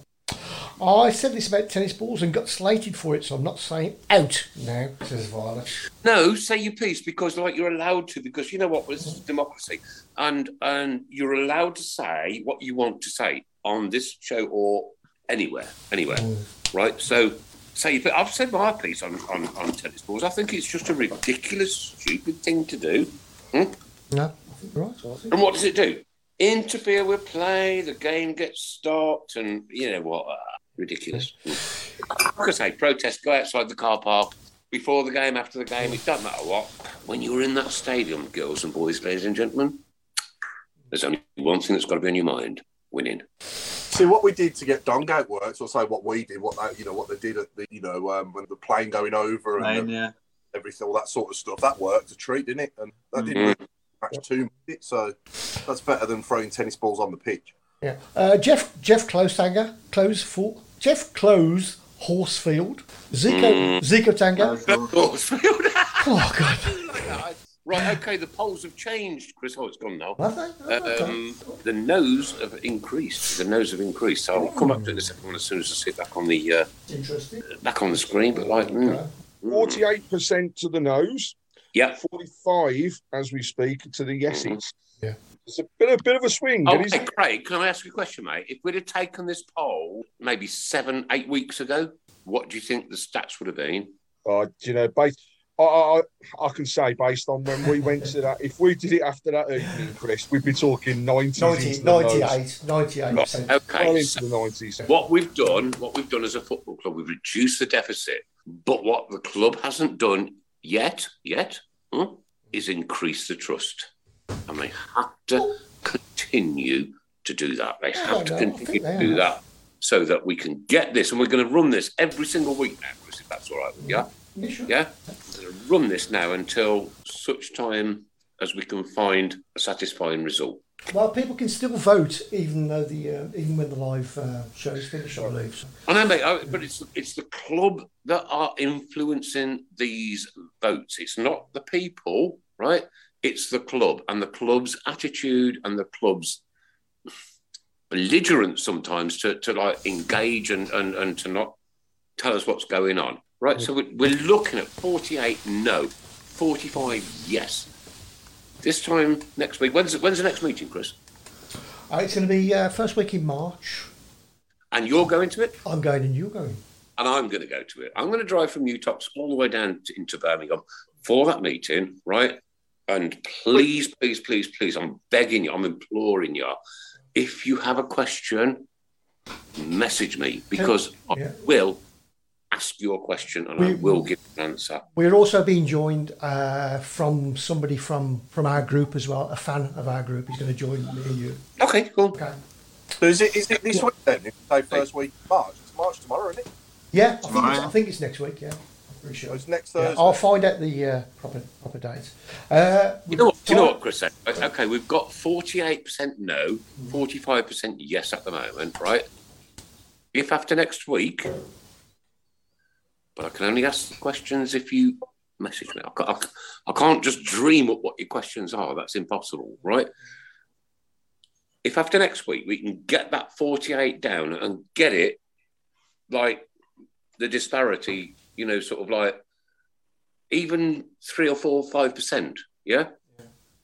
Speaker 5: I said this about tennis balls and got slated for it, so I'm not saying out now, says Violet.
Speaker 2: No, say your piece because, like, you're allowed to because you know what? This is democracy, and and you're allowed to say what you want to say on this show or anywhere, anywhere, right? So, say your piece. I've said my piece on, on on tennis balls. I think it's just a ridiculous, stupid thing to do. Hmm?
Speaker 5: No, I think you're right. I think-
Speaker 2: And what does it do? Interfere with play. The game gets stopped, and you know what? Ah, ridiculous. Like I say, protest. Go outside the car park before the game, after the game. It doesn't matter what. When you're in that stadium, girls and boys, ladies and gentlemen, there's only one thing that's got to be on your mind: winning.
Speaker 6: See what we did to get Dong out works. Or say what we did, what they, you know, what they did at the, you know, um, when the plane going over and
Speaker 7: Plane,
Speaker 6: the-
Speaker 7: yeah.
Speaker 6: everything, all that sort of stuff. That worked a treat, didn't it? And that didn't
Speaker 5: Mhm.
Speaker 6: really match too much. So that's better than throwing tennis balls on the pitch.
Speaker 5: Yeah. Uh, Jeff Jeff Closanger, Close for Jeff Close Horsefield, Zico
Speaker 6: Mm.
Speaker 5: Zico Tango. Oh God!
Speaker 2: Right, okay, the polls have changed, Chris. Oh, it's gone now.
Speaker 5: Have they? Oh,
Speaker 2: Um, the nose have increased. The nose have increased. So I'll come up to the second one as soon as I see it back on the uh,
Speaker 5: Interesting.
Speaker 2: back on the screen. But like, mm,
Speaker 3: Forty-eight percent to the no's.
Speaker 2: Yeah.
Speaker 3: Forty-five as we speak to the yeses.
Speaker 5: Yeah.
Speaker 3: It's a bit, a bit of a swing. it is.
Speaker 2: Okay, Craig, can I ask you a question, mate? If we'd have taken this poll maybe seven, eight weeks ago, what do you think the stats would have been?
Speaker 3: Uh, do you know, based, I, I, I- I can say based on when we went to that, if we did it after that evening, Chris, we'd be talking 90s.
Speaker 5: 90, 98, 98%.
Speaker 2: Okay,
Speaker 3: Well into
Speaker 2: so-
Speaker 3: the 90s.
Speaker 2: What we've done, what we've done as a football club, we've reduced the deficit. But what the club hasn't done yet, yet, hmm, is increase the trust, and they have to continue to do that. They have
Speaker 1: don't
Speaker 2: to
Speaker 1: know. I
Speaker 2: continue
Speaker 1: think
Speaker 2: to
Speaker 1: they
Speaker 2: do
Speaker 1: have.
Speaker 2: that so that we can get this, and we're going to run this every single week now, Chris. If that's all right with you,
Speaker 5: Yeah, sure.
Speaker 2: yeah, we're going to run this now until such time as we can find a satisfying result.
Speaker 5: Well, people can still vote even though the uh, even when the live uh, show's finished, I believe.
Speaker 2: I know, mate, I- but it's it's the club that are influencing these votes. It's not the people, right? It's the club and the club's attitude and the club's belligerence sometimes to, to like engage and, and, and to not tell us what's going on, right? So we- we're looking at 48 no, 45 yes. This time next week, when's, when's the next meeting, Chris?
Speaker 5: Uh, it's going to be uh, first week in March.
Speaker 2: And you're going to it?
Speaker 5: I'm going and you're going.
Speaker 2: and I'm going to go to it. I'm going to drive from Utox all the way down to, into Birmingham for that meeting, right? And please, please, please, please, I'm begging you, I'm imploring you, if you have a question, message me because
Speaker 5: Yeah.
Speaker 2: I will ask your question and I
Speaker 5: We-
Speaker 2: will give an answer.
Speaker 5: We're also being joined uh, from somebody from from our group as well, a fan of our group. He's going to join me and you.
Speaker 2: Okay, cool.
Speaker 5: Okay.
Speaker 6: So is it is it this week then? If you say first week of March, it's March tomorrow, isn't it?
Speaker 5: Yeah, I think, it's, I think it's next week. Yeah, I'm pretty sure.
Speaker 6: It's next
Speaker 5: Yeah,
Speaker 6: Thursday.
Speaker 5: I'll find out the uh, proper proper date. Uh,
Speaker 2: You know what? Do you know what, Chris? Said? Okay, we've got forty-eight percent no, forty-five percent yes at the moment, right? If after next week, but I can only ask the questions if you message me. I ca- I ca- I can't just dream up what your questions are. That's impossible, right? If after next week we can get that forty-eight down and get it like the disparity, you know, sort of like even three or four, five percent, yeah.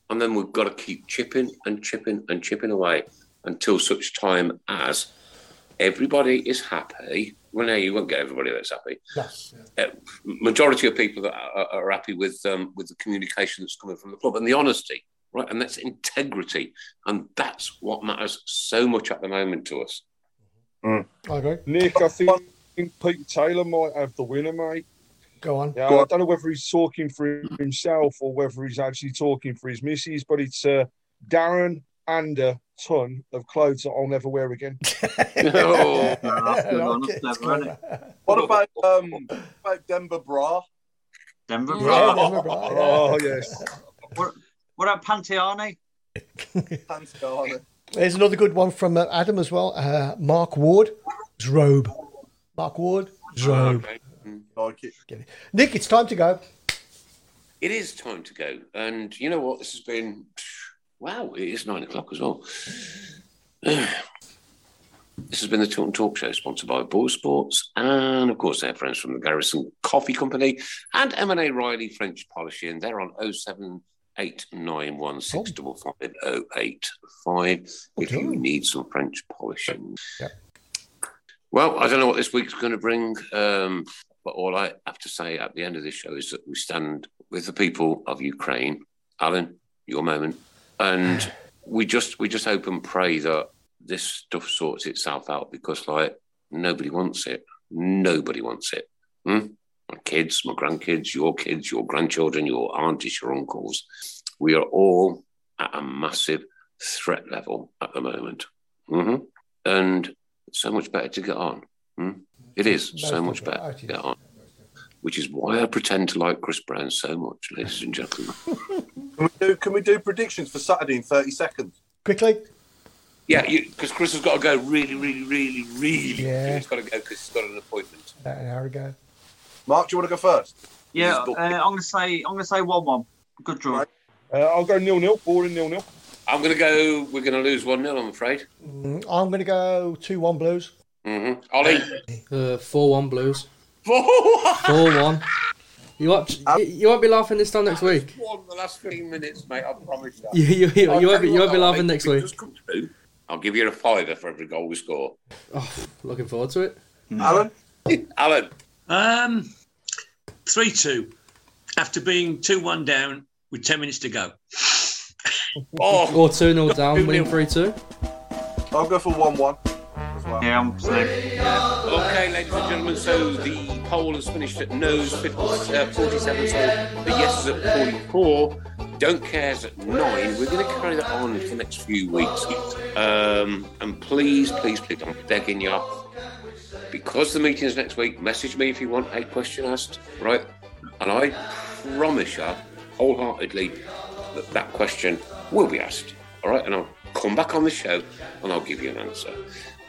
Speaker 2: And then we've got to keep chipping and chipping and chipping away until such time as everybody is happy. Well, no, you won't get everybody that's happy.
Speaker 5: Yes.
Speaker 2: Uh, majority of people that are, are happy with um, with the communication that's coming from the club and the honesty, right? And that's integrity, and that's what matters so much at the moment to us.
Speaker 5: Okay.
Speaker 3: Nick, I think Pete Taylor might have the winner, mate.
Speaker 5: Go on.
Speaker 3: Yeah, I don't know whether he's talking for himself or whether he's actually talking for his missus, but it's uh, Darren and a ton of clothes that I'll never wear again.
Speaker 2: No.
Speaker 6: What about um what about Denver Bra?
Speaker 7: Denver
Speaker 6: Yeah,
Speaker 7: Bra.
Speaker 6: Denver Bra, yeah. Oh, yes.
Speaker 7: What, what about Pantiani?
Speaker 6: Oh. Pantiani.
Speaker 5: There's another good one from uh, Adam as well. Uh, Mark Ward, his robe. Mark Ward, his robe.
Speaker 6: Like it.
Speaker 5: Nick, it's time to go.
Speaker 2: It is time to go. And you know what? This has been, wow, it is nine o'clock as well. This has been the Tilton Talk Show, sponsored by Ball Sports and, of course, our friends from the Garrison Coffee Company and M&A Riley French Polishing. They're on oh 07891655085 if you need some French polishing. Well, I don't know what this week's going to bring, um, but all I have to say at the end of this show is that we stand with the people of Ukraine. Alan, your moment, and we just we just hope and pray that this stuff sorts itself out because like nobody wants it, nobody wants it. Hmm? My kids, my grandkids, your kids, your grandchildren, your aunties, your uncles. We are all at a massive threat level at the moment. hmm Mm-hmm. And It's so much better to get on. Hmm? It is
Speaker 5: Most
Speaker 2: so much
Speaker 5: definitely. Oh,
Speaker 2: better
Speaker 5: it
Speaker 2: to get on, which is why I pretend to like Chris Brown so much, ladies and gentlemen.
Speaker 6: Can we do, can we do predictions for Saturday in 30 seconds?
Speaker 5: Quickly.
Speaker 2: Yeah, because Chris has got to go really, really, really, really.
Speaker 5: Yeah.
Speaker 2: He's got to go because he's got an appointment.
Speaker 5: About Uh, an hour ago.
Speaker 6: Mark, do you want to go first?
Speaker 7: Yeah, uh, I'm gonna say I'm gonna say one one. Good draw.
Speaker 3: Uh, I'll go nil nil. Boring nil nil.
Speaker 2: I'm going to go. We're going to lose 1 0, I'm afraid.
Speaker 5: Mm, I'm going to go 2 1 Blues.
Speaker 2: Mm-hmm. Ollie.
Speaker 8: Uh, 4 1 Blues.
Speaker 2: 4
Speaker 8: 4 1. You won't,
Speaker 6: Ah.
Speaker 8: you- you won't be laughing this time next week.
Speaker 2: One the last 15 minutes, mate. I promise that.
Speaker 8: You, you, you, you won't be, you won't be
Speaker 2: I'll
Speaker 8: laughing
Speaker 2: make-
Speaker 8: next week.
Speaker 2: I'll give you a fiver for every goal we score.
Speaker 8: Oh, looking forward to it.
Speaker 6: Alan?
Speaker 2: Alan.
Speaker 4: Um, three two. After being two one down with ten minutes to go.
Speaker 8: Or 2 0 down, winning 3 2.
Speaker 6: I'll go for 1 1 as well.
Speaker 7: Yeah, I'm
Speaker 2: Okay, ladies and gentlemen, so the poll has finished at no's 50, uh, 47, so the yes is at 44, don't care's at 9. We're going to carry that on for the next few weeks. Um, and please, please, please, I'm begging you, because the meeting's next week, message me if you want a question asked, right? And I promise you wholeheartedly that that question will be asked, all right? And I'll come back on the show and I'll give you an answer.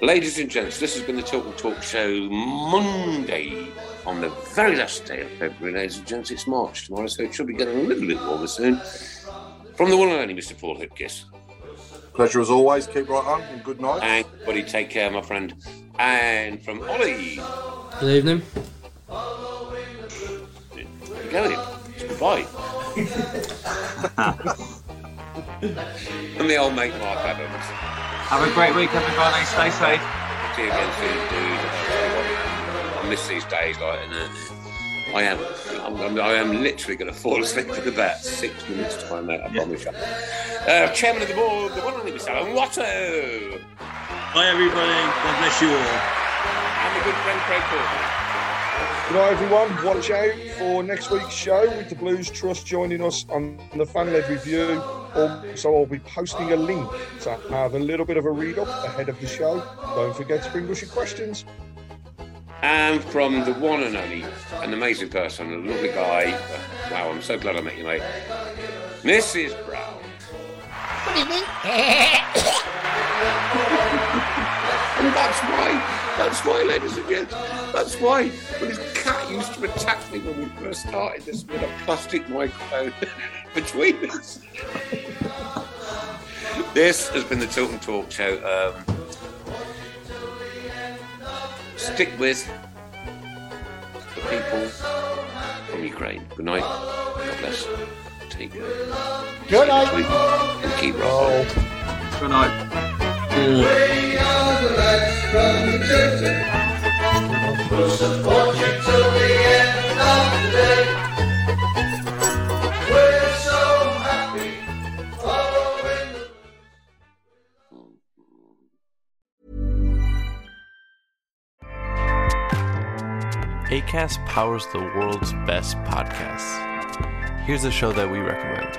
Speaker 2: Ladies and gents, this has been the Talk and Talk Show Monday on the very last day of February. Ladies and gents, it's March tomorrow, so it should be getting a little bit warmer soon. From the one and only Mr. Paul Hipkiss.
Speaker 6: Pleasure as always. Keep right on and good night.
Speaker 2: And, buddy, take care, my friend. And from Ollie,
Speaker 8: Good evening.
Speaker 2: you go It's goodbye. and the old mate Mark Adams.
Speaker 7: Have a great week, everybody. Stay safe.
Speaker 2: See you again soon, dude. I miss these days, like, and uh, I am, I'm, I'm, I am literally going to fall asleep in about six minutes' time, mate. I promise you. Uh, chairman of the board, the one and only Mr. Alan Watto,
Speaker 4: Hi everybody. God bless you all.
Speaker 2: and the good friend Craig Corbin.
Speaker 3: Good night, everyone. Watch out for next week's show with the Blues Trust joining us on the Fan Led Review. Also, I'll be posting a link to have a little bit of a read up ahead of the show. Don't forget to bring us your questions.
Speaker 2: And from the one and only, an amazing person, a lovely guy. uh, Wow, I'm so glad I met you, mate. Mrs. Brown.
Speaker 1: Good evening.
Speaker 2: And that's why, that's why, ladies and gents, that's why when his cat used to attack me when we first started this with a plastic microphone between us. this has been the Tilton Talk Show. Um, stick with the people from Ukraine. Good night. God bless. Take care.
Speaker 5: Good
Speaker 2: night. And keep rocking.
Speaker 7: Good night.
Speaker 1: We are the lads from the Tilton. We'll support you till the end of the day. We're so happy following the
Speaker 13: ACAST powers the world's best podcasts. Here's a show that we recommend.